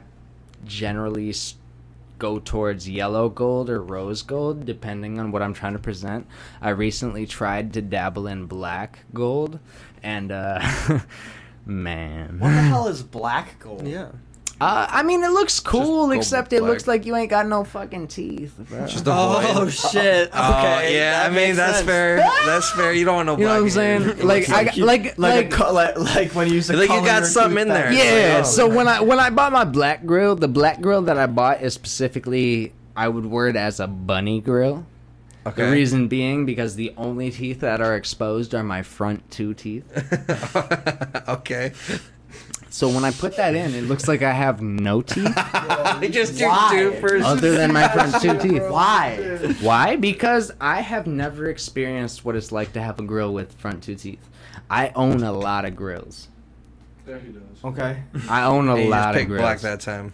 Speaker 1: generally s- go towards yellow gold or rose gold, depending on what I'm trying to present. I recently tried to dabble in black gold, and uh, man.
Speaker 2: What the hell is black gold?
Speaker 5: Yeah.
Speaker 1: Uh, I mean, it looks cool,
Speaker 3: Just go
Speaker 1: except it
Speaker 3: black.
Speaker 1: looks like you ain't got no fucking teeth, bro.
Speaker 3: Just
Speaker 5: Oh shit. Okay.
Speaker 3: Oh, yeah, I mean
Speaker 5: makes
Speaker 3: that's
Speaker 5: sense.
Speaker 3: fair. That's fair. You don't want no
Speaker 1: You know what I'm
Speaker 3: black hair.
Speaker 1: saying? Like, I, got- like,
Speaker 2: Like,
Speaker 1: like,
Speaker 2: a, co- like, like when you use the
Speaker 3: Like you
Speaker 2: color
Speaker 3: got
Speaker 2: or
Speaker 3: something in
Speaker 2: toothpaste.
Speaker 3: there.
Speaker 1: yeah.
Speaker 3: Oh.
Speaker 1: So when I when I bought my black grill, the black grill that I bought is specifically I would word as a bunny grill. The reason being because the only teeth that are exposed are my front two teeth.
Speaker 3: okay.
Speaker 1: So when I put that in, it looks like I have no teeth
Speaker 3: I just do
Speaker 2: Why?
Speaker 3: two first.
Speaker 1: other than my front two teeth.
Speaker 2: Why?
Speaker 1: Why? Because I have never experienced what it's like to have a grill with front two teeth. I own a lot of grills.
Speaker 4: There he goes.
Speaker 2: Okay.
Speaker 1: I own a
Speaker 3: you just
Speaker 1: lot of
Speaker 3: picked
Speaker 1: grills.
Speaker 3: black that time.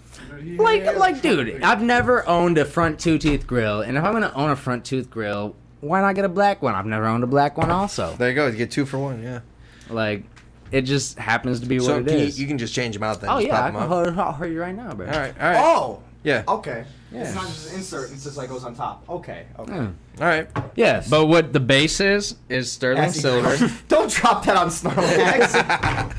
Speaker 1: Like, like, dude, I've never owned a front two tooth grill, and if I'm gonna own a front tooth grill, why not get a black one? I've never owned a black one, also.
Speaker 3: There you go. You get two for one. Yeah.
Speaker 1: Like, it just happens to be what
Speaker 3: So
Speaker 1: it
Speaker 3: can you,
Speaker 1: is.
Speaker 3: you can just change them out then.
Speaker 1: oh
Speaker 3: just
Speaker 1: yeah, I
Speaker 3: pop 'em
Speaker 1: can
Speaker 3: up.
Speaker 1: hold, I'll hold you right now, bro.
Speaker 3: All right. All right.
Speaker 2: Oh.
Speaker 3: Yeah. All
Speaker 2: Okay.
Speaker 1: Yeah.
Speaker 2: It's not just an insert. It's just like goes on top. Okay. Okay.
Speaker 1: Mm.
Speaker 3: right.
Speaker 1: Yeah, but what the base is is sterling
Speaker 2: That's-
Speaker 1: silver.
Speaker 2: Don't drop that on Snorlax.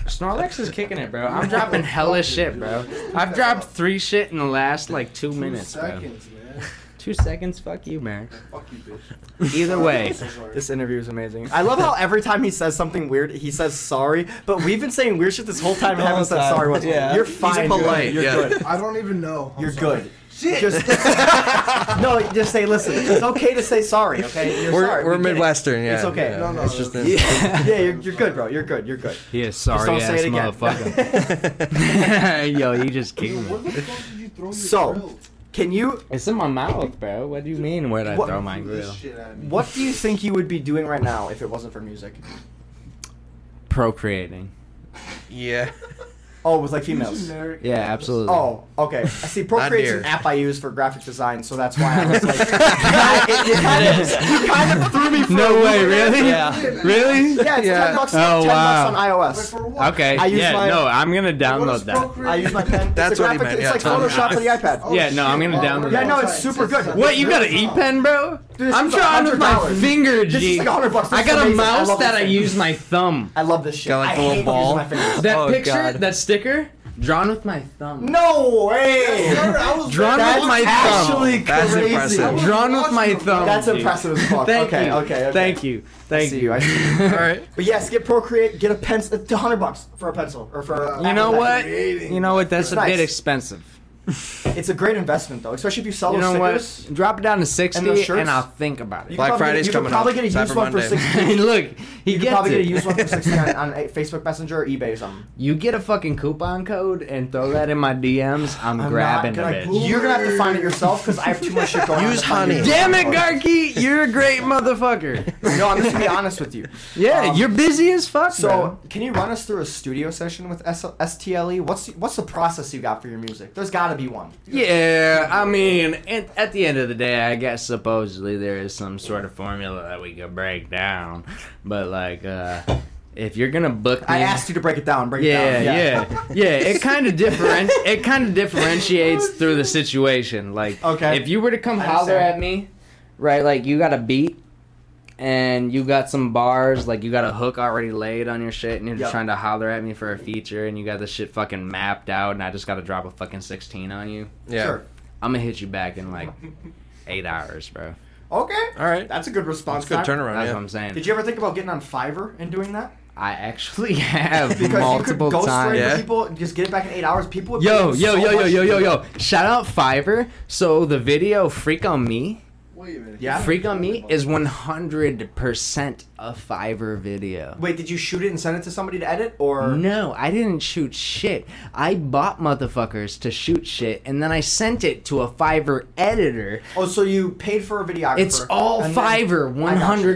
Speaker 1: Snorlax is kicking it, bro. I'm dropping hella shit, bro. I've dropped three shit in the last like two minutes, bro.
Speaker 4: Seconds, man.
Speaker 1: Two seconds? Fuck you, Max.
Speaker 4: Fuck you, bitch.
Speaker 1: Either way,
Speaker 4: So sorry.
Speaker 2: this interview is amazing. I love how every time he says something weird, he says sorry. But we've been saying weird shit this whole time and
Speaker 5: The
Speaker 2: haven't
Speaker 5: whole
Speaker 2: said
Speaker 5: time.
Speaker 2: sorry once.
Speaker 5: Yeah.
Speaker 2: You're
Speaker 5: He's
Speaker 2: fine. dude.
Speaker 3: polite,
Speaker 2: You're
Speaker 3: yeah.
Speaker 2: good.
Speaker 4: I don't even know. I'm
Speaker 2: You're
Speaker 4: sorry.
Speaker 2: good. Shit. Just, no, just say listen. It's okay to say sorry. Okay. You're
Speaker 3: We're,
Speaker 2: sorry.
Speaker 3: we're
Speaker 2: We get it.
Speaker 3: Midwestern. Yeah.
Speaker 2: It's okay.
Speaker 3: Yeah.
Speaker 4: No, no,
Speaker 3: it's just.
Speaker 4: no.
Speaker 3: in-
Speaker 2: Yeah. yeah. You're, you're good, bro. You're good. You're good.
Speaker 1: he is
Speaker 2: Just
Speaker 1: sorry
Speaker 2: don't say
Speaker 1: ass
Speaker 2: it again.
Speaker 1: motherfucker. Yo, you just
Speaker 4: Yo,
Speaker 1: kidding me.
Speaker 4: where the fuck did you throw your
Speaker 2: So-
Speaker 4: grill?
Speaker 2: Can you
Speaker 1: It's in my mouth, bro. What do you mean? Where'd I
Speaker 2: What-
Speaker 1: throw my
Speaker 4: Threw
Speaker 1: grill?
Speaker 4: This shit at me.
Speaker 2: What do you think you would be doing right now if it wasn't for music?
Speaker 1: Procreating.
Speaker 3: yeah.
Speaker 2: Oh, with like
Speaker 4: You
Speaker 2: females.
Speaker 4: generic
Speaker 1: Yeah,
Speaker 4: ass.
Speaker 1: absolutely.
Speaker 2: Oh, okay. I see. Procreate's
Speaker 3: dear.
Speaker 2: an app I use for graphic design, so that's why I was like, it, it kind of, you kind of threw me for a
Speaker 1: No
Speaker 2: loop.
Speaker 1: way, really?
Speaker 5: Yeah.
Speaker 1: Really?
Speaker 2: Yeah, it's
Speaker 3: Yeah.
Speaker 2: ten bucks.
Speaker 1: Oh,
Speaker 2: 10
Speaker 1: wow.
Speaker 4: But
Speaker 2: bucks on iOS.
Speaker 4: for what?
Speaker 1: Okay.
Speaker 2: I use
Speaker 1: yeah,
Speaker 2: my-
Speaker 1: no, I'm gonna
Speaker 4: What
Speaker 1: download
Speaker 4: is
Speaker 1: that.
Speaker 4: procreate? Oh,
Speaker 2: I use my pen. It's
Speaker 3: That's
Speaker 2: a
Speaker 3: what he
Speaker 2: graphic,
Speaker 3: meant,
Speaker 2: It's
Speaker 3: yeah,
Speaker 2: like
Speaker 3: totally.
Speaker 2: Photoshop for the iPad.
Speaker 1: Yeah, no, I'm gonna download
Speaker 2: Yeah,
Speaker 1: that.
Speaker 2: no, it's super good.
Speaker 1: What you got an e-pen, bro?
Speaker 2: Dude, this
Speaker 1: I'm
Speaker 2: is like
Speaker 1: trying with my
Speaker 2: $100.
Speaker 1: finger,
Speaker 2: This is
Speaker 1: G. I
Speaker 2: like 100 bucks. This is
Speaker 1: got a
Speaker 2: amazing. I
Speaker 1: mouse
Speaker 2: love
Speaker 1: that
Speaker 2: this
Speaker 1: I
Speaker 2: thing.
Speaker 1: use my thumb.
Speaker 2: I love this shit.
Speaker 3: Got, like,
Speaker 2: I
Speaker 3: the little
Speaker 2: hate
Speaker 3: ball.
Speaker 2: Using my fingers.
Speaker 1: That
Speaker 3: Oh,
Speaker 1: picture,
Speaker 3: God.
Speaker 1: that sticker, drawn with my thumb.
Speaker 2: no way.
Speaker 1: Drawn
Speaker 2: That's
Speaker 1: with my
Speaker 2: actually
Speaker 1: thumb.
Speaker 3: That's
Speaker 2: crazy.
Speaker 3: impressive.
Speaker 1: Drawn with my thumb.
Speaker 2: That's
Speaker 1: dude.
Speaker 2: impressive as fuck.
Speaker 1: Thank
Speaker 2: okay,
Speaker 1: you.
Speaker 2: okay, okay.
Speaker 1: Thank you. Thank
Speaker 2: see
Speaker 1: you.
Speaker 2: you, I see
Speaker 3: All right.
Speaker 2: But yes, get Procreate, get a pencil, it's 100 bucks for a pencil or for. A
Speaker 1: You know what?
Speaker 4: Creating.
Speaker 1: You know what? That's a
Speaker 2: Nice.
Speaker 1: bit expensive.
Speaker 2: It's a great investment though, especially if you sell
Speaker 1: You
Speaker 2: those
Speaker 1: know
Speaker 2: stickers.
Speaker 1: what? Drop it down to
Speaker 2: And those
Speaker 1: 60
Speaker 2: shirts?
Speaker 1: and I'll think about
Speaker 2: You
Speaker 1: it.
Speaker 2: can
Speaker 3: Black
Speaker 2: probably
Speaker 3: Friday's
Speaker 2: get, you can
Speaker 3: coming
Speaker 2: probably
Speaker 3: up,
Speaker 2: get a used
Speaker 3: Cyber
Speaker 2: one for
Speaker 3: Monday.
Speaker 2: 60.
Speaker 1: And look, he
Speaker 2: You can
Speaker 1: gets
Speaker 2: probably
Speaker 1: it.
Speaker 2: get a used one for 60 on, on a- Facebook Messenger or eBay or something.
Speaker 1: You get a fucking coupon code and throw that in my DMs. I'm,
Speaker 2: I'm
Speaker 1: grabbing
Speaker 2: not
Speaker 1: a
Speaker 2: gonna-
Speaker 1: bitch.
Speaker 2: You're gonna have to find it yourself because I have too much shit going on.
Speaker 3: Use
Speaker 2: to find
Speaker 3: honey.
Speaker 1: Damn it, Garkey! You're a great motherfucker.
Speaker 2: No, I'm just gonna be honest with you.
Speaker 1: Yeah,
Speaker 2: Um,
Speaker 1: you're busy as fuck.
Speaker 2: So,
Speaker 1: So
Speaker 2: can you run us through a studio session with S- STLE? What's what's the process you got for your music? There's got to be one.
Speaker 1: yeah, I mean, at, at the end of the day, I guess supposedly there is some sort of formula that we could break down, but like, uh, if you're gonna book me,
Speaker 2: I asked you to break it down. Break
Speaker 1: Yeah,
Speaker 2: it down.
Speaker 1: yeah, yeah. It kind of different. It kind of differentiates through the situation. Like,
Speaker 2: Okay.
Speaker 1: if you were to come
Speaker 2: I
Speaker 1: holler
Speaker 2: understand.
Speaker 1: at me, right? Like, you got a beat, and you got some bars. Like, you got a hook already laid on your shit, and you're
Speaker 2: Yep.
Speaker 1: just trying to holler at me for a feature, and you got this shit fucking mapped out, and I just got to drop a fucking sixteen on you.
Speaker 3: Yeah.
Speaker 2: Sure.
Speaker 1: I'm gonna hit you back in like eight hours, bro.
Speaker 2: Okay.
Speaker 3: All right.
Speaker 2: That's a good response.
Speaker 3: That's good
Speaker 2: time.
Speaker 3: turnaround.
Speaker 1: That's
Speaker 3: Yeah.
Speaker 1: what I'm saying.
Speaker 2: Did you ever think about getting on Fiverr and doing that?
Speaker 1: I actually have
Speaker 2: Because
Speaker 1: multiple
Speaker 2: you could ghostwrite
Speaker 1: times.
Speaker 2: for
Speaker 3: Yeah.
Speaker 2: people, and just get it back in eight hours. People would pay
Speaker 1: Yo,
Speaker 2: you
Speaker 1: yo,
Speaker 2: so
Speaker 1: yo, yo,
Speaker 2: much.
Speaker 1: yo, yo, yo. Shout out Fiverr. So the video Freak on Me,
Speaker 4: Wait a minute.
Speaker 2: Yeah.
Speaker 1: Freak on Me is 100% a Fiverr video.
Speaker 2: Wait, did you shoot it and send it to somebody to edit, or
Speaker 1: No, I didn't shoot shit. I bought motherfuckers to shoot shit and then I sent it to a Fiverr editor.
Speaker 2: oh, so you paid for a videographer?
Speaker 1: It's all
Speaker 2: and then-
Speaker 1: Fiverr,
Speaker 2: I got you.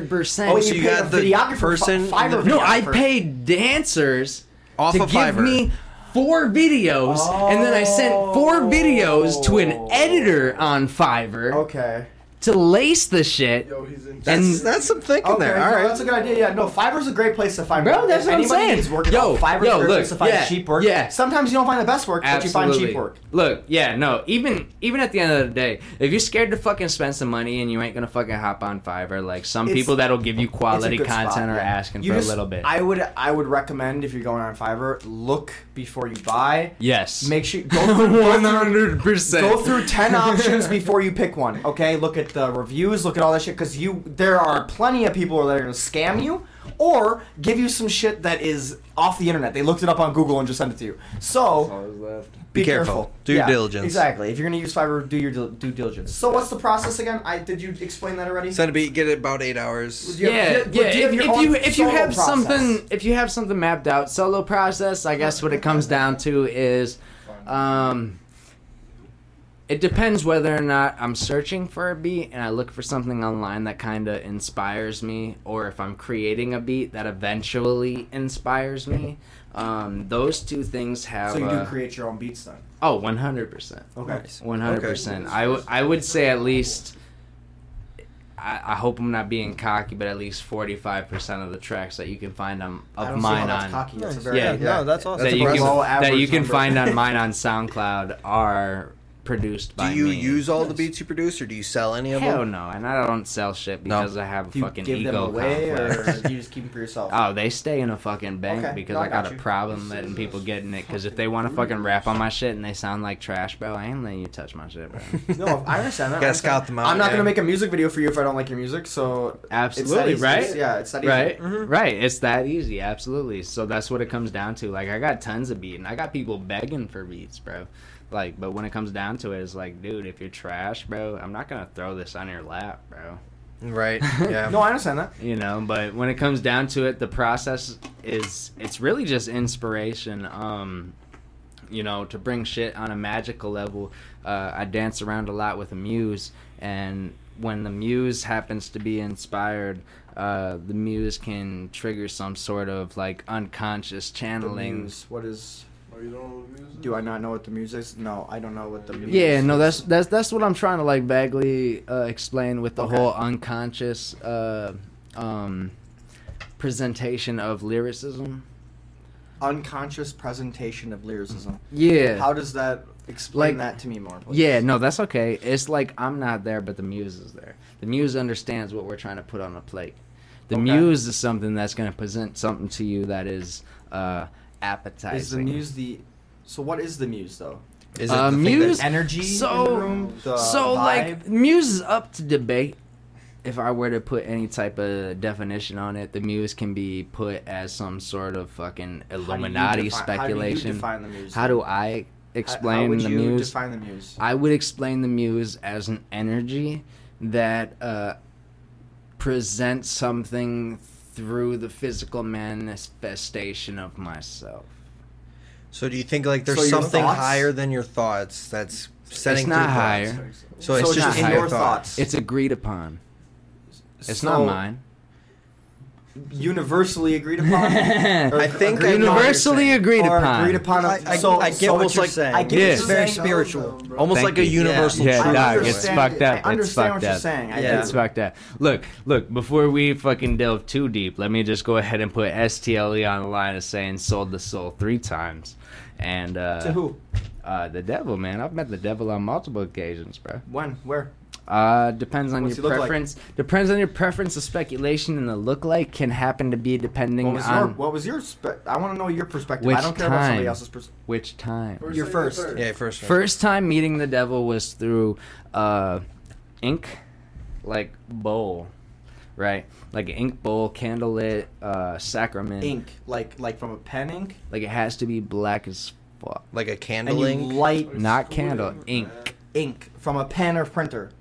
Speaker 1: 100%.
Speaker 2: Oh,
Speaker 3: so
Speaker 2: you,
Speaker 3: you
Speaker 2: paid
Speaker 3: got
Speaker 2: a
Speaker 3: the
Speaker 2: videographer, fi-
Speaker 3: person-
Speaker 2: Fiverr
Speaker 1: No, I
Speaker 2: videographer.
Speaker 1: paid dancers
Speaker 3: Off
Speaker 1: to
Speaker 3: of
Speaker 1: give
Speaker 3: Fiverr.
Speaker 1: me four videos, and then I sent four videos to an editor on Fiverr.
Speaker 2: Oh. Okay.
Speaker 1: to lace the shit.
Speaker 4: Yo, he's in.
Speaker 3: That's,
Speaker 1: And-
Speaker 3: that's some thinking
Speaker 2: Okay,
Speaker 3: there. All
Speaker 2: no,
Speaker 3: right.
Speaker 2: that's a good idea. Yeah, no, Fiverr's a great place to find
Speaker 1: Bro,
Speaker 2: work.
Speaker 1: that's
Speaker 2: If
Speaker 1: what I'm
Speaker 2: anybody
Speaker 1: saying.
Speaker 2: Needs work at
Speaker 1: Yo,
Speaker 2: all, Fiverr's
Speaker 1: yo,
Speaker 2: a great
Speaker 1: look,
Speaker 2: place to find
Speaker 1: yeah,
Speaker 2: cheap work.
Speaker 1: yeah.
Speaker 2: Sometimes you don't find the best work, but you find cheap work.
Speaker 1: Look, yeah, no, even even at the end of the day, if you're scared to fucking spend some money and you ain't gonna fucking hop on Fiverr, like some
Speaker 2: It's-
Speaker 1: people that'll give you
Speaker 2: It's a
Speaker 1: quality
Speaker 2: good
Speaker 1: content
Speaker 2: spot,
Speaker 1: are
Speaker 2: yeah.
Speaker 1: asking
Speaker 2: You
Speaker 1: for
Speaker 2: just-
Speaker 1: a little bit.
Speaker 2: I would I would recommend if you're going on Fiverr, look before you buy.
Speaker 1: yes.
Speaker 2: Make sure go through, go through-
Speaker 1: percent.
Speaker 2: go through 10 options before you pick one okay look at the reviews look at all that shit because you there are plenty of people that are gonna scam you or give you some shit that is off the internet they looked it up on google and just sent it to you so be,
Speaker 3: careful.
Speaker 2: careful.
Speaker 3: Do your diligence.
Speaker 2: exactly if you're gonna use fiverr do your dil- due diligence so what's the process again i did you explain that already
Speaker 3: Send a beat, get it about eight hours.
Speaker 2: you-
Speaker 1: yeah,
Speaker 2: do you-
Speaker 1: yeah.
Speaker 2: do
Speaker 1: If,
Speaker 2: you have your
Speaker 1: if
Speaker 2: own
Speaker 1: you if you
Speaker 2: solo
Speaker 1: have
Speaker 2: process?
Speaker 1: something if you have something mapped out, solo process. I guess what it comes down to is, um, it depends whether or not I'm searching for a beat and I look for something online that kind of inspires me, or if I'm creating a beat that eventually inspires me. Um, those two things have.
Speaker 2: so you do
Speaker 1: a-
Speaker 2: create your own beats then
Speaker 1: oh, one hundred percent.
Speaker 2: okay
Speaker 1: One hundred percent. I w- I would say at least. I, I hope I'm not being cocky, but at least forty five percent of the tracks that you can find on
Speaker 2: I
Speaker 1: of
Speaker 2: don't see how
Speaker 1: mine
Speaker 2: that's
Speaker 1: on
Speaker 2: cocky. That's a
Speaker 5: Nice.
Speaker 2: very
Speaker 1: Yeah,
Speaker 2: good-
Speaker 1: yeah,
Speaker 5: that's awesome.
Speaker 1: that
Speaker 3: That's
Speaker 1: you can
Speaker 2: impressive. Low
Speaker 1: that you
Speaker 2: average
Speaker 1: can
Speaker 2: number.
Speaker 1: find on mine on SoundCloud are produced
Speaker 3: Do
Speaker 1: by
Speaker 3: you
Speaker 1: me.
Speaker 3: use all the beats you produce, or do you sell any of
Speaker 1: Hell
Speaker 3: them?
Speaker 1: no, and I don't sell shit
Speaker 3: No.
Speaker 1: because I have a
Speaker 2: do you
Speaker 1: fucking
Speaker 2: give
Speaker 1: ego
Speaker 2: them away
Speaker 1: complex.
Speaker 2: or do you just keep them for yourself
Speaker 1: Oh, they stay in a fucking bank
Speaker 2: Okay,
Speaker 1: because
Speaker 2: no,
Speaker 1: I
Speaker 2: I
Speaker 1: got,
Speaker 2: got
Speaker 1: a
Speaker 2: you.
Speaker 1: problem letting people get in it. Because if they want to fucking rap on my shit and they sound like trash, bro, I ain't letting you touch my shit, bro.
Speaker 2: No, I understand that.
Speaker 3: Gotta
Speaker 2: I understand.
Speaker 3: scout them out,
Speaker 2: I'm not
Speaker 3: yeah.
Speaker 2: gonna make a music video for you if I don't like your music. So it's that
Speaker 1: Absolutely,
Speaker 2: easy.
Speaker 1: right?
Speaker 2: It's- yeah, it's that easy.
Speaker 1: Right, right. It's that easy, absolutely. So that's what it comes down to. Like, I got tons of beat, and I got people begging for beats, bro. Like, but when it comes down to it, it's like, dude, if you're trash, bro, I'm not gonna throw this on your lap, bro.
Speaker 3: Right. Yeah.
Speaker 2: Mm. No, I understand that.
Speaker 1: You know. But when it comes down to it, the process is it's really just inspiration. Um, you know, to bring shit on a magical level. Uh, I dance around a lot with a muse, and when the muse happens to be inspired, uh, the muse can trigger some sort of like unconscious channeling.
Speaker 2: Muse. What is?
Speaker 4: Are Oh, you doing with music?
Speaker 2: Do I not know what the music is? No, I don't know what the music.
Speaker 1: Yeah,
Speaker 2: is.
Speaker 1: no, that's that's that's what I'm trying to like vaguely uh, explain with the
Speaker 2: Okay.
Speaker 1: whole unconscious uh, um, presentation of lyricism.
Speaker 2: unconscious presentation of lyricism.
Speaker 1: Yeah.
Speaker 2: How does that
Speaker 1: Like-
Speaker 2: explain that to me more? Please?
Speaker 1: Yeah, no, that's okay. It's like I'm not there, but the muse is there. The muse understands what we're trying to put on the plate. The
Speaker 2: Okay.
Speaker 1: muse is something that's going to present something to you that is uh, appetizing.
Speaker 2: Is the muse the? So what is the muse though?
Speaker 3: Is
Speaker 1: Uh,
Speaker 3: the thing that-
Speaker 1: muse-
Speaker 2: Energy
Speaker 1: So-
Speaker 2: in the room. The
Speaker 1: so
Speaker 2: uh, vibe?
Speaker 1: like muse is up to debate. If I were to put any type of definition on it, the muse can be put as some sort of fucking
Speaker 2: How do you
Speaker 1: Illuminati
Speaker 2: defi- How do you
Speaker 1: speculation.
Speaker 2: define the muse?
Speaker 1: How do I
Speaker 2: How-
Speaker 1: explain
Speaker 2: how would
Speaker 1: the
Speaker 2: you
Speaker 1: muse?
Speaker 2: Define the muse.
Speaker 1: I would explain the muse as an energy that uh, presents something through the physical manifestation of myself.
Speaker 3: So do you think like there's
Speaker 2: So your
Speaker 3: something
Speaker 2: thoughts?
Speaker 3: higher than your thoughts that's setting?
Speaker 1: not
Speaker 3: through
Speaker 1: higher.
Speaker 3: thoughts?
Speaker 2: So
Speaker 3: So it's just
Speaker 1: not
Speaker 3: in
Speaker 1: higher.
Speaker 3: your thoughts.
Speaker 1: It's agreed upon. It's
Speaker 2: So-
Speaker 1: not mine.
Speaker 2: universally agreed upon. Or
Speaker 3: I
Speaker 2: agreed upon-
Speaker 3: think I know what you're
Speaker 1: Universally agreed
Speaker 2: or
Speaker 1: upon.
Speaker 2: agreed upon.
Speaker 3: I- I-
Speaker 2: so,
Speaker 3: I get
Speaker 2: so
Speaker 3: what
Speaker 2: what
Speaker 3: you're
Speaker 2: you're
Speaker 3: saying.
Speaker 2: I get
Speaker 1: Yeah.
Speaker 2: what you're
Speaker 4: Very
Speaker 2: saying.
Speaker 4: spiritual.
Speaker 3: Almost
Speaker 1: Thank
Speaker 3: like a
Speaker 1: you.
Speaker 3: universal
Speaker 1: Yeah,
Speaker 3: truth.
Speaker 1: dog,
Speaker 3: to
Speaker 1: it's
Speaker 3: it.
Speaker 1: fucked up.
Speaker 2: I
Speaker 1: it's
Speaker 2: understand
Speaker 1: fucked
Speaker 2: what you're
Speaker 1: up.
Speaker 2: saying. I
Speaker 1: It's
Speaker 2: do.
Speaker 1: fucked up. Look, look. Before we fucking delve too deep, let me just go ahead and put STLE on the line E as saying "sold the soul" three times, and uh,
Speaker 2: To who?
Speaker 1: Uh, the devil, man. I've met the devil on multiple occasions, bro.
Speaker 2: When? Where?
Speaker 1: Uh, depends on
Speaker 2: What's
Speaker 1: your
Speaker 2: he look like?
Speaker 1: preference. Depends on your preference of speculation, and the look like can happen to be depending
Speaker 2: What was your?
Speaker 1: on
Speaker 2: What was your? Spe- I want to know your perspective.
Speaker 1: Which
Speaker 2: I don't care about somebody
Speaker 1: time?
Speaker 2: else's perspective.
Speaker 1: which time.
Speaker 4: First
Speaker 2: You're
Speaker 4: thing,
Speaker 2: first.
Speaker 4: third.
Speaker 3: Yeah, first. one.
Speaker 1: First time meeting the devil was through uh, ink, like bowl, right? Like an ink bowl, candlelit uh, sacrament.
Speaker 2: Ink, like like from a pen ink,
Speaker 1: Like it has to be black as fuck.
Speaker 3: like a
Speaker 2: and you
Speaker 3: candling.
Speaker 2: light
Speaker 1: Not candle, ink,
Speaker 2: ink from a pen or printer.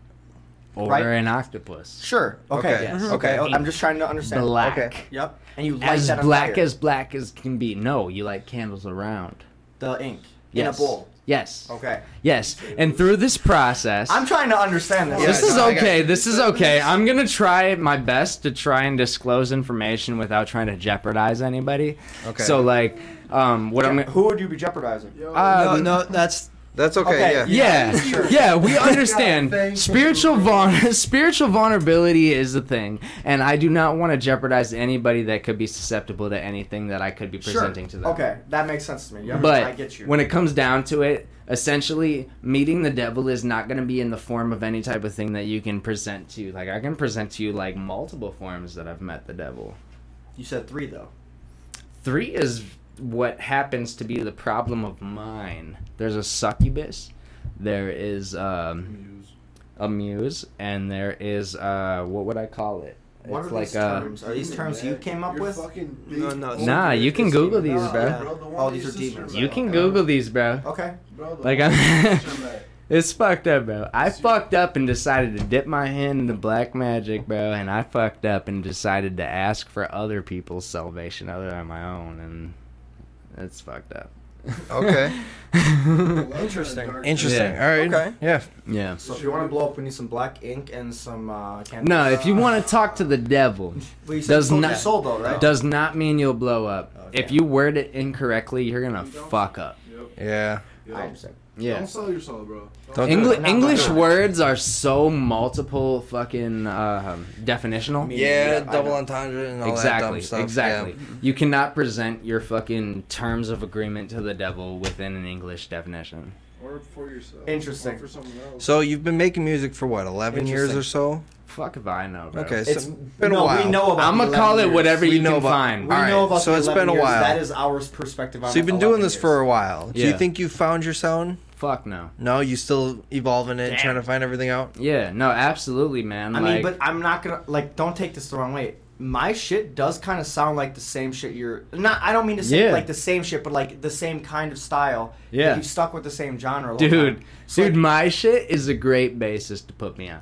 Speaker 1: or
Speaker 2: Right.
Speaker 1: an octopus.
Speaker 2: Sure. Okay.
Speaker 3: Okay.
Speaker 2: Yes.
Speaker 3: Mhm.
Speaker 2: Okay.
Speaker 1: Mm-hmm. Ink.
Speaker 2: I'm just trying to understand.
Speaker 1: Black.
Speaker 2: Okay. Yep. And you light
Speaker 1: As
Speaker 2: that on
Speaker 1: black
Speaker 2: fire.
Speaker 1: as black as can be. No, you light candles around.
Speaker 2: the ink in
Speaker 1: Yes.
Speaker 2: a bowl.
Speaker 1: Yes.
Speaker 2: Okay.
Speaker 1: Yes. And through this process,
Speaker 2: I'm trying to understand this.
Speaker 3: Yeah,
Speaker 1: this is
Speaker 3: no, I got
Speaker 1: okay.
Speaker 3: you.
Speaker 1: This is okay. I'm gonna try my best to try and disclose information without trying to jeopardize anybody.
Speaker 3: Okay.
Speaker 1: So like, um, what I'm
Speaker 2: who would you be jeopardizing?
Speaker 4: Yo,
Speaker 1: Uh,
Speaker 3: no, no, that's That's okay.
Speaker 2: Okay,
Speaker 3: yeah.
Speaker 1: Yeah,
Speaker 4: Sure.
Speaker 1: yeah, we
Speaker 4: Yeah, thank
Speaker 1: understand.
Speaker 4: you.
Speaker 1: Spiritual vul- spiritual vulnerability is the thing, and I do not want to jeopardize anybody that could be susceptible to anything that I could be presenting to them.
Speaker 2: Okay, that makes sense to me. Yep,
Speaker 1: But
Speaker 2: I get you.
Speaker 1: when it comes down to it, essentially meeting the devil is not going to be in the form of any type of thing that you can present to you. Like I can present to you like multiple forms that I've met the devil.
Speaker 2: you said three though.
Speaker 1: Three is what happens to be the problem of mine. There's a succubus. There is um, a muse, and there is uh, what would I call it?
Speaker 2: What
Speaker 1: it's
Speaker 2: are
Speaker 1: like
Speaker 2: these
Speaker 1: uh,
Speaker 2: terms? Are these terms you came up
Speaker 4: You're
Speaker 2: with?
Speaker 4: fucking big
Speaker 5: No, no,
Speaker 4: old
Speaker 1: Nah,
Speaker 4: dude.
Speaker 1: you can
Speaker 4: It's-
Speaker 1: Google these,
Speaker 4: Nah,
Speaker 1: bro.
Speaker 4: bro, the one
Speaker 2: Oh,
Speaker 4: that
Speaker 2: these
Speaker 4: your
Speaker 2: are
Speaker 4: sister
Speaker 2: demons.
Speaker 4: met.
Speaker 1: you can Google these, bro.
Speaker 2: Okay.
Speaker 4: Bro, the
Speaker 1: Like,
Speaker 4: one
Speaker 1: I'm-
Speaker 4: your sister met.
Speaker 1: It's fucked up, bro. I fucked up and decided to dip my hand into black magic, bro. And I fucked up and decided to ask for other people's salvation other than my own, and it's fucked up.
Speaker 3: Okay.
Speaker 4: Interesting.
Speaker 3: Interesting. All right.
Speaker 2: Okay.
Speaker 3: Yeah.
Speaker 1: Yeah.
Speaker 2: So if you want to blow up, we need some black ink and some. Uh, candles.
Speaker 1: No, if you want to talk to the devil,
Speaker 2: Well, you said
Speaker 1: does
Speaker 2: sold
Speaker 1: not
Speaker 2: your soul though, right?
Speaker 1: does not mean you'll blow up.
Speaker 2: Okay.
Speaker 1: If you word it incorrectly, you're gonna fuck up.
Speaker 3: Yeah.
Speaker 2: I understand.
Speaker 1: Yeah.
Speaker 4: Don't sell your soul, bro.
Speaker 3: Don't do
Speaker 1: Engli-
Speaker 2: not
Speaker 1: English
Speaker 2: good.
Speaker 1: words are so multiple fucking um definitional.
Speaker 2: Me-
Speaker 3: Yeah,
Speaker 2: Yeah, I
Speaker 3: double
Speaker 2: know.
Speaker 3: entendre and all that
Speaker 1: Exactly.
Speaker 3: dumb stuff.
Speaker 1: Exactly. You cannot present your fucking terms of agreement to the devil within an English definition.
Speaker 4: Or for yourself.
Speaker 2: Interesting.
Speaker 4: Or for someone
Speaker 3: Yeah.
Speaker 4: else.
Speaker 3: So you've been making music for what, 11 years or so?
Speaker 1: Fuck if I know. Bro.
Speaker 3: Okay, so
Speaker 2: It's
Speaker 3: it's been
Speaker 2: no,
Speaker 3: a while.
Speaker 2: We know about.
Speaker 1: I'm
Speaker 2: the
Speaker 1: gonna call
Speaker 2: 11
Speaker 1: it
Speaker 2: years.
Speaker 1: whatever
Speaker 3: We
Speaker 1: you
Speaker 3: know
Speaker 1: can
Speaker 3: about-
Speaker 1: find.
Speaker 2: We
Speaker 1: All
Speaker 2: know
Speaker 1: right.
Speaker 2: about
Speaker 3: so
Speaker 2: the
Speaker 3: it's
Speaker 2: 11
Speaker 3: been a
Speaker 2: years.
Speaker 3: while.
Speaker 2: That is our perspective on
Speaker 3: So you've been doing this for a while. Do you
Speaker 1: Yeah.
Speaker 3: think you found your sound?
Speaker 1: Fuck no.
Speaker 3: No, you still evolving it,
Speaker 1: Damn.
Speaker 3: trying to find everything out.
Speaker 1: Yeah. No. Absolutely, man.
Speaker 2: I
Speaker 1: like,
Speaker 2: mean, but I'm not gonna like. Don't take this the wrong way. My shit does kind of sound like the same shit you're. Not. I don't mean to say
Speaker 1: Yeah.
Speaker 2: like the same shit, but like the same kind of style. that
Speaker 1: Yeah.
Speaker 2: You've stuck with the same genre, a long
Speaker 1: dude,
Speaker 2: time. So,
Speaker 1: dude,
Speaker 2: like,
Speaker 1: my shit is a great basis to put me on.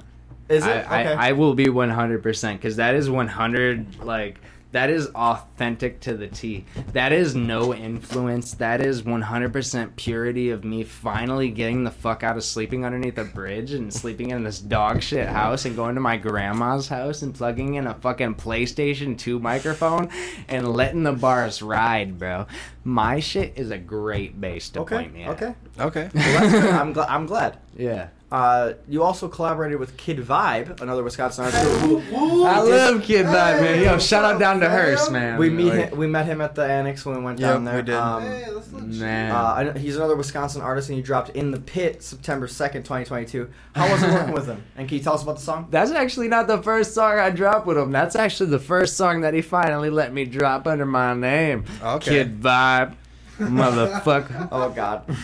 Speaker 2: is it
Speaker 1: I,
Speaker 2: okay?
Speaker 1: I, I will be 100% because that is 100 like that is authentic to the T. That is no influence. That is 100% purity of me finally getting the fuck out of sleeping underneath a bridge and sleeping in this dog shit house and going to my grandma's house and plugging in a fucking PlayStation 2 microphone and letting the bars ride, bro. My shit is a great base to
Speaker 2: okay.
Speaker 1: point me at.
Speaker 2: Okay.
Speaker 3: Okay.
Speaker 2: Well, that's good. I'm glad. I'm glad.
Speaker 1: Yeah.
Speaker 2: Uh, you also collaborated with Kid Vibe, another Wisconsin artist. who-
Speaker 1: I love Kid Vibe, man. Yo,
Speaker 4: Hey,
Speaker 1: shout out down to
Speaker 4: what's up,
Speaker 1: Hearst,
Speaker 4: fam?
Speaker 1: man.
Speaker 2: We meet
Speaker 1: Like-
Speaker 2: him, we met him at the annex when we went
Speaker 3: Yep,
Speaker 2: down there.
Speaker 3: we did.
Speaker 2: Um,
Speaker 4: Hey, that's not
Speaker 1: Man.
Speaker 2: uh, I know- he's another Wisconsin artist, and he dropped in the pit September second, twenty twenty two. How was it working with him? And can you tell us about the song?
Speaker 1: That's actually not the first song I dropped with him. That's actually the first song that he finally let me drop under my name.
Speaker 3: Okay.
Speaker 1: Kid Vibe. Motherfucker.
Speaker 2: Oh God,
Speaker 1: Um,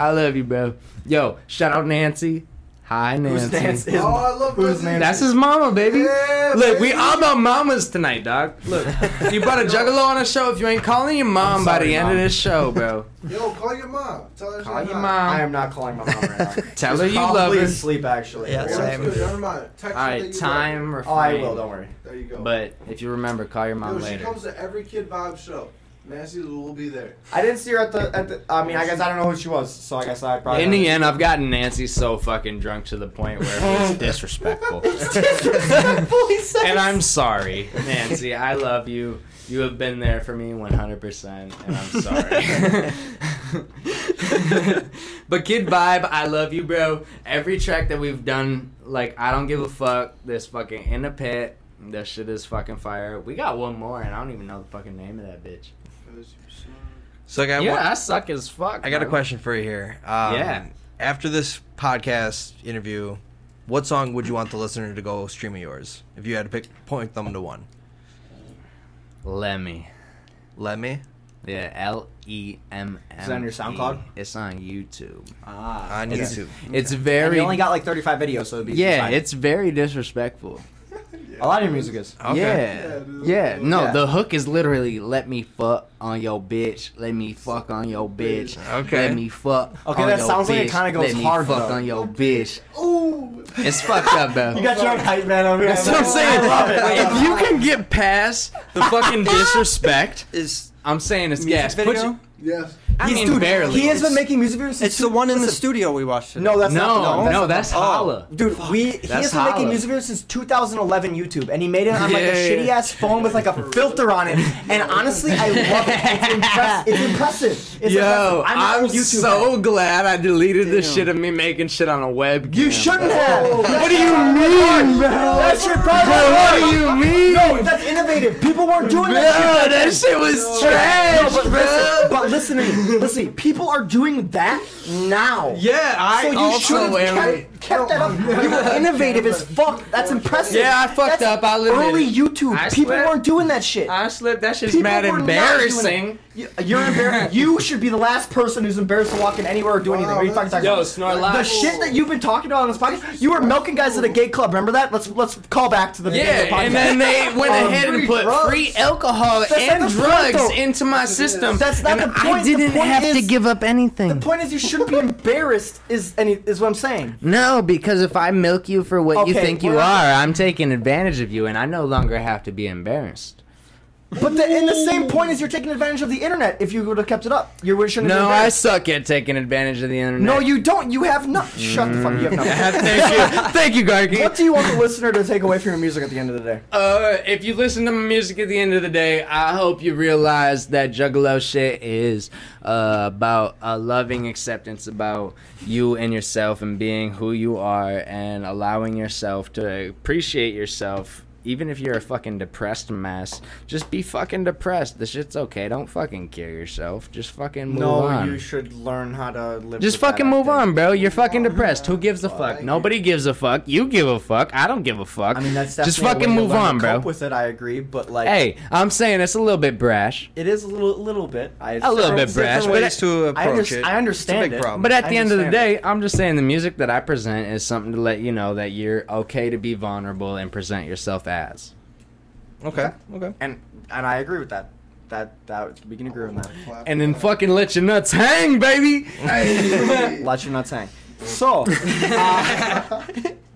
Speaker 1: I love you, bro. Yo, shout out Nancy. Hi, Nancy.
Speaker 2: who's Nancy?
Speaker 4: Oh, I love
Speaker 2: who's
Speaker 4: Nancy.
Speaker 2: Nancy?
Speaker 1: That's his mama, baby.
Speaker 4: Yeah,
Speaker 1: Look, we
Speaker 4: baby.
Speaker 1: all about mamas tonight, dog. Look, you brought a juggalo on a show. If you ain't calling your mom
Speaker 2: I'm
Speaker 1: by
Speaker 2: sorry,
Speaker 1: the end of
Speaker 2: Mom.
Speaker 1: this show, bro,
Speaker 4: Yo, call your mom. Tell her
Speaker 1: Call
Speaker 4: she's
Speaker 1: your
Speaker 4: not-
Speaker 1: mom.
Speaker 2: I am not calling my mom right now.
Speaker 1: Tell
Speaker 2: She's
Speaker 1: her you love
Speaker 2: probably
Speaker 1: her.
Speaker 2: Asleep, actually.
Speaker 5: Yeah,
Speaker 4: Or
Speaker 2: Or-
Speaker 5: same.
Speaker 4: that's good, Never mind. Text her
Speaker 1: all
Speaker 4: that you
Speaker 1: right,
Speaker 4: love
Speaker 1: time
Speaker 4: her.
Speaker 1: refrain.
Speaker 2: Oh, I will. Don't worry.
Speaker 4: There you go.
Speaker 1: But if you remember, call your mom
Speaker 4: Yo, she
Speaker 1: later.
Speaker 4: comes to every Kid Vibe show. Nancy will be there.
Speaker 2: I didn't see her at the at the. I mean, I guess I don't know who she was, so I guess I probably.
Speaker 1: In the end, I've gotten Nancy so fucking drunk to the point where it's disrespectful. and I'm sorry, Nancy. I love you. You have been there for me 100%, and I'm sorry. but Kid Vibe, I love you, bro. Every track that we've done, like, I don't give a fuck. This fucking In the Pit. That shit is fucking fire. We got one more, and I don't even know the fucking name of that bitch.
Speaker 3: So I got
Speaker 1: yeah,
Speaker 3: one,
Speaker 1: I suck as fuck.
Speaker 3: I got a
Speaker 1: bro.
Speaker 3: question for you here. Um,
Speaker 1: Yeah.
Speaker 3: After this podcast interview, what song would you want the listener to go stream of yours if you had to pick point them to one?
Speaker 1: Lemmy.
Speaker 3: Let me
Speaker 1: Yeah, L E M M.
Speaker 2: Is it on your SoundCloud?
Speaker 1: It's on YouTube.
Speaker 2: Ah,
Speaker 3: on
Speaker 2: okay.
Speaker 3: YouTube.
Speaker 1: It's
Speaker 2: And
Speaker 1: very
Speaker 2: you only got like 35 videos, so it'd be
Speaker 1: yeah.
Speaker 2: fine.
Speaker 1: It's very disrespectful.
Speaker 2: a lot of your music is.
Speaker 1: Yeah.
Speaker 3: Okay.
Speaker 4: Yeah,
Speaker 1: yeah,
Speaker 4: it is.
Speaker 1: No,
Speaker 2: Yeah.
Speaker 1: the hook is literally "Let me fuck on your bitch, let me fuck on your bitch,
Speaker 3: Okay.
Speaker 1: let me fuck."
Speaker 2: Okay,
Speaker 1: on
Speaker 2: that
Speaker 1: your
Speaker 2: sounds like it
Speaker 1: bitch,
Speaker 2: kinda goes
Speaker 1: let me
Speaker 2: hard,
Speaker 1: Fuck
Speaker 2: though.
Speaker 1: on your bitch.
Speaker 4: Ooh.
Speaker 1: It's fucked up, bro.
Speaker 2: You got your own hype man over here.
Speaker 1: That's what I'm saying. If you can get past the fucking disrespect,
Speaker 3: Is
Speaker 1: I'm saying it's
Speaker 5: Music
Speaker 1: gas. Put
Speaker 5: video?
Speaker 1: your-
Speaker 4: Yes.
Speaker 1: I mean,
Speaker 2: dude,
Speaker 1: barely.
Speaker 2: He has been making music videos. Since
Speaker 5: It's the one in the
Speaker 2: listen,
Speaker 5: studio we watched. Today.
Speaker 2: No, that's not the
Speaker 1: no,
Speaker 2: one.
Speaker 1: no, that's Holla.
Speaker 2: Dude, we he
Speaker 1: That's
Speaker 2: has been making
Speaker 1: holla.
Speaker 2: music videos since 2011 YouTube, and he made it on like
Speaker 1: Yeah,
Speaker 2: a
Speaker 1: yeah,
Speaker 2: shitty ass phone with like a filter on it. And honestly, I love it. It's, impress- it's impressive. It's
Speaker 1: Yo,
Speaker 2: impressive. I'm, an
Speaker 1: I'm,
Speaker 2: old YouTube
Speaker 1: so
Speaker 2: fan.
Speaker 1: glad I deleted this shit of me making shit on a webcam.
Speaker 2: You shouldn't have.
Speaker 1: What do you mean, bro?
Speaker 2: That's your problem.
Speaker 1: What do you mean?
Speaker 2: No, that's innovative. People weren't doing
Speaker 1: Bro,
Speaker 2: that. shit.
Speaker 1: that shit was trash,
Speaker 2: No, but listen,
Speaker 1: bro.
Speaker 2: but listen to me. Listen, to me. people are doing that now.
Speaker 1: Yeah, I
Speaker 2: So you
Speaker 1: also
Speaker 2: should
Speaker 1: am.
Speaker 2: have kept, kept that up. You were innovative as fuck. That's impressive.
Speaker 1: Yeah, I fucked
Speaker 2: That's
Speaker 1: up, I'll admit
Speaker 2: early
Speaker 1: it.
Speaker 2: YouTube.
Speaker 1: I
Speaker 2: People
Speaker 1: swear-
Speaker 2: weren't doing that shit.
Speaker 1: I slipped. That shit's
Speaker 2: People
Speaker 1: mad
Speaker 2: were not doing that.
Speaker 1: embarrassing.
Speaker 2: You- You're embarrassed. you should be the last person who's embarrassed to walk in anywhere or do anything. What are you fucking talking
Speaker 1: Yo,
Speaker 2: about?
Speaker 1: Snorlax.
Speaker 2: The shit that you've been talking about on this podcast, you were milking guys at a gay club. Remember that? Let's let's call back to the beginning of the
Speaker 1: Yeah,
Speaker 2: podcast.
Speaker 1: and then they went
Speaker 2: Um,
Speaker 1: ahead and
Speaker 2: free
Speaker 1: put
Speaker 2: drugs.
Speaker 1: free alcohol
Speaker 2: not
Speaker 1: and
Speaker 2: the point,
Speaker 1: drugs
Speaker 2: though.
Speaker 1: into my system.
Speaker 2: That's not
Speaker 1: and
Speaker 2: the point.
Speaker 1: I
Speaker 2: The
Speaker 1: didn't
Speaker 2: point
Speaker 1: have to
Speaker 2: is-
Speaker 1: give up anything.
Speaker 2: The point is, you shouldn't be embarrassed. Is any is what I'm saying.
Speaker 1: No, because if I milk you for what you
Speaker 2: Okay,
Speaker 1: think you
Speaker 2: we're not-
Speaker 1: are, I'm taking advantage of you, and I no longer have to be embarrassed.
Speaker 2: But the, in the same point is, you're taking advantage of the internet. If you would have kept it up, you would- shouldn't. have
Speaker 1: No,
Speaker 2: been
Speaker 1: I
Speaker 2: embarrassed.
Speaker 1: suck at taking advantage of the internet.
Speaker 2: No, you don't. You have no. Shut the fuck. You have
Speaker 1: Mm.
Speaker 2: nothing.
Speaker 1: thank you, thank you, Gargi.
Speaker 2: What do you want the listener to take away from your music at the end of the day?
Speaker 1: Uh, if you listen to my music at the end of the day, I hope you realize that Juggalo shit is uh, about a loving acceptance about you and yourself and being who you are and allowing yourself to appreciate yourself. Even if you're a fucking depressed mess, just be fucking depressed. The shit's okay. Don't fucking kill yourself. Just fucking move on.
Speaker 2: should learn how to live.
Speaker 1: Just fucking move on, bro. You're fucking depressed. Who gives a fuck? Nobody gives a fuck. You give a fuck. I don't give a fuck.
Speaker 2: I mean, that's
Speaker 1: just fucking move on, bro.
Speaker 2: with it, I agree. But like,
Speaker 1: Hey, I'm saying it's a little bit brash,
Speaker 2: it is a little, little bit. I,
Speaker 1: a little bit brash,
Speaker 3: Different
Speaker 1: but
Speaker 3: ways
Speaker 1: at,
Speaker 3: to
Speaker 2: I
Speaker 3: approach
Speaker 2: underst-
Speaker 3: it.
Speaker 2: I understand
Speaker 3: it's a big
Speaker 2: it,
Speaker 3: problem.
Speaker 1: but at the
Speaker 2: I
Speaker 1: end of the
Speaker 2: understand
Speaker 1: day, I'm just saying the music that I present is something to let you know that you're okay to be vulnerable and present yourself as.
Speaker 3: okay, okay.
Speaker 2: and and I agree with that. That that we can agree on that.
Speaker 1: And then fucking let your nuts hang, baby.
Speaker 2: Let you not saying. So, uh,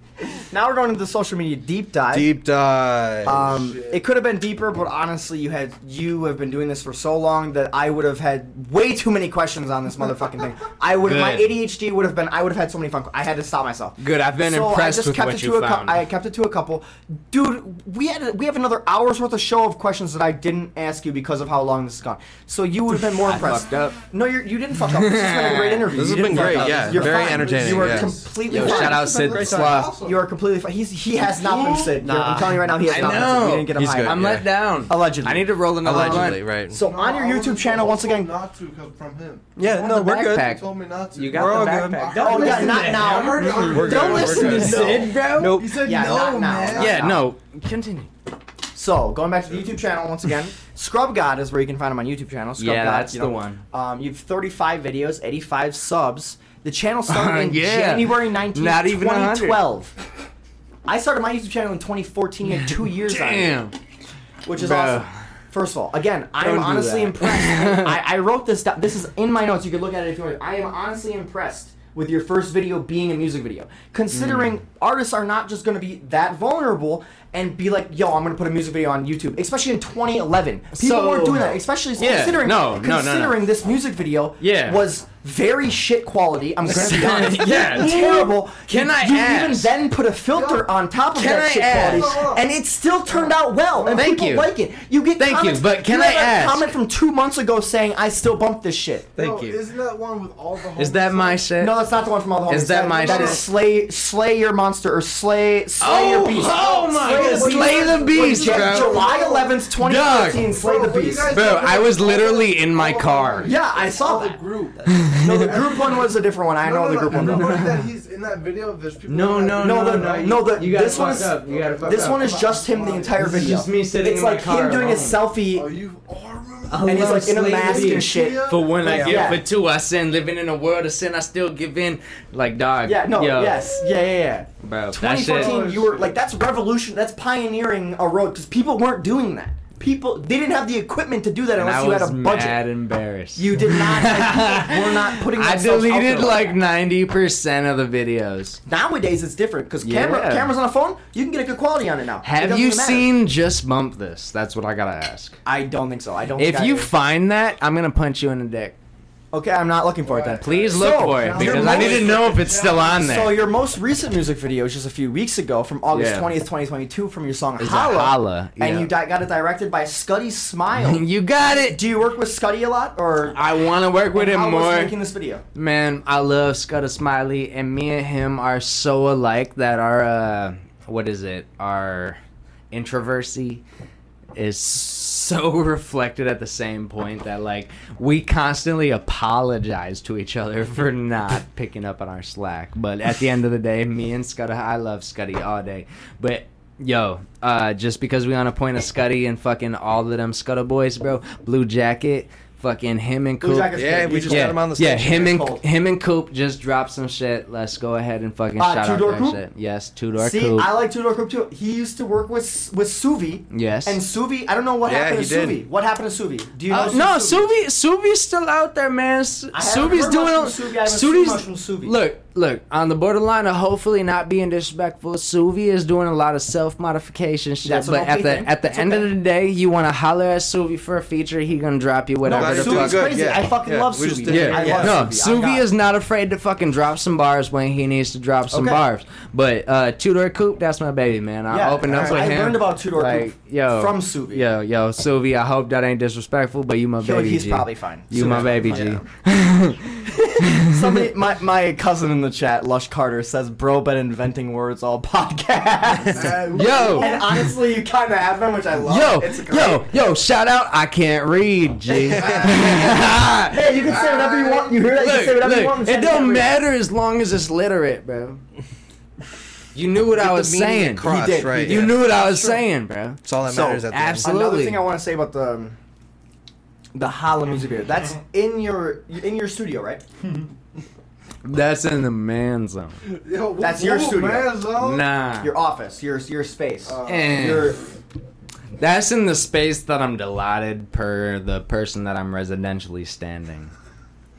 Speaker 2: now we're going into the social media deep dive.
Speaker 3: Deep dive.
Speaker 2: Um,
Speaker 4: Shit.
Speaker 2: it could have been deeper, but honestly, you had you have been doing this for so long that I would have had way too many questions on this motherfucking thing. I would my
Speaker 1: Good.
Speaker 2: ADHD would have been I would have had so many fun. I had to stop myself.
Speaker 1: Good, I've been
Speaker 2: So
Speaker 1: impressed with
Speaker 2: kept
Speaker 1: what
Speaker 2: it
Speaker 1: you
Speaker 2: to a cou-
Speaker 1: found.
Speaker 2: I kept it to a couple, dude. We had we have another hours worth of show of questions that I didn't ask you because of how long this has gone. So you would have been more impressed.
Speaker 1: fucked up.
Speaker 2: No, you're, you didn't fuck up. This has been a great interview.
Speaker 3: This
Speaker 2: You
Speaker 3: has
Speaker 2: didn't
Speaker 3: been
Speaker 2: fuck
Speaker 3: great,
Speaker 2: up.
Speaker 3: yeah.
Speaker 2: You're
Speaker 3: Very
Speaker 2: fine.
Speaker 3: entertaining,
Speaker 2: You were
Speaker 3: yes.
Speaker 2: completely
Speaker 1: Yo,
Speaker 2: fine.
Speaker 1: shout out
Speaker 4: This
Speaker 1: Sid
Speaker 4: has been great.
Speaker 1: Sloth.
Speaker 2: You are completely fine. He's he has not been sick. You're- I'm telling you right now, he has
Speaker 1: I
Speaker 2: not been sick. We
Speaker 1: know.
Speaker 2: didn't get him
Speaker 3: He's
Speaker 2: high.
Speaker 3: good.
Speaker 1: I'm
Speaker 3: Yeah.
Speaker 1: let down.
Speaker 2: Allegedly.
Speaker 1: I need to roll another
Speaker 3: Allegedly,
Speaker 1: one.
Speaker 3: right?
Speaker 2: So
Speaker 4: No,
Speaker 2: on your
Speaker 4: I was
Speaker 2: YouTube
Speaker 4: told
Speaker 2: channel, once again.
Speaker 4: Not to come from him.
Speaker 5: yeah, no,
Speaker 1: the
Speaker 5: we're good.
Speaker 1: backpack.
Speaker 4: He told me not to.
Speaker 1: You got
Speaker 5: We're all
Speaker 1: the
Speaker 5: good.
Speaker 1: backpack.
Speaker 2: Oh yeah, not now.
Speaker 3: We're good,
Speaker 1: Don't
Speaker 3: we're
Speaker 1: listen to
Speaker 3: good.
Speaker 1: Sid, bro.
Speaker 5: Nope.
Speaker 4: He said
Speaker 2: Yeah,
Speaker 4: no,
Speaker 2: not now.
Speaker 4: man.
Speaker 1: Yeah, no. Continue.
Speaker 2: So going back to the YouTube channel once again, Scrub God is where you can find him on YouTube channel. Scrub
Speaker 1: Yeah,
Speaker 2: God,
Speaker 1: that's
Speaker 2: you
Speaker 1: the
Speaker 2: know.
Speaker 1: one.
Speaker 2: Um, you have 35 videos, 85 subs. The channel started in
Speaker 1: Yeah.
Speaker 2: January 19th,
Speaker 1: Not even 100.
Speaker 2: 2012. I started my YouTube channel in 2014. You had two years on it.
Speaker 1: Damn.
Speaker 2: which is
Speaker 1: Bruh.
Speaker 2: awesome. First of all, again,
Speaker 1: Don't
Speaker 2: I'm
Speaker 1: do
Speaker 2: honestly
Speaker 1: that.
Speaker 2: impressed. I, I wrote this down. This is in my notes. You can look at it if you want. I am honestly impressed with your first video being a music video. Considering
Speaker 1: Mm.
Speaker 2: artists are not just going to be that vulnerable and be like, "Yo, I'm going to put a music video on YouTube," especially in 2011. People
Speaker 1: So-
Speaker 2: weren't doing that, especially
Speaker 1: Yeah,
Speaker 2: considering
Speaker 1: no, no, no, no.
Speaker 2: considering this music video
Speaker 1: Yeah.
Speaker 2: was very shit quality. I'm going to be honest.
Speaker 1: Yeah.
Speaker 2: terrible.
Speaker 1: Can
Speaker 2: you,
Speaker 1: I
Speaker 2: You even
Speaker 1: ask?
Speaker 2: then put a filter on top of
Speaker 1: Can
Speaker 2: that
Speaker 1: I
Speaker 2: shit
Speaker 1: ask?
Speaker 2: quality, and it still turned out well. And
Speaker 1: Thank
Speaker 2: people
Speaker 1: you.
Speaker 2: like it. You get
Speaker 1: Thank you,
Speaker 2: comments-
Speaker 1: but can
Speaker 2: you
Speaker 1: I
Speaker 2: have a
Speaker 1: ask?
Speaker 2: comment from two months ago saying I still bump this shit.
Speaker 1: Thank
Speaker 4: No,
Speaker 1: you.
Speaker 4: Isn't that one with all the homies?
Speaker 1: Is that my
Speaker 4: on it?
Speaker 1: shit?
Speaker 2: No, that's not the one from all the homies.
Speaker 1: Is that my
Speaker 2: that is
Speaker 1: shit?
Speaker 2: slay, slay your monster or slay, slay your
Speaker 1: Oh,
Speaker 2: beast.
Speaker 1: oh my
Speaker 2: the
Speaker 1: God, slay
Speaker 2: beast.
Speaker 1: the
Speaker 2: Wait,
Speaker 1: beast,
Speaker 2: Ju-
Speaker 1: bro.
Speaker 2: July 11th, 2015,
Speaker 1: Dog.
Speaker 2: slay
Speaker 4: Bro,
Speaker 2: the
Speaker 4: what do you
Speaker 2: beast.
Speaker 4: guys
Speaker 1: Bro, I was literally in my car.
Speaker 2: Yeah, I saw
Speaker 4: the
Speaker 2: that.
Speaker 4: group.
Speaker 2: No, the group one was a different one. I know the group one.
Speaker 4: No,
Speaker 2: though.
Speaker 4: no, that he's in that video. There's people.
Speaker 1: No,
Speaker 4: in
Speaker 1: no,
Speaker 4: that
Speaker 2: No,
Speaker 1: no,
Speaker 2: the,
Speaker 1: no,
Speaker 2: no,
Speaker 1: you-
Speaker 2: the,
Speaker 1: you got
Speaker 2: this one
Speaker 1: fucked
Speaker 2: is
Speaker 1: up. You got fucked
Speaker 2: this
Speaker 1: up.
Speaker 2: one is just him the entire
Speaker 1: This is
Speaker 2: video.
Speaker 1: just me sitting
Speaker 2: it's
Speaker 1: in my
Speaker 2: like
Speaker 1: car
Speaker 2: him doing a
Speaker 1: alone.
Speaker 2: selfie
Speaker 4: Oh, you are. Remember that?
Speaker 2: and he's like in a mask
Speaker 1: Slay the
Speaker 2: and shit.
Speaker 4: Beast.
Speaker 1: For when I
Speaker 2: Yeah.
Speaker 1: give
Speaker 2: Yeah.
Speaker 1: for two, I sin. Living in a world of sin, I still give in. Like dog.
Speaker 2: Yeah, no,
Speaker 1: yo,
Speaker 2: yes, yeah, yeah, yeah.
Speaker 1: bro. That shit.
Speaker 2: 2014, you were like that's revolution. That's pioneering a road because people weren't doing that. People they didn't have the equipment to do that
Speaker 1: And
Speaker 2: unless
Speaker 1: I
Speaker 2: you had
Speaker 1: was
Speaker 2: a budget.
Speaker 1: mad embarrassed.
Speaker 2: You did not. Like, people were not putting.
Speaker 1: I
Speaker 2: themselves out
Speaker 1: deleted
Speaker 2: there
Speaker 1: like
Speaker 2: that.
Speaker 1: ninety percent of the videos.
Speaker 2: Nowadays it's different because camera
Speaker 1: Yeah.
Speaker 2: cameras on a phone you can get a good quality on it now. It
Speaker 1: Have
Speaker 2: doesn't
Speaker 1: you
Speaker 2: even matter.
Speaker 1: seen Just Bump This? That's what I gotta ask.
Speaker 2: I don't think so. I don't.
Speaker 1: If
Speaker 2: think
Speaker 1: you
Speaker 2: I,
Speaker 1: find that, I'm gonna punch you in the dick.
Speaker 2: Okay, I'm not looking for it then.
Speaker 1: Please look
Speaker 2: So,
Speaker 1: for it
Speaker 2: your
Speaker 1: because I need
Speaker 2: most-
Speaker 1: to know if it's still on there.
Speaker 2: So your most recent music video was just a few weeks ago, from August
Speaker 1: Yeah.
Speaker 2: twentieth, twenty twenty two, from your song
Speaker 1: It's a
Speaker 2: "Holla,"
Speaker 1: holla,
Speaker 2: and
Speaker 1: yeah.
Speaker 2: you di- got it directed by Scuddy Smile.
Speaker 1: you got it.
Speaker 2: Do you work with Scuddy a lot, or
Speaker 1: I want to work with him
Speaker 2: how was he
Speaker 1: more.
Speaker 2: making this video?
Speaker 1: Man, I love Scudder Smiley, and me and him are so alike that our uh, what is it? Our introversy is so reflected at the same point that like we constantly apologize to each other for not picking up on our slack. But at the end of the day, me and Scudder, I love Scuddy all day, but. Yo, uh, just because we on a point of Scuddy and fucking all of them Scudder boys, bro. Blue Jacket, fucking him and Cool.
Speaker 2: Jacket's
Speaker 3: Yeah,
Speaker 2: good.
Speaker 3: we
Speaker 2: He's
Speaker 3: just
Speaker 2: good.
Speaker 1: Yeah,
Speaker 3: got him on the
Speaker 1: yeah,
Speaker 3: station.
Speaker 1: him
Speaker 2: It's
Speaker 1: and
Speaker 2: cold.
Speaker 1: him and Coop just dropped some shit. Let's go ahead and fucking
Speaker 2: Uh,
Speaker 1: shout out
Speaker 2: Two-Door
Speaker 1: their
Speaker 2: Coupe?
Speaker 1: shit. Yes, two door
Speaker 2: See,
Speaker 1: Coop.
Speaker 2: I like Tudor Coop too. He used to work with with Suvi.
Speaker 1: Yes.
Speaker 2: And Suvi, I don't know what
Speaker 3: Yeah,
Speaker 2: happened to
Speaker 3: he did.
Speaker 2: Suvi. What happened to Suvi? Do you know?
Speaker 1: Uh,
Speaker 2: Su-
Speaker 1: no, Suvi, Suvi's still out there, man. S-
Speaker 2: I haven't
Speaker 1: Suvi's
Speaker 2: heard
Speaker 1: doing.
Speaker 2: much from Suvi. I haven't seen
Speaker 1: Suvi's-
Speaker 2: much from Suvi.
Speaker 1: Look, look, on the borderline of hopefully not being disrespectful, Suvi is doing a lot of self modification shit.
Speaker 2: That's an
Speaker 1: but
Speaker 2: okay
Speaker 1: at the
Speaker 2: thing.
Speaker 1: at the
Speaker 2: It's
Speaker 1: end
Speaker 2: okay.
Speaker 1: of the day, you want to holler at Suvi for a feature, he gonna drop you
Speaker 2: No,
Speaker 1: whatever.
Speaker 3: Glad
Speaker 1: the
Speaker 3: you're
Speaker 1: fuck-
Speaker 3: doing
Speaker 2: Suvi's
Speaker 3: good.
Speaker 2: crazy.
Speaker 3: Yeah,
Speaker 2: I fucking
Speaker 3: yeah.
Speaker 2: love
Speaker 3: We just
Speaker 2: Suvi.
Speaker 3: did it.
Speaker 1: Yeah,
Speaker 2: I
Speaker 3: Yeah.
Speaker 2: love
Speaker 1: no,
Speaker 2: Suvi. I got
Speaker 1: Suvi
Speaker 2: it.
Speaker 1: is not afraid to fucking drop some bars when he needs to drop some
Speaker 2: Okay.
Speaker 1: bars. But uh, Tudor Coop, that's my baby, man. I opened up
Speaker 2: alright.
Speaker 1: with
Speaker 2: I
Speaker 1: him.
Speaker 2: learned about Tudor
Speaker 1: like,
Speaker 2: Coupe
Speaker 1: yo,
Speaker 2: from Suvi.
Speaker 1: Yo, yo, Suvi, I hope that ain't disrespectful, but you my
Speaker 2: Yo,
Speaker 1: baby.
Speaker 2: he's
Speaker 1: G.
Speaker 2: probably fine.
Speaker 1: You
Speaker 2: Suvi's
Speaker 1: my baby G.
Speaker 2: probably Somebody, my, my cousin in the chat, Lush Carter, says, "Bro, been inventing words all podcast."
Speaker 1: Yo,
Speaker 2: and honestly, you kind of have them, which I love.
Speaker 1: yo,
Speaker 2: it's great.
Speaker 1: yo, yo, shout out, I can't read, G.
Speaker 2: Hey, you can say whatever you want. You hear that? you can say
Speaker 1: look,
Speaker 2: whatever you
Speaker 1: look,
Speaker 2: want. and
Speaker 1: it
Speaker 2: chat
Speaker 1: don't
Speaker 2: whatever you-
Speaker 1: matter as long as it's literate, bro. You knew what I was
Speaker 3: the meaning
Speaker 1: saying.
Speaker 3: across,
Speaker 2: He did, he
Speaker 3: right?
Speaker 1: You
Speaker 3: yeah.
Speaker 1: knew what I was saying, bro.
Speaker 3: It's all that
Speaker 2: So,
Speaker 3: matters at the
Speaker 1: abs-
Speaker 2: Another
Speaker 1: Absolutely.
Speaker 2: thing I want to say about the um, the Hala music video. That's in your in your studio, right?
Speaker 1: That's in the man zone.
Speaker 4: Yo, wh-
Speaker 2: That's your
Speaker 4: whoa,
Speaker 2: studio.
Speaker 4: man, son.
Speaker 1: Nah.
Speaker 2: Your office, your your space.
Speaker 1: Eh.
Speaker 2: your,
Speaker 1: That's in the space that I'm delighted per the person that I'm residentially standing.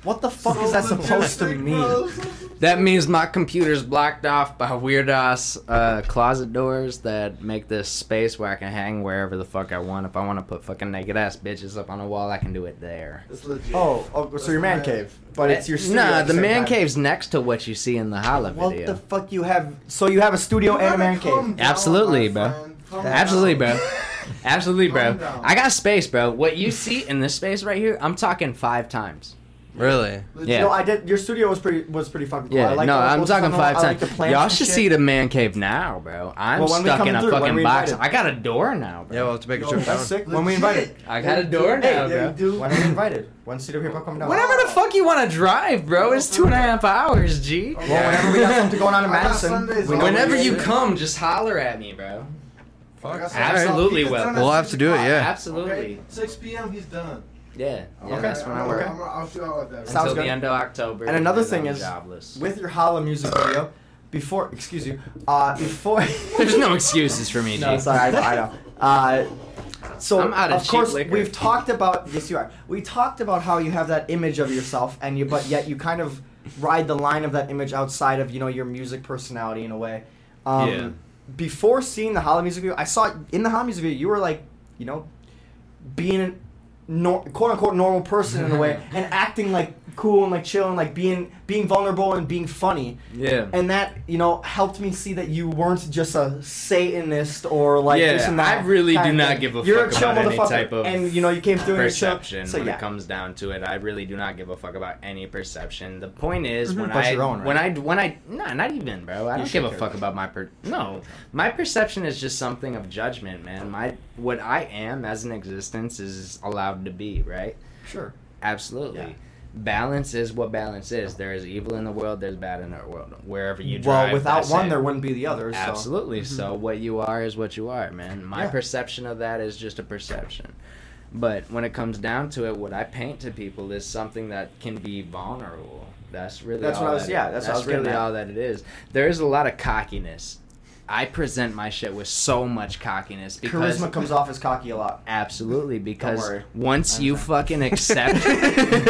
Speaker 2: what the fuck is that supposed to mean?
Speaker 1: That means my computer's blocked off by weird ass uh, closet doors that make this space where I can hang wherever the fuck I want. If I want to put fucking naked ass bitches up on a wall, I can do it there.
Speaker 4: It's legit.
Speaker 2: Oh, oh, so your man cave, but it's your studio.
Speaker 1: nah,
Speaker 2: at
Speaker 1: the
Speaker 2: same
Speaker 1: man
Speaker 2: time.
Speaker 1: cave's next to what you see in the holla
Speaker 2: What
Speaker 1: video.
Speaker 2: the fuck you have? So you have a studio and a man cave.
Speaker 1: Absolutely, bro. Absolutely, bro. Absolutely, bro.
Speaker 4: Calm down.
Speaker 1: I got space, bro. What you see in this space right here, I'm talking five times.
Speaker 3: really?
Speaker 1: Yeah.
Speaker 2: No, I did. Your studio was pretty was pretty fucking cool.
Speaker 1: Yeah,
Speaker 2: I like
Speaker 1: no,
Speaker 2: the
Speaker 1: I'm
Speaker 2: focus
Speaker 1: talking
Speaker 2: on the-
Speaker 1: five
Speaker 2: I like
Speaker 1: times.
Speaker 2: the plants
Speaker 1: Y'all
Speaker 2: and
Speaker 1: should
Speaker 2: shit.
Speaker 1: see the man cave now, bro. I'm
Speaker 2: Well, when we
Speaker 1: stuck
Speaker 2: come
Speaker 1: in a
Speaker 2: through, when
Speaker 1: fucking
Speaker 2: we
Speaker 1: box.
Speaker 2: invite
Speaker 1: I got a door now. Bro.
Speaker 3: Yeah, we'll have to make a
Speaker 4: Yo,
Speaker 3: trip down.
Speaker 2: That's sick. When we invited.
Speaker 1: I got a door now,
Speaker 4: Yeah,
Speaker 1: bro.
Speaker 4: you do.
Speaker 2: When are we invited? When's Cedar People come down?
Speaker 1: Whatever the fuck you want to drive, bro. It's two and a half hours, G.
Speaker 4: Okay.
Speaker 2: Well, whenever we got something going on in
Speaker 4: I got
Speaker 2: Madison,
Speaker 4: Sundays
Speaker 2: we know
Speaker 4: off.
Speaker 1: Whenever
Speaker 2: where
Speaker 1: you
Speaker 2: it is.
Speaker 1: come, just holler at me, bro.
Speaker 4: I got some-
Speaker 1: Absolutely
Speaker 4: It's
Speaker 1: well.
Speaker 4: done at
Speaker 3: We'll have
Speaker 4: six
Speaker 3: to do it,
Speaker 4: o'clock,
Speaker 3: yeah.
Speaker 1: Absolutely.
Speaker 4: Okay? 6 p.m. He's done.
Speaker 1: Yeah. yeah
Speaker 2: Okay.
Speaker 1: That's when I
Speaker 4: I'm-
Speaker 1: work.
Speaker 4: I'm- I'll shoot out like that.
Speaker 2: Sounds
Speaker 1: Until
Speaker 2: good.
Speaker 1: the end of October.
Speaker 2: And another
Speaker 1: then
Speaker 2: thing
Speaker 1: I'm
Speaker 2: is,
Speaker 1: jobless.
Speaker 2: with your Hala music video, before, excuse you, uh, before.
Speaker 1: There's no excuses for me, G.
Speaker 2: no, sorry, I know, I know. Uh, so
Speaker 1: I'm out of
Speaker 2: of
Speaker 1: cheap
Speaker 2: course
Speaker 1: liquor.
Speaker 2: we've talked about yes you are. We talked about how you have that image of yourself and you but yet you kind of ride the line of that image outside of, you know, your music personality in a way. Um
Speaker 1: Yeah.
Speaker 2: before seeing the Hollow music video, I saw in the Hollow music video you were like, you know, being a nor- quote unquote normal person in a way and acting like cool and like chill and like being being vulnerable and being funny.
Speaker 1: Yeah.
Speaker 2: And that, you know, helped me see that you weren't just a Satanist or like
Speaker 1: Yeah,
Speaker 2: this and that.
Speaker 1: I really
Speaker 2: kind
Speaker 1: do
Speaker 2: of
Speaker 1: not
Speaker 2: thing.
Speaker 1: give a
Speaker 2: You're
Speaker 1: fuck
Speaker 2: a chill
Speaker 1: about any
Speaker 2: motherfucker,
Speaker 1: type of
Speaker 2: and you know you came through and you're chill.
Speaker 1: perception
Speaker 2: So
Speaker 1: when
Speaker 2: yeah,
Speaker 1: it comes down to it. I really do not give a fuck about any perception. The point is when
Speaker 2: But
Speaker 1: I
Speaker 2: Mm-hmm. your own, right?
Speaker 1: when I when I nah, not even bro. I
Speaker 2: You
Speaker 1: don't
Speaker 2: should
Speaker 1: give a
Speaker 2: care
Speaker 1: fuck
Speaker 2: about
Speaker 1: about my per no. My perception is just something of judgment, man. My what I am as an existence is allowed to be, right?
Speaker 2: sure.
Speaker 1: Absolutely.
Speaker 2: Yeah.
Speaker 1: Balance is what balance is. There is evil in the world, there's bad in the world. Wherever you drive.
Speaker 2: Well, without
Speaker 1: that's
Speaker 2: one,
Speaker 1: it.
Speaker 2: there wouldn't be the other. So. mm-hmm.
Speaker 1: Absolutely. So what you are is what you are, man. My
Speaker 2: Yeah.
Speaker 1: perception of that is just a perception. But when it comes down to it, what I paint to people is something that can be vulnerable. That's really
Speaker 2: That's
Speaker 1: all
Speaker 2: what I was-
Speaker 1: that-
Speaker 2: yeah, that's what I was getting
Speaker 1: really
Speaker 2: at.
Speaker 1: all that it is. There is a lot of cockiness I present my shit with so much cockiness because
Speaker 2: Charisma comes off as cocky a lot.
Speaker 1: Absolutely, because
Speaker 2: worry.
Speaker 1: once you fucking accept,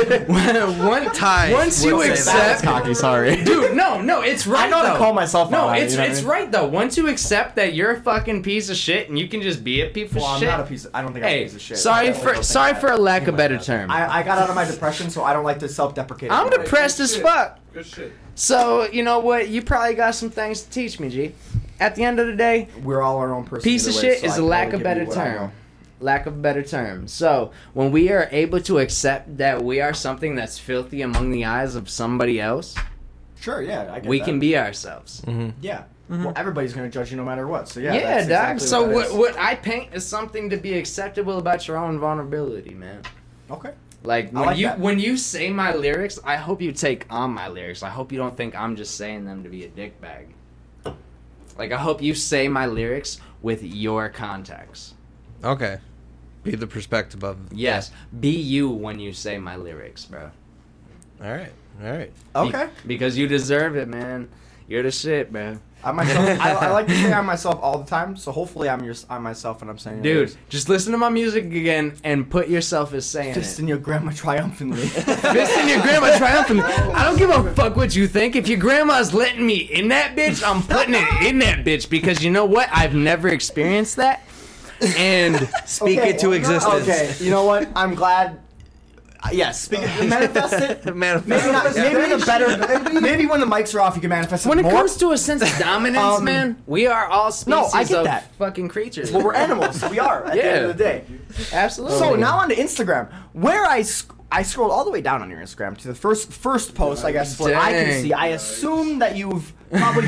Speaker 1: one
Speaker 3: Ty
Speaker 1: once you
Speaker 3: would say that.
Speaker 1: accept,
Speaker 6: cocky, sorry.
Speaker 1: dude, no, no, it's right.
Speaker 6: I know how to
Speaker 1: though.
Speaker 6: call myself out
Speaker 1: No,
Speaker 6: on it,
Speaker 1: it's
Speaker 6: you know what I
Speaker 1: it's
Speaker 6: mean?
Speaker 1: right though. Once you accept that you're a fucking piece of shit and you can just be a piece of
Speaker 2: Well, I'm
Speaker 1: shit.
Speaker 2: not a piece. Of, I don't think I'm a
Speaker 1: hey,
Speaker 2: piece of shit. I
Speaker 1: sorry
Speaker 2: definitely don't
Speaker 1: for
Speaker 2: think
Speaker 1: sorry
Speaker 2: that.
Speaker 1: for a lack of better term. I,
Speaker 2: I, I got out of my depression, so I don't like to self-deprecate.
Speaker 1: am
Speaker 2: anymore.
Speaker 1: depressed as fuck.
Speaker 4: Good shit.
Speaker 1: So you know what? You probably got some things to teach me, G. At the end of the day,
Speaker 2: We're all our own person.
Speaker 1: piece of
Speaker 2: either way,
Speaker 1: shit
Speaker 2: so I
Speaker 1: is a
Speaker 2: can
Speaker 1: lack
Speaker 2: only
Speaker 1: of
Speaker 2: give you
Speaker 1: better
Speaker 2: what I
Speaker 1: term
Speaker 2: know.
Speaker 1: lack of better term so when we are able to accept that we are something that's filthy among the eyes of somebody else
Speaker 2: Sure. Yeah. I get
Speaker 1: we
Speaker 2: that.
Speaker 1: can be ourselves
Speaker 2: Yeah. Well, everybody's gonna judge you no matter what. So yeah.
Speaker 1: Mm-hmm. yeah,
Speaker 2: that's
Speaker 1: doc
Speaker 2: exactly
Speaker 1: so
Speaker 2: that
Speaker 1: what,
Speaker 2: is.
Speaker 1: what i paint is something to be acceptable about your own vulnerability man
Speaker 2: Okay.
Speaker 1: like
Speaker 2: I
Speaker 1: when
Speaker 2: like
Speaker 1: you
Speaker 2: that.
Speaker 1: when you say my lyrics i hope you take on my lyrics i hope you don't think i'm just saying them to be a dickbag like i hope you say my lyrics with your context
Speaker 3: Okay. Be the perspective of.
Speaker 1: Yes, be you when you say my lyrics, bro.
Speaker 3: All right. All right.
Speaker 1: Be-
Speaker 2: Okay.
Speaker 1: because you deserve it, man. You're the shit, man.
Speaker 2: I myself. I, I like to say I'm myself all the time. So hopefully I'm your. I'm myself, and I'm saying. it
Speaker 1: Dude,
Speaker 2: is.
Speaker 1: just listen to my music again and put yourself as saying
Speaker 2: Fist
Speaker 1: it.
Speaker 2: in your grandma triumphantly.
Speaker 1: Fist in your grandma triumphant. I don't give a fuck what you think. If your grandma's letting me in that bitch, I'm putting it in that bitch because you know what? I've never experienced that. And
Speaker 3: Speak it to existence.
Speaker 2: Okay, you know what? I'm glad. uh, Yes, speak it, manifest it. Maybe, not, maybe the better. Maybe when the mics are off, you can manifest it
Speaker 1: when it
Speaker 2: more.
Speaker 1: comes to a sense of dominance,
Speaker 2: Um,
Speaker 1: man, we are all
Speaker 2: No,
Speaker 1: species
Speaker 2: I get
Speaker 1: of
Speaker 2: that.
Speaker 1: fucking creatures.
Speaker 2: well, we're animals. We are at the end of the day.
Speaker 1: Absolutely.
Speaker 2: So now on to Instagram, where I sc- I scrolled all the way down on your Instagram to the first first post. I guess what I can
Speaker 1: Dang.
Speaker 2: see. I assume that you've probably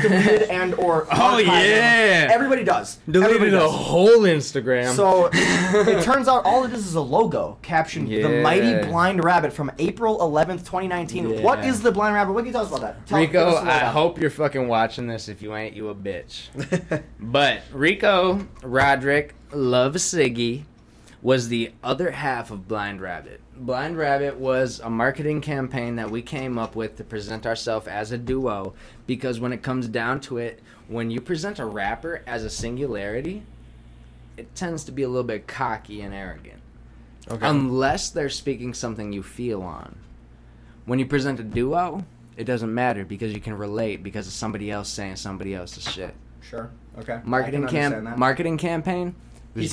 Speaker 2: deleted and or
Speaker 1: Oh,
Speaker 2: archived
Speaker 1: yeah.
Speaker 2: them. everybody does Everybody
Speaker 1: deleted a
Speaker 2: does.
Speaker 1: whole Instagram.
Speaker 2: So it turns out all it is is a logo captioned "The
Speaker 1: Yeah.
Speaker 2: Mighty Blind Rabbit" from April 11th, 2019. What
Speaker 1: Yeah.
Speaker 2: is the Blind Rabbit? What can you tell us about that? Tell- give us
Speaker 1: Rico,
Speaker 2: a
Speaker 1: I
Speaker 2: rundown.
Speaker 1: hope you're fucking watching this. If you ain't, you a bitch. but Rico Roderick Love Siggy was the other half of Blind Rabbit. Blind Rabbit was a marketing campaign that we came up with to present ourselves as a duo because when it comes down to it, when you present a rapper as a singularity, it tends to be a little bit cocky and arrogant.
Speaker 3: Okay.
Speaker 1: Unless they're speaking something you feel on. When you present a duo, it doesn't matter because you can relate because it's somebody else saying somebody else's shit.
Speaker 2: Sure. Okay.
Speaker 1: Marketing
Speaker 2: I can understand
Speaker 1: camp
Speaker 2: that.
Speaker 1: marketing campaign.
Speaker 2: He's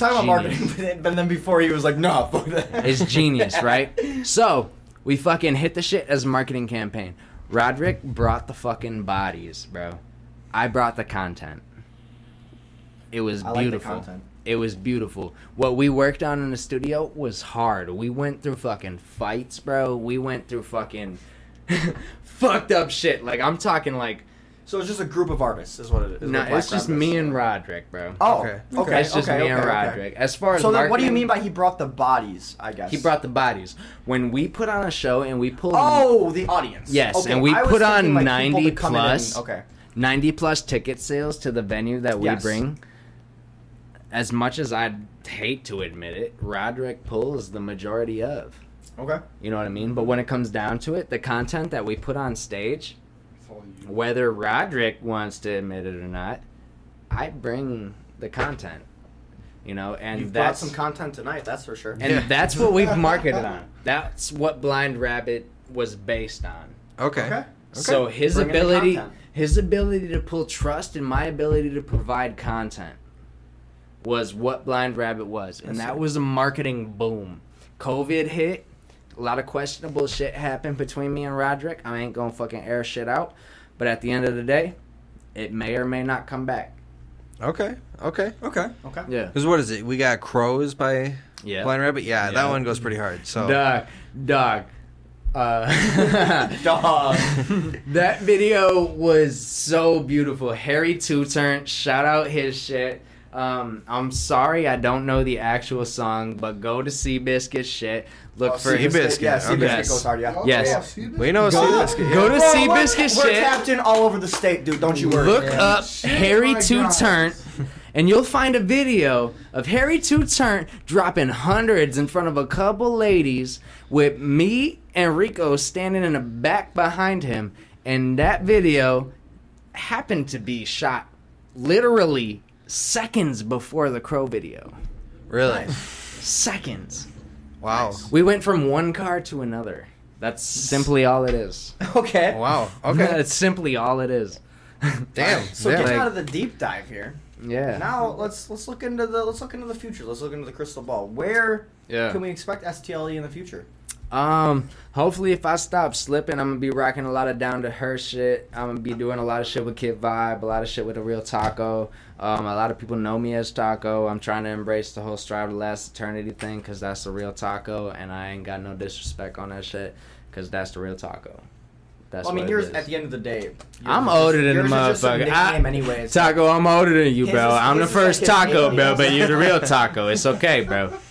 Speaker 1: is
Speaker 2: talking about
Speaker 1: genius.
Speaker 2: marketing, but then- but then before he was like, "No, fuck that."
Speaker 1: It's genius, right? So we fucking hit the shit as a marketing campaign. Roderick brought the fucking bodies, bro. I brought the content. It was
Speaker 2: I like the
Speaker 1: beautiful.
Speaker 2: content.
Speaker 1: It was beautiful. What we worked on in the studio was hard. We went through fucking fights, bro. We went through fucking fucked up shit. Like I'm talking like
Speaker 2: So it's just a group of artists, is what it is.
Speaker 1: no,
Speaker 2: what Black
Speaker 1: it's just
Speaker 2: Rabbit is.
Speaker 1: me and Roderick, bro.
Speaker 2: Oh,
Speaker 3: Okay.
Speaker 2: okay. okay
Speaker 1: it's just
Speaker 2: okay,
Speaker 1: me and
Speaker 2: okay, okay.
Speaker 1: Roderick. As far as
Speaker 2: So then, what do you
Speaker 1: marketing-
Speaker 2: mean by he brought the bodies? I guess
Speaker 1: He brought the bodies. When we put on a show and we pull
Speaker 2: Oh, the audience.
Speaker 1: Yes,
Speaker 2: Okay,
Speaker 1: and we
Speaker 2: I was
Speaker 1: put on
Speaker 2: thinking, like, people
Speaker 1: 90
Speaker 2: to come in and-
Speaker 1: plus
Speaker 2: okay.
Speaker 1: 90 plus ticket sales to the venue that we
Speaker 2: Yes.
Speaker 1: bring, as much as I'd hate to admit it, Roderick pulls the majority of.
Speaker 2: Okay.
Speaker 1: You know what I mean? But when it comes down to it, the content that we put on stage,
Speaker 4: It's all you.
Speaker 1: whether Roderick wants to admit it or not, I bring the content. You know, and
Speaker 2: You've brought
Speaker 1: that's
Speaker 2: some content tonight, that's for sure.
Speaker 1: and that's what we've marketed on. That's what Blind Rabbit was based on.
Speaker 3: Okay.
Speaker 2: okay.
Speaker 1: So his
Speaker 2: Bring in the
Speaker 1: ability,
Speaker 2: content.
Speaker 1: his ability to pull trust and my ability to provide content was what Blind Rabbit was, and that was a marketing boom. COVID hit, a lot of questionable shit happened between me and Roderick. I ain't gonna fucking air shit out, but at the end of the day, it may or may not come back.
Speaker 3: Okay. Okay. Okay.
Speaker 2: Okay.
Speaker 1: Yeah,
Speaker 3: Because what is it? We got crows by
Speaker 1: yeah.
Speaker 3: Blind Rabbit. Yeah, that
Speaker 1: Yeah.
Speaker 3: one goes pretty hard. So
Speaker 1: Dog, dog. Uh,
Speaker 2: Dog.
Speaker 1: That video was so beautiful. Harry Two Turn, shout out his shit. Um, I'm sorry I don't know the actual song, but go to Seabiscuit shit. Look
Speaker 2: Oh,
Speaker 1: for
Speaker 2: Seabiscuit,
Speaker 3: Seabiscuit,
Speaker 2: Yeah,
Speaker 3: okay.
Speaker 2: Seabiscuit
Speaker 1: Yes.
Speaker 2: goes hard, yeah.
Speaker 4: Oh,
Speaker 1: Yes.
Speaker 4: yeah, see this?
Speaker 3: we know.
Speaker 1: Go,
Speaker 3: Seabiscuit,
Speaker 1: go to
Speaker 2: Well, we're-
Speaker 1: Seabiscuit
Speaker 2: We're
Speaker 1: shit.
Speaker 2: tapped in all over the state, dude. Don't you worry.
Speaker 1: Look
Speaker 2: Yeah.
Speaker 1: up oh Harry
Speaker 4: my
Speaker 1: Two
Speaker 4: God.
Speaker 1: Turn, and you'll find a video of Harry Two Turn dropping hundreds in front of a couple ladies with me and Rico standing in the back behind him. And that video happened to be shot literally seconds before the Crow video.
Speaker 3: Really?
Speaker 1: Seconds.
Speaker 3: Wow.
Speaker 1: We went from one car to another. That's simply all it is.
Speaker 2: Okay.
Speaker 3: Wow. Okay.
Speaker 1: That's simply all it is.
Speaker 3: Damn.
Speaker 2: So
Speaker 3: yeah.
Speaker 2: getting
Speaker 1: like-
Speaker 2: out of the deep dive here.
Speaker 1: Yeah.
Speaker 2: Now let's let's look into the let's look into the future. Let's look into the crystal ball. Where
Speaker 1: Yeah.
Speaker 2: can we expect STLE E in the future?
Speaker 1: Um, hopefully if I stop slipping, I'm gonna be rocking a lot of down to her shit. I'm gonna be doing a lot of shit with Kid Vibe, a lot of shit with the real Taco. Um, a lot of people know me as Taco. I'm trying to embrace the whole strive to last eternity thing, cause that's the real Taco, and I ain't got no disrespect on that shit, cause that's the real Taco. That's
Speaker 2: Well, I mean,
Speaker 1: what it
Speaker 2: yours
Speaker 1: is.
Speaker 2: at the end of the day. yours
Speaker 1: I'm
Speaker 2: is just-
Speaker 1: older than the
Speaker 2: yours is just a
Speaker 1: motherfucker. I-
Speaker 2: nickname anyways.
Speaker 1: Taco, I'm older than you,
Speaker 2: His
Speaker 1: bro.
Speaker 2: is-
Speaker 1: I'm the
Speaker 2: his is like
Speaker 1: first
Speaker 2: his
Speaker 1: Taco,
Speaker 2: name,
Speaker 1: bro, but
Speaker 2: yes.
Speaker 1: you're the real Taco. It's okay, bro.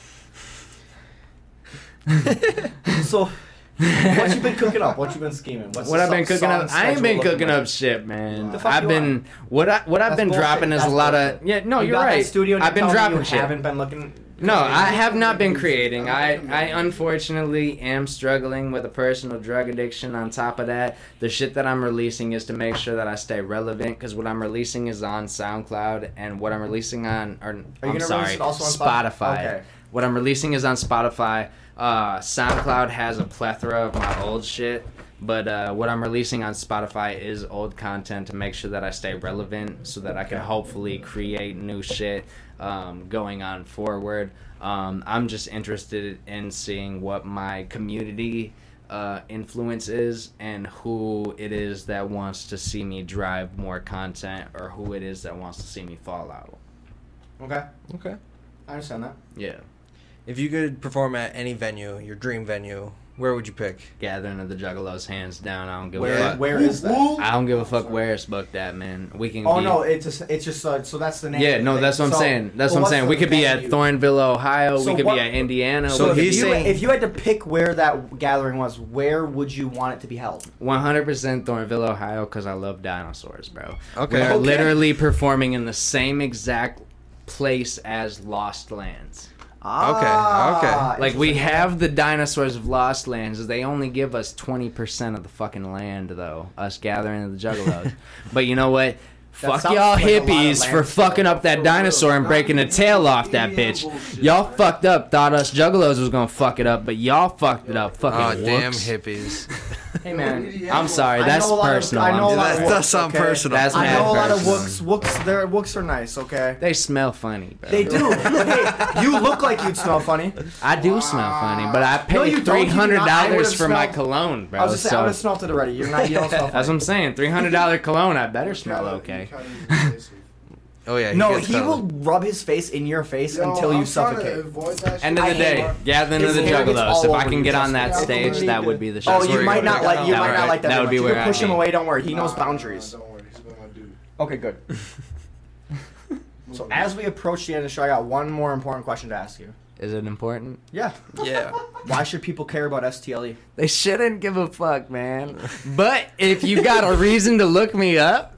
Speaker 2: so, what you been cooking up? What you been scheming? What's
Speaker 1: what
Speaker 2: the
Speaker 1: I've been
Speaker 2: song-
Speaker 1: cooking
Speaker 2: song
Speaker 1: up, I ain't
Speaker 2: schedule
Speaker 1: been
Speaker 2: looking
Speaker 1: cooking
Speaker 2: like?
Speaker 1: up shit, man.
Speaker 2: The fuck
Speaker 1: I've
Speaker 2: you
Speaker 1: been what I what I've
Speaker 2: That's
Speaker 1: been
Speaker 2: bullshit.
Speaker 1: dropping is
Speaker 2: That's
Speaker 1: a lot of
Speaker 2: bullshit.
Speaker 1: yeah. No,
Speaker 2: You
Speaker 1: you're
Speaker 2: got
Speaker 1: right.
Speaker 2: That studio and
Speaker 1: I've been
Speaker 2: you're telling me
Speaker 1: dropping
Speaker 2: you
Speaker 1: shit.
Speaker 2: Haven't been looking.
Speaker 1: no, I
Speaker 2: creating?
Speaker 1: have not been creating. I, I unfortunately am struggling with a personal drug addiction. On top of that, the shit that I'm releasing is to make sure that I stay relevant because what I'm releasing is on SoundCloud and what I'm releasing on, or
Speaker 2: Are you
Speaker 1: I'm
Speaker 2: gonna
Speaker 1: sorry,
Speaker 2: release it also on Spotify?
Speaker 1: Spotify.
Speaker 2: Okay.
Speaker 1: What I'm releasing is on Spotify. Uh, SoundCloud has a plethora of my old shit, but uh, what I'm releasing on Spotify is old content to make sure that I stay relevant so that I can hopefully create new shit um, going on forward. Um, I'm just interested in seeing what my community uh, influence is and who it is that wants to see me drive more content or who it is that wants to see me fall out.
Speaker 2: Okay,
Speaker 3: Okay.
Speaker 2: I understand that.
Speaker 1: Yeah.
Speaker 3: If you could perform at any venue, your dream venue, where would you pick?
Speaker 1: Gathering of the Juggalos, hands down. I don't give a
Speaker 2: Where
Speaker 1: fuck.
Speaker 2: where is that?
Speaker 1: I don't give a fuck where it's booked at, man. We can.
Speaker 2: Oh
Speaker 1: be,
Speaker 2: no, it's just it's just uh, so that's the name.
Speaker 1: Yeah, no, that's what I'm
Speaker 2: So-
Speaker 1: saying. That's what
Speaker 2: but
Speaker 1: I'm
Speaker 2: what's
Speaker 1: saying.
Speaker 2: the
Speaker 1: We could be at
Speaker 2: venue?
Speaker 1: Thornville, Ohio.
Speaker 2: So
Speaker 1: we could
Speaker 2: what-
Speaker 1: be at Indiana.
Speaker 3: So
Speaker 1: we could
Speaker 3: he's
Speaker 1: be
Speaker 2: you,
Speaker 3: saying-
Speaker 2: if you had to pick where that gathering was, where would you want it to be held?
Speaker 1: 100% Thornville, Ohio, because I love dinosaurs, bro.
Speaker 3: Okay.
Speaker 1: We are
Speaker 3: Okay.
Speaker 1: literally performing in the same exact place as Lost Lands.
Speaker 2: Ah,
Speaker 1: Like we have the dinosaurs of Lost Lands. They only give us twenty percent of the fucking land, though. Us gathering the Juggalos. but you know what? Fuck
Speaker 2: sounds
Speaker 1: y'all
Speaker 2: like a lot of
Speaker 1: hippies
Speaker 2: land
Speaker 1: for
Speaker 2: still.
Speaker 1: fucking up that dinosaur and breaking the tail off that bitch. Y'all fucked up. Thought us Juggalos was gonna fuck it up, but y'all fucked it up.
Speaker 3: Oh,
Speaker 1: Fucking
Speaker 3: damn
Speaker 1: whoops.
Speaker 3: hippies.
Speaker 2: Hey man,
Speaker 1: I'm sorry.
Speaker 2: I
Speaker 1: That's
Speaker 2: know a lot of-
Speaker 1: personal.
Speaker 2: I know
Speaker 1: I'm
Speaker 2: a lot
Speaker 1: just-
Speaker 3: that
Speaker 2: of-
Speaker 3: does sound
Speaker 2: Okay.
Speaker 3: personal.
Speaker 1: That's
Speaker 2: I
Speaker 1: mad
Speaker 2: know a lot of
Speaker 1: personal.
Speaker 2: wooks. Wooks, their wooks are nice. Okay,
Speaker 1: They smell funny, bro.
Speaker 2: they do. but hey, you look like you'd smell funny.
Speaker 1: I do smell funny, but I
Speaker 2: No,
Speaker 1: paid
Speaker 2: you don't.
Speaker 1: three
Speaker 2: You do not.
Speaker 1: hundred
Speaker 2: I would've
Speaker 1: dollars for my
Speaker 2: smelled-
Speaker 1: cologne, bro.
Speaker 2: I was just saying, I
Speaker 1: so
Speaker 2: would have smelled it already. You're not. You don't smell
Speaker 1: that's
Speaker 2: funny.
Speaker 1: what I'm saying. Three hundred dollar cologne. I better smell okay.
Speaker 3: Oh yeah.
Speaker 2: No,
Speaker 3: gets
Speaker 2: he
Speaker 3: that
Speaker 2: will
Speaker 3: look.
Speaker 2: rub his face in your face until you suffocate.
Speaker 1: End of
Speaker 2: I
Speaker 1: the
Speaker 2: hate
Speaker 1: day,
Speaker 2: it.
Speaker 1: gathering of
Speaker 2: His
Speaker 1: the
Speaker 2: hair gets
Speaker 1: Juggalos.
Speaker 2: all
Speaker 1: If I
Speaker 2: over
Speaker 1: can
Speaker 2: you,
Speaker 1: get on
Speaker 2: trust me.
Speaker 1: that
Speaker 2: I
Speaker 1: stage,
Speaker 4: completely
Speaker 1: that
Speaker 4: did.
Speaker 1: would be the shit.
Speaker 2: Oh,
Speaker 3: That's
Speaker 2: you
Speaker 3: where
Speaker 2: might
Speaker 3: you
Speaker 2: not
Speaker 3: gotta
Speaker 2: like.
Speaker 3: go.
Speaker 2: You might
Speaker 1: Alright,
Speaker 2: not like that.
Speaker 1: that
Speaker 2: very
Speaker 1: would be
Speaker 2: much.
Speaker 1: where
Speaker 2: you
Speaker 1: I
Speaker 2: can push him
Speaker 1: hate.
Speaker 2: away. Don't worry. He knows boundaries.
Speaker 4: Don't worry, he's been my dude.
Speaker 2: Okay, good. So as we approach the end of the show, I got one more important question to ask you.
Speaker 1: Is it important?
Speaker 2: Yeah.
Speaker 3: Yeah.
Speaker 2: Why should people care about STLE?
Speaker 1: They shouldn't give a fuck, man. But if you got a reason to look me up,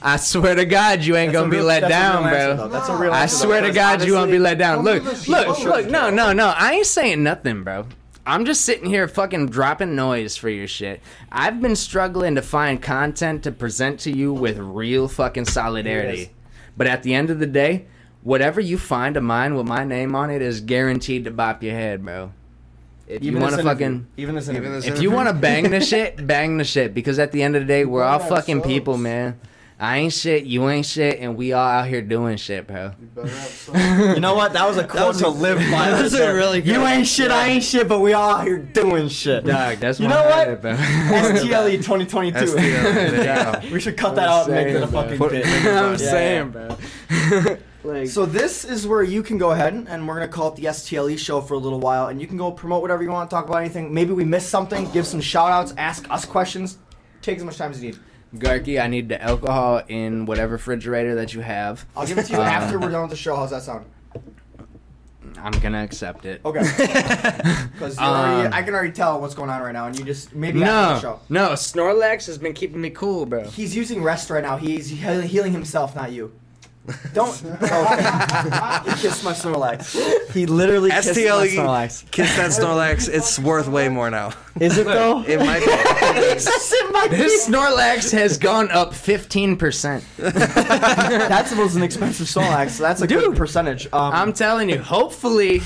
Speaker 1: I swear to God, you ain't
Speaker 2: That's a
Speaker 1: gonna be
Speaker 2: real-
Speaker 1: let
Speaker 2: that's a real
Speaker 1: down,
Speaker 2: answer, though.
Speaker 1: bro.
Speaker 2: That's a real
Speaker 1: I
Speaker 2: answer, though,
Speaker 1: swear to
Speaker 2: because
Speaker 1: God, you won't be
Speaker 2: honestly-
Speaker 1: let down.
Speaker 4: don't
Speaker 1: Look,
Speaker 4: do this shit.
Speaker 1: look,
Speaker 4: Don't
Speaker 1: look.
Speaker 4: do
Speaker 1: No,
Speaker 4: this.
Speaker 1: no, no. I ain't saying nothing, bro. I'm just sitting here fucking dropping noise for your shit. I've been struggling to find content to present to you with real fucking
Speaker 2: Yes.
Speaker 1: solidarity. But at the end of the day, whatever you find of mine with my name on it is guaranteed to bop your head, bro. If you want to
Speaker 2: this
Speaker 1: fucking.
Speaker 2: interview- even this interview.
Speaker 3: this
Speaker 1: If you want to bang the shit, bang the shit. Because at the end of the day, we're all
Speaker 4: Right,
Speaker 1: fucking
Speaker 4: so-
Speaker 1: people, man. I ain't shit, you ain't shit, and we all out here doing shit, bro.
Speaker 2: You know what? That was a quote to live by.
Speaker 3: That was a really good.
Speaker 2: You ain't shit, I ain't shit, but we all out here doing shit.
Speaker 1: Dog, that's
Speaker 2: You know what?
Speaker 1: Bro.
Speaker 2: STLE 2022.
Speaker 3: STL, there you
Speaker 2: we should cut that out and make it a
Speaker 1: saying,
Speaker 2: fucking
Speaker 3: bro.
Speaker 2: bit.
Speaker 1: I'm
Speaker 2: Yeah,
Speaker 1: saying,
Speaker 2: yeah.
Speaker 1: bro.
Speaker 2: So this is where you can go ahead and- and we're gonna call it the STLE E show for a little while, and you can go promote whatever you want, talk about anything. Maybe we missed something, give some shout outs, ask us questions. Take as much time as you need.
Speaker 1: Garky, I need the alcohol in whatever refrigerator that you have.
Speaker 2: I'll give it to you after we're done with the show. How's that sound?
Speaker 1: I'm gonna accept it.
Speaker 2: Okay. Because
Speaker 1: Um,
Speaker 2: I can already tell what's going on right now, and you just maybe after the
Speaker 1: No,
Speaker 2: show.
Speaker 1: no, Snorlax has been keeping me cool, bro.
Speaker 2: He's using rest right now. He's he- healing himself, not you. Don't. Oh, okay. Kiss my Snorlax. He literally kissed my Snorlax.
Speaker 3: STLE Kiss That Snorlax. It's worth way more now.
Speaker 2: Is it though?
Speaker 3: It might be.
Speaker 1: This Snorlax has gone up 15%.
Speaker 2: That's the most inexpensive Snorlax. So that's a good percentage. Um,
Speaker 1: I'm telling you, hopefully,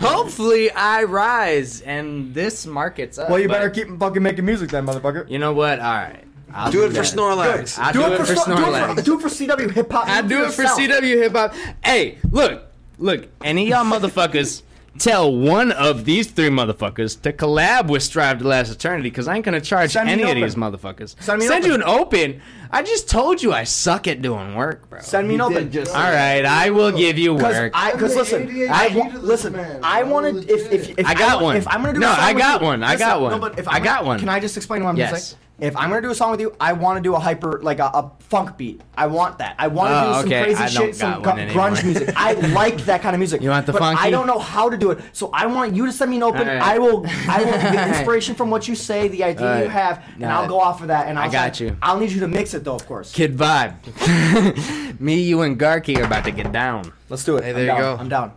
Speaker 1: hopefully I rise and this market's up.
Speaker 2: well, you
Speaker 1: but-
Speaker 2: better keep fucking making music then, motherfucker.
Speaker 1: You know what? All right. I'll
Speaker 3: Do it for
Speaker 1: that.
Speaker 3: Snorlax.
Speaker 1: I'll do, it, for
Speaker 2: Snor-
Speaker 1: Snorlax.
Speaker 2: Do it for, do it for CW hip hop.
Speaker 1: I do it for CW hip hop. Hey, look, look, any of y'all motherfuckers tell one of these three motherfuckers to collab with Strive to Last Eternity because I ain't gonna charge
Speaker 2: Send me
Speaker 1: any
Speaker 2: an
Speaker 1: of
Speaker 2: open.
Speaker 1: these motherfuckers.
Speaker 2: Send me an
Speaker 1: Send you
Speaker 2: open.
Speaker 1: an open. I just told you I suck at doing work, bro.
Speaker 2: Send me an open.
Speaker 4: just-
Speaker 1: All right, I will give you
Speaker 2: Because
Speaker 1: work. I,
Speaker 2: I, because listen,
Speaker 4: ADHD
Speaker 2: I wa-
Speaker 4: to this
Speaker 2: listen,
Speaker 4: man.
Speaker 2: I
Speaker 4: Oh,
Speaker 2: wanted if if, if
Speaker 1: got
Speaker 2: wa-
Speaker 1: one.
Speaker 2: If I'm gonna do
Speaker 1: No,
Speaker 2: a song
Speaker 1: I
Speaker 2: with
Speaker 1: got
Speaker 2: you-
Speaker 1: one. I
Speaker 2: listen,
Speaker 1: got
Speaker 2: No,
Speaker 1: one.
Speaker 2: but if
Speaker 1: I
Speaker 2: I'm
Speaker 1: got
Speaker 2: gonna-
Speaker 1: one.
Speaker 2: Can I just explain what I'm
Speaker 1: Yes.
Speaker 2: saying? If I'm gonna do a song with you, I want to do a hyper like a, a funk beat. I want that. I want to
Speaker 1: Oh,
Speaker 2: do
Speaker 1: okay.
Speaker 2: some crazy
Speaker 1: I don't
Speaker 2: shit,
Speaker 1: got one
Speaker 2: some gr-
Speaker 1: anymore.
Speaker 2: grunge music. I like that kind of music.
Speaker 1: You want the
Speaker 2: but I
Speaker 1: funky?
Speaker 2: don't know how to do it, so I want you to send me an open.
Speaker 1: All right.
Speaker 2: I will. I will get inspiration from what you say, the idea
Speaker 1: All
Speaker 2: you
Speaker 1: right.
Speaker 2: have, and
Speaker 1: Got
Speaker 2: I'll
Speaker 1: it.
Speaker 2: go off of that. And I'll
Speaker 1: got
Speaker 2: send-
Speaker 1: you.
Speaker 2: I'll need you to mix it though, of course.
Speaker 1: Kid vibe. Me, you, and Garky are about to get down.
Speaker 2: Let's do it.
Speaker 3: Hey,
Speaker 2: I'm
Speaker 3: there you
Speaker 2: down.
Speaker 3: go.
Speaker 2: I'm down.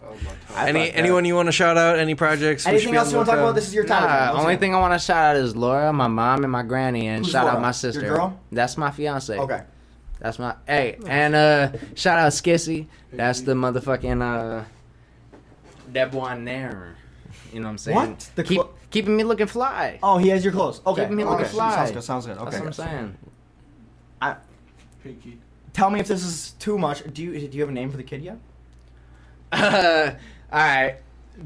Speaker 3: Any anyone you want to shout out? Any projects? we should
Speaker 2: Anything
Speaker 3: be
Speaker 2: else
Speaker 3: on
Speaker 2: you
Speaker 3: the
Speaker 2: want to talk
Speaker 3: lookout?
Speaker 2: about? This is your time.
Speaker 1: Nah,
Speaker 2: Let's
Speaker 1: only
Speaker 2: go.
Speaker 1: thing I want to shout out is Laura, my mom, and my granny, and
Speaker 2: Who's
Speaker 1: shout
Speaker 2: Laura?
Speaker 1: out my
Speaker 2: Your
Speaker 1: sister.
Speaker 2: girl?
Speaker 1: That's my fiance.
Speaker 2: Okay.
Speaker 1: That's my hey, and uh, shout out Skissy. That's the motherfucking uh, debonair. You know what I'm saying?
Speaker 2: What? The
Speaker 1: Keep,
Speaker 2: clo-
Speaker 1: keeping me looking fly.
Speaker 2: Oh, he has your clothes. Okay.
Speaker 1: Keeping me
Speaker 2: okay.
Speaker 1: looking fly.
Speaker 2: Sounds good. Sounds good. Okay.
Speaker 1: That's what I'm saying.
Speaker 2: I-
Speaker 4: Pinky.
Speaker 2: tell me if this is too much. Do you do you have a name for the kid yet?
Speaker 1: Uh, all right.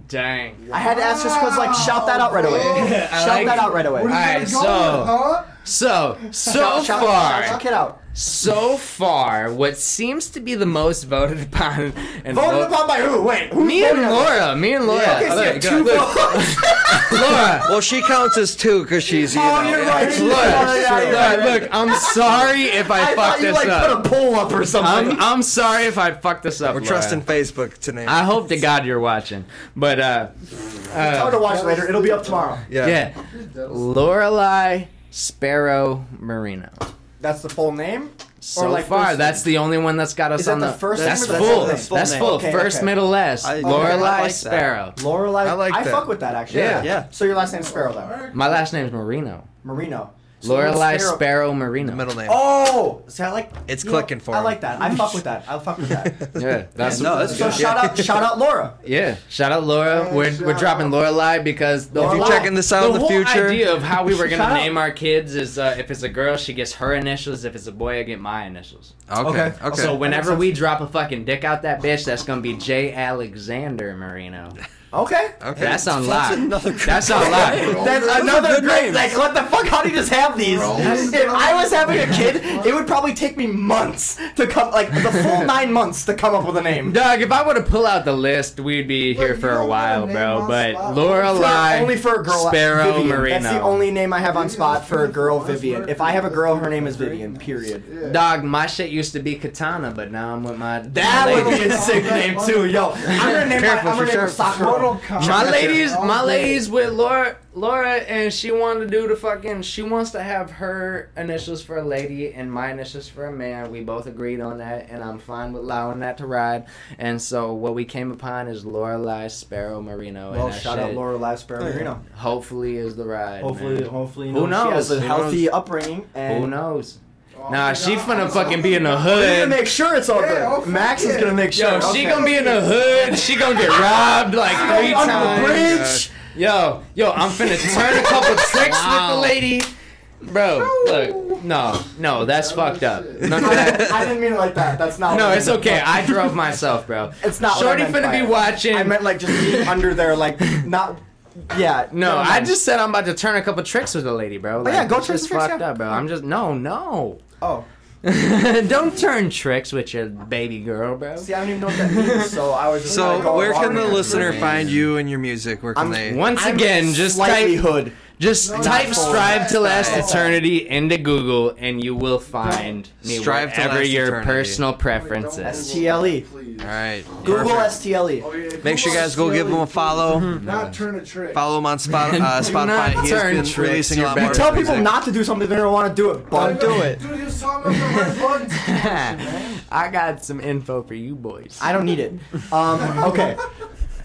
Speaker 1: Dang.
Speaker 2: I had to ask just because like shout that out right away.
Speaker 4: Yeah,
Speaker 1: I
Speaker 2: shout
Speaker 1: like-
Speaker 2: that out right away.
Speaker 4: What
Speaker 1: All
Speaker 4: are you
Speaker 1: right,
Speaker 4: gonna
Speaker 1: so-
Speaker 4: go with, huh?
Speaker 1: So so
Speaker 2: shout,
Speaker 1: far,
Speaker 2: Shout the kid out.
Speaker 1: so far, what seems to be the most voted upon and
Speaker 2: Voted
Speaker 1: vo-
Speaker 2: upon by who? Wait. Who
Speaker 1: Me and
Speaker 2: voted on this?
Speaker 1: Laura. Me and Laura.
Speaker 2: Okay, so you have
Speaker 1: Look,
Speaker 2: two
Speaker 1: look,
Speaker 2: votes.
Speaker 1: Laura.
Speaker 3: Well, she counts as two because she's. You
Speaker 2: Oh,
Speaker 3: know,
Speaker 2: you're
Speaker 3: yeah.
Speaker 2: right.
Speaker 1: Look,
Speaker 2: Yeah, yeah,
Speaker 1: look,
Speaker 2: yeah, yeah.
Speaker 1: look, I'm sorry if I,
Speaker 2: I
Speaker 1: fucked
Speaker 2: thought you
Speaker 1: this
Speaker 2: like
Speaker 1: up.
Speaker 2: put a pull up or something.
Speaker 1: I'm, I'm sorry if I fucked this up.
Speaker 3: We're
Speaker 1: Laura.
Speaker 3: trusting Facebook tonight.
Speaker 1: I hope to God you're watching. But, uh,
Speaker 2: I'm
Speaker 1: uh
Speaker 2: gonna watch it later. It'll be up tomorrow.
Speaker 1: yeah. Lorelei Sparrow Marino.
Speaker 2: That's the full name.
Speaker 1: So
Speaker 2: like
Speaker 1: far,
Speaker 2: first name?
Speaker 1: that's the only one that's got us
Speaker 2: Is that
Speaker 1: on
Speaker 2: the
Speaker 1: the,
Speaker 2: first
Speaker 1: That's
Speaker 2: name or
Speaker 1: full.
Speaker 2: the
Speaker 1: That's full.
Speaker 2: second name? Full name. Okay,
Speaker 1: First,
Speaker 2: okay.
Speaker 1: middle, last.
Speaker 3: I-
Speaker 1: Lorelei
Speaker 3: I like that.
Speaker 1: Sparrow.
Speaker 2: Lorelai.
Speaker 3: I like
Speaker 2: I
Speaker 3: that.
Speaker 2: fuck with that actually.
Speaker 3: Yeah. Yeah.
Speaker 2: So your last name's Sparrow though.
Speaker 1: My last name's Marino.
Speaker 2: Marino. So
Speaker 1: Lorelei
Speaker 2: Sparrow-
Speaker 1: Sparrow Marino.
Speaker 3: Middle name.
Speaker 2: Oh, see, I like.
Speaker 3: It's
Speaker 2: you know,
Speaker 3: clicking for
Speaker 2: I
Speaker 3: him.
Speaker 2: like that. I fuck with that. I fuck with that.
Speaker 1: Yeah, that's
Speaker 3: no, that's
Speaker 2: so
Speaker 3: good.
Speaker 2: shout out, shout out, Laura.
Speaker 1: Yeah, shout out Laura.
Speaker 4: Hey,
Speaker 1: we're
Speaker 4: shout
Speaker 1: we're dropping
Speaker 4: out.
Speaker 1: Lorelai because the
Speaker 2: If you're
Speaker 1: whole-
Speaker 2: checking
Speaker 3: this out in the
Speaker 1: whole
Speaker 3: future-
Speaker 1: idea of how we were
Speaker 2: Shout
Speaker 1: gonna
Speaker 2: out.
Speaker 1: name our kids is uh, if it's a girl, she gets her initials. If it's a boy, I get my initials.
Speaker 3: Okay.
Speaker 2: Okay.
Speaker 3: Okay.
Speaker 1: So
Speaker 2: when-
Speaker 1: whenever we drop a fucking dick out that bitch, that's gonna be J Alexander Marino.
Speaker 2: Okay.
Speaker 3: okay.
Speaker 1: That's on lock. That's on lock.
Speaker 2: That's
Speaker 3: Those are
Speaker 2: another
Speaker 3: good
Speaker 2: great.
Speaker 3: names.
Speaker 2: Like, what the fuck? How do you just have these? If I was having a kid, it would probably take me months to come, like the full nine months to come up with a name.
Speaker 1: Doug, if I were to pull out the list, we'd be here
Speaker 4: you
Speaker 1: for a
Speaker 4: don't
Speaker 1: while,
Speaker 4: wanna name
Speaker 1: bro.
Speaker 4: on
Speaker 1: But
Speaker 4: spot.
Speaker 1: Lorelai,
Speaker 2: For- only for a girl.
Speaker 1: Sparrow
Speaker 2: Vivian.
Speaker 1: Marino.
Speaker 2: That's the only name I have on spot for a girl,
Speaker 4: Vivian's
Speaker 2: Vivian.
Speaker 4: work.
Speaker 2: If I have a girl, her name is Vivian. Period.
Speaker 4: Yeah.
Speaker 1: Dog, my shit used to be Katana, but now I'm with my.
Speaker 2: That
Speaker 1: my
Speaker 2: would
Speaker 1: lady.
Speaker 2: be a sick name too, yo. I'm gonna name my, I'm
Speaker 3: Careful,
Speaker 2: gonna
Speaker 3: for
Speaker 2: name her
Speaker 3: sure.
Speaker 2: Sakura.
Speaker 1: My
Speaker 4: Kombat.
Speaker 1: ladies,
Speaker 4: All
Speaker 1: my
Speaker 4: day.
Speaker 1: ladies with Laura, Laura, and she wanted to do the fucking. She wants to have her initials for a lady and my initials for a man. We both agreed on that, and I'm fine with allowing that to ride. And so what we came upon is Lorelai Sparrow Marino.
Speaker 2: Well,
Speaker 1: and that
Speaker 2: shout
Speaker 1: shit
Speaker 2: out Laura Lasper Marino.
Speaker 1: Hopefully is the ride.
Speaker 2: Hopefully,
Speaker 1: man.
Speaker 2: hopefully, you
Speaker 1: Who
Speaker 2: know, She has
Speaker 1: knows?
Speaker 2: a
Speaker 1: Who
Speaker 2: healthy upbringing, and
Speaker 1: Who knows?
Speaker 4: Oh,
Speaker 1: Nah,
Speaker 4: my
Speaker 1: she
Speaker 4: God.
Speaker 1: finna fucking be in the
Speaker 2: We're gonna
Speaker 1: hood.
Speaker 2: make sure it's all good.
Speaker 4: Yeah, oh, fuck
Speaker 2: Max is
Speaker 4: yeah.
Speaker 2: gonna make sure.
Speaker 1: Yo, she gonna be in the hood. She gonna get robbed like three
Speaker 2: on the
Speaker 3: Oh
Speaker 1: times.
Speaker 2: bridge.
Speaker 1: Yo, yo, I'm finna turn a couple tricks with the
Speaker 5: Wow.
Speaker 1: lady. Bro, look, no, no, that's fucked up. None of that.
Speaker 2: I didn't mean it like that. That's not.
Speaker 1: No,
Speaker 2: what I
Speaker 1: it's
Speaker 2: meant.
Speaker 1: okay. I drove myself, bro.
Speaker 2: It's not.
Speaker 1: Shorty
Speaker 2: what I meant
Speaker 1: finna
Speaker 2: by
Speaker 1: be
Speaker 2: it.
Speaker 1: watching.
Speaker 2: I meant like just being under there, like not. Yeah.
Speaker 1: no,
Speaker 2: never
Speaker 1: I
Speaker 2: mind. Oh,
Speaker 1: just said I'm about to turn a couple tricks with the lady, bro. Like,
Speaker 2: yeah, go
Speaker 1: it's
Speaker 2: turn
Speaker 1: just
Speaker 2: some tricks,
Speaker 1: fucked
Speaker 2: yeah.
Speaker 1: up, bro. I'm just no, no.
Speaker 2: Oh,
Speaker 1: Don't turn tricks with your baby girl, bro.
Speaker 2: see, I don't even know what that means. So I was. Just
Speaker 3: So
Speaker 2: like, oh,
Speaker 3: where
Speaker 2: I don't
Speaker 3: can the
Speaker 2: know.
Speaker 3: listener find you and your music? Where can
Speaker 2: I'm
Speaker 3: they?
Speaker 1: Once
Speaker 2: I'm
Speaker 1: again, just
Speaker 2: slightly
Speaker 1: type
Speaker 2: hood.
Speaker 1: Just
Speaker 4: No,
Speaker 1: type
Speaker 4: not
Speaker 1: "strive
Speaker 4: full.
Speaker 1: to last
Speaker 4: Not full.
Speaker 1: eternity" into Google, and you will find me
Speaker 3: Strive to
Speaker 1: whatever
Speaker 3: last
Speaker 1: your
Speaker 3: eternity.
Speaker 1: personal preference
Speaker 4: Don't
Speaker 1: is.
Speaker 4: Google
Speaker 2: STLE.
Speaker 4: that, please.
Speaker 3: All right.
Speaker 2: Google
Speaker 3: perfect.
Speaker 4: Oh,
Speaker 2: STLE.
Speaker 4: yeah, Google
Speaker 3: Make sure you guys go give him a
Speaker 4: STLE,
Speaker 2: Mm-hmm.
Speaker 3: follow.
Speaker 4: E, Not turn a trick.
Speaker 3: Follow him on Spot, uh,
Speaker 1: Do
Speaker 3: Spotify.
Speaker 1: not
Speaker 3: He has
Speaker 1: turn
Speaker 3: been
Speaker 1: tricks,
Speaker 3: releasing a
Speaker 1: you're
Speaker 3: lot
Speaker 1: back.
Speaker 3: more
Speaker 2: You tell people
Speaker 3: music.
Speaker 2: not to do something they don't want to do it,
Speaker 4: Dude,
Speaker 2: but do it.
Speaker 4: Dude, you saw me with the red buttons. man.
Speaker 1: I got some info for you boys.
Speaker 2: I don't need it. Um, okay,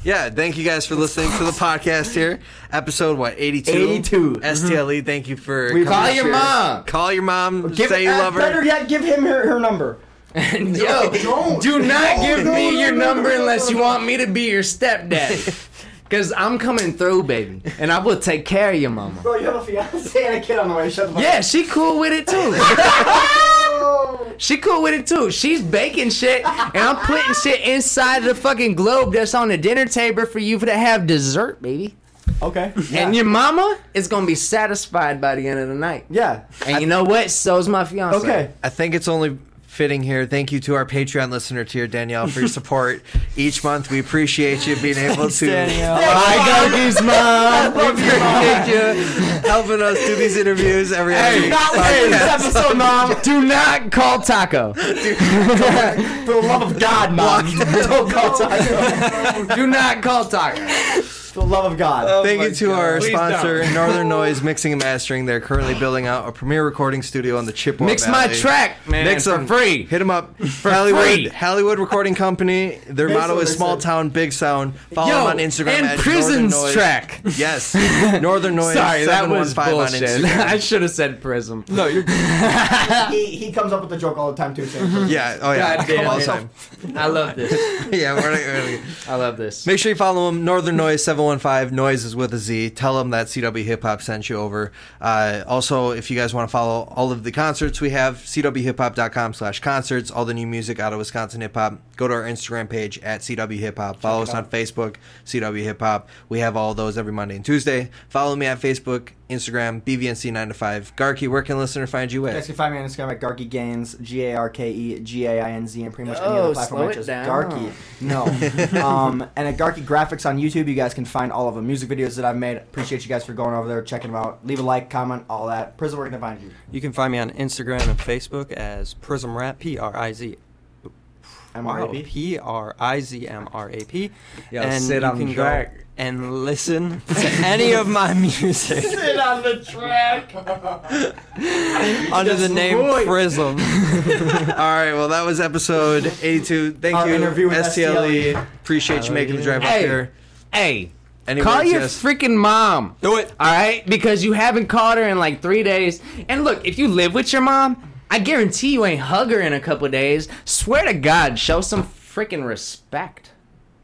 Speaker 3: Yeah, thank you guys for listening to the podcast here. Episode what, 82?
Speaker 2: 82.
Speaker 3: STLE, E, thank you for
Speaker 2: Mm-hmm. We
Speaker 3: coming.
Speaker 1: Call your
Speaker 2: Sure.
Speaker 1: mom.
Speaker 3: Call your mom,
Speaker 2: give
Speaker 3: say you
Speaker 2: uh,
Speaker 3: love
Speaker 2: Better
Speaker 3: her.
Speaker 2: yet, give him her, her number.
Speaker 1: And yo,
Speaker 4: don't.
Speaker 1: do not
Speaker 4: No,
Speaker 1: give
Speaker 4: no,
Speaker 1: me
Speaker 4: no,
Speaker 1: your
Speaker 4: no, no,
Speaker 1: number
Speaker 4: no, no,
Speaker 1: unless you
Speaker 4: no.
Speaker 1: want me to be your stepdaddy. Cause I'm coming through, baby, and I will take care of your mama.
Speaker 2: Bro, you have a fiance and a kid on the way. Shut the fuck
Speaker 1: Yeah, she cool with it too. she cool with it too. She's baking shit, and I'm putting shit inside the fucking globe that's on the dinner table for you to have dessert, baby.
Speaker 2: up. Okay. Yeah.
Speaker 1: And your mama is gonna be satisfied by the end of the night.
Speaker 2: yeah.
Speaker 1: And you know what? So's my fiance.
Speaker 2: Okay.
Speaker 3: I think it's only fitting here. Thank you to our Patreon listener tier, Danielle, for your support. Each month, we appreciate you being able to.
Speaker 1: I go goose mom.
Speaker 3: We appreciate you helping us do these interviews every
Speaker 1: Hey,
Speaker 3: other
Speaker 1: not listen to this episode, mom. Do not call Taco.
Speaker 2: For the love of God, mom. Don't call Taco.
Speaker 1: Do not call Taco.
Speaker 2: For the love of God.
Speaker 3: Thank
Speaker 1: Oh my
Speaker 3: you to our
Speaker 1: Please
Speaker 3: sponsor, Northern Noise Mixing and Mastering. They're currently building out a premier recording studio on the Chippewa
Speaker 1: Mix
Speaker 3: Valley.
Speaker 1: my track, man.
Speaker 3: Mix
Speaker 1: for
Speaker 3: them.
Speaker 1: free.
Speaker 3: Hit them up. Hollywood,
Speaker 1: free.
Speaker 3: Hollywood Recording Company. Their
Speaker 2: Basically,
Speaker 3: motto
Speaker 2: they
Speaker 3: is small
Speaker 2: said-
Speaker 3: town, big sound. Follow them on Instagram
Speaker 1: and
Speaker 3: at
Speaker 1: prisons
Speaker 3: Northern Noise.
Speaker 1: track.
Speaker 3: Yes, Northern Noise.
Speaker 1: Sorry, that was
Speaker 3: 715 on
Speaker 1: bullshit.
Speaker 3: Instagram.
Speaker 1: I should have said prism. No, you're
Speaker 2: he, he comes up with the joke all the time too. Sam.
Speaker 3: Yeah. Oh yeah.
Speaker 1: God damn
Speaker 3: All the
Speaker 1: it.
Speaker 3: time.
Speaker 1: I love this.
Speaker 3: Yeah. We're not, we're not-
Speaker 1: I love this.
Speaker 3: Make sure you follow him, Northern Noise 715. Noise is with a Z. Tell them that CW Hip Hop sent you over. Uh, also, if you guys want to follow all of the concerts we have, cwhiphop.com slash concerts, all the new music out of Wisconsin Hip Hop. Go to our Instagram page at CW Hip Hop. Follow us on Facebook, CW Hip Hop. We have all those every Monday and Tuesday. Follow me at Facebook, Instagram, BVNC9 to 5. Garky, where can a listener find you
Speaker 2: You guys
Speaker 3: at?
Speaker 2: can find me on Instagram at Garky Gains, G A R K E G A I N Z, and pretty much any
Speaker 1: Oh,
Speaker 2: other platform.
Speaker 1: slow
Speaker 2: which
Speaker 1: it
Speaker 2: is
Speaker 1: down.
Speaker 2: Garky. No. um, and at Garky Graphics on YouTube, you guys can find all of the music videos that I've made. Appreciate you guys for going over there, checking them out. Leave a like, comment, all that. Prison, where can I find you?
Speaker 5: You can find me on Instagram and Facebook as Prism Rap, P R I Z
Speaker 2: I'm
Speaker 5: Wow,
Speaker 2: RAP.
Speaker 5: P R I Z M R A P.
Speaker 1: Yo, sit on the
Speaker 5: go
Speaker 1: track.
Speaker 5: and listen to any of my music. sit on the track. Under the name
Speaker 1: Destroy.
Speaker 5: Prism.
Speaker 3: all right. Well, that was episode 82. Thank
Speaker 2: Our
Speaker 3: you,
Speaker 2: interview with
Speaker 3: STLE.
Speaker 2: STLE.
Speaker 3: E. Appreciate you making the drive up
Speaker 1: Hey.
Speaker 3: here.
Speaker 1: Hey,
Speaker 3: Any
Speaker 1: call
Speaker 3: words,
Speaker 1: your
Speaker 3: yes?
Speaker 1: freaking mom.
Speaker 5: Do it.
Speaker 1: All right, because you haven't called her in like three days. And look, if you live with your mom, I guarantee you ain't hug her in a couple days. Swear to God, show some freaking respect.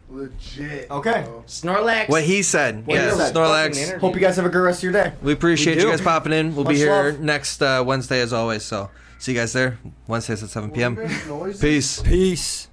Speaker 4: Legit.
Speaker 2: Okay.
Speaker 4: bro.
Speaker 1: Snorlax.
Speaker 3: What he said.
Speaker 2: he
Speaker 3: yeah,
Speaker 1: Fucking
Speaker 2: said.
Speaker 3: Snorlax.
Speaker 1: inter-
Speaker 2: Hope you guys have a good rest of your day.
Speaker 3: We appreciate
Speaker 5: We
Speaker 3: you
Speaker 5: do.
Speaker 3: guys popping in. We'll be
Speaker 2: Much
Speaker 3: here
Speaker 2: love.
Speaker 3: next uh, Wednesday as always. So see you guys there. Wednesdays at 7 p.m.
Speaker 4: We're making noises.
Speaker 3: Peace.
Speaker 5: Peace.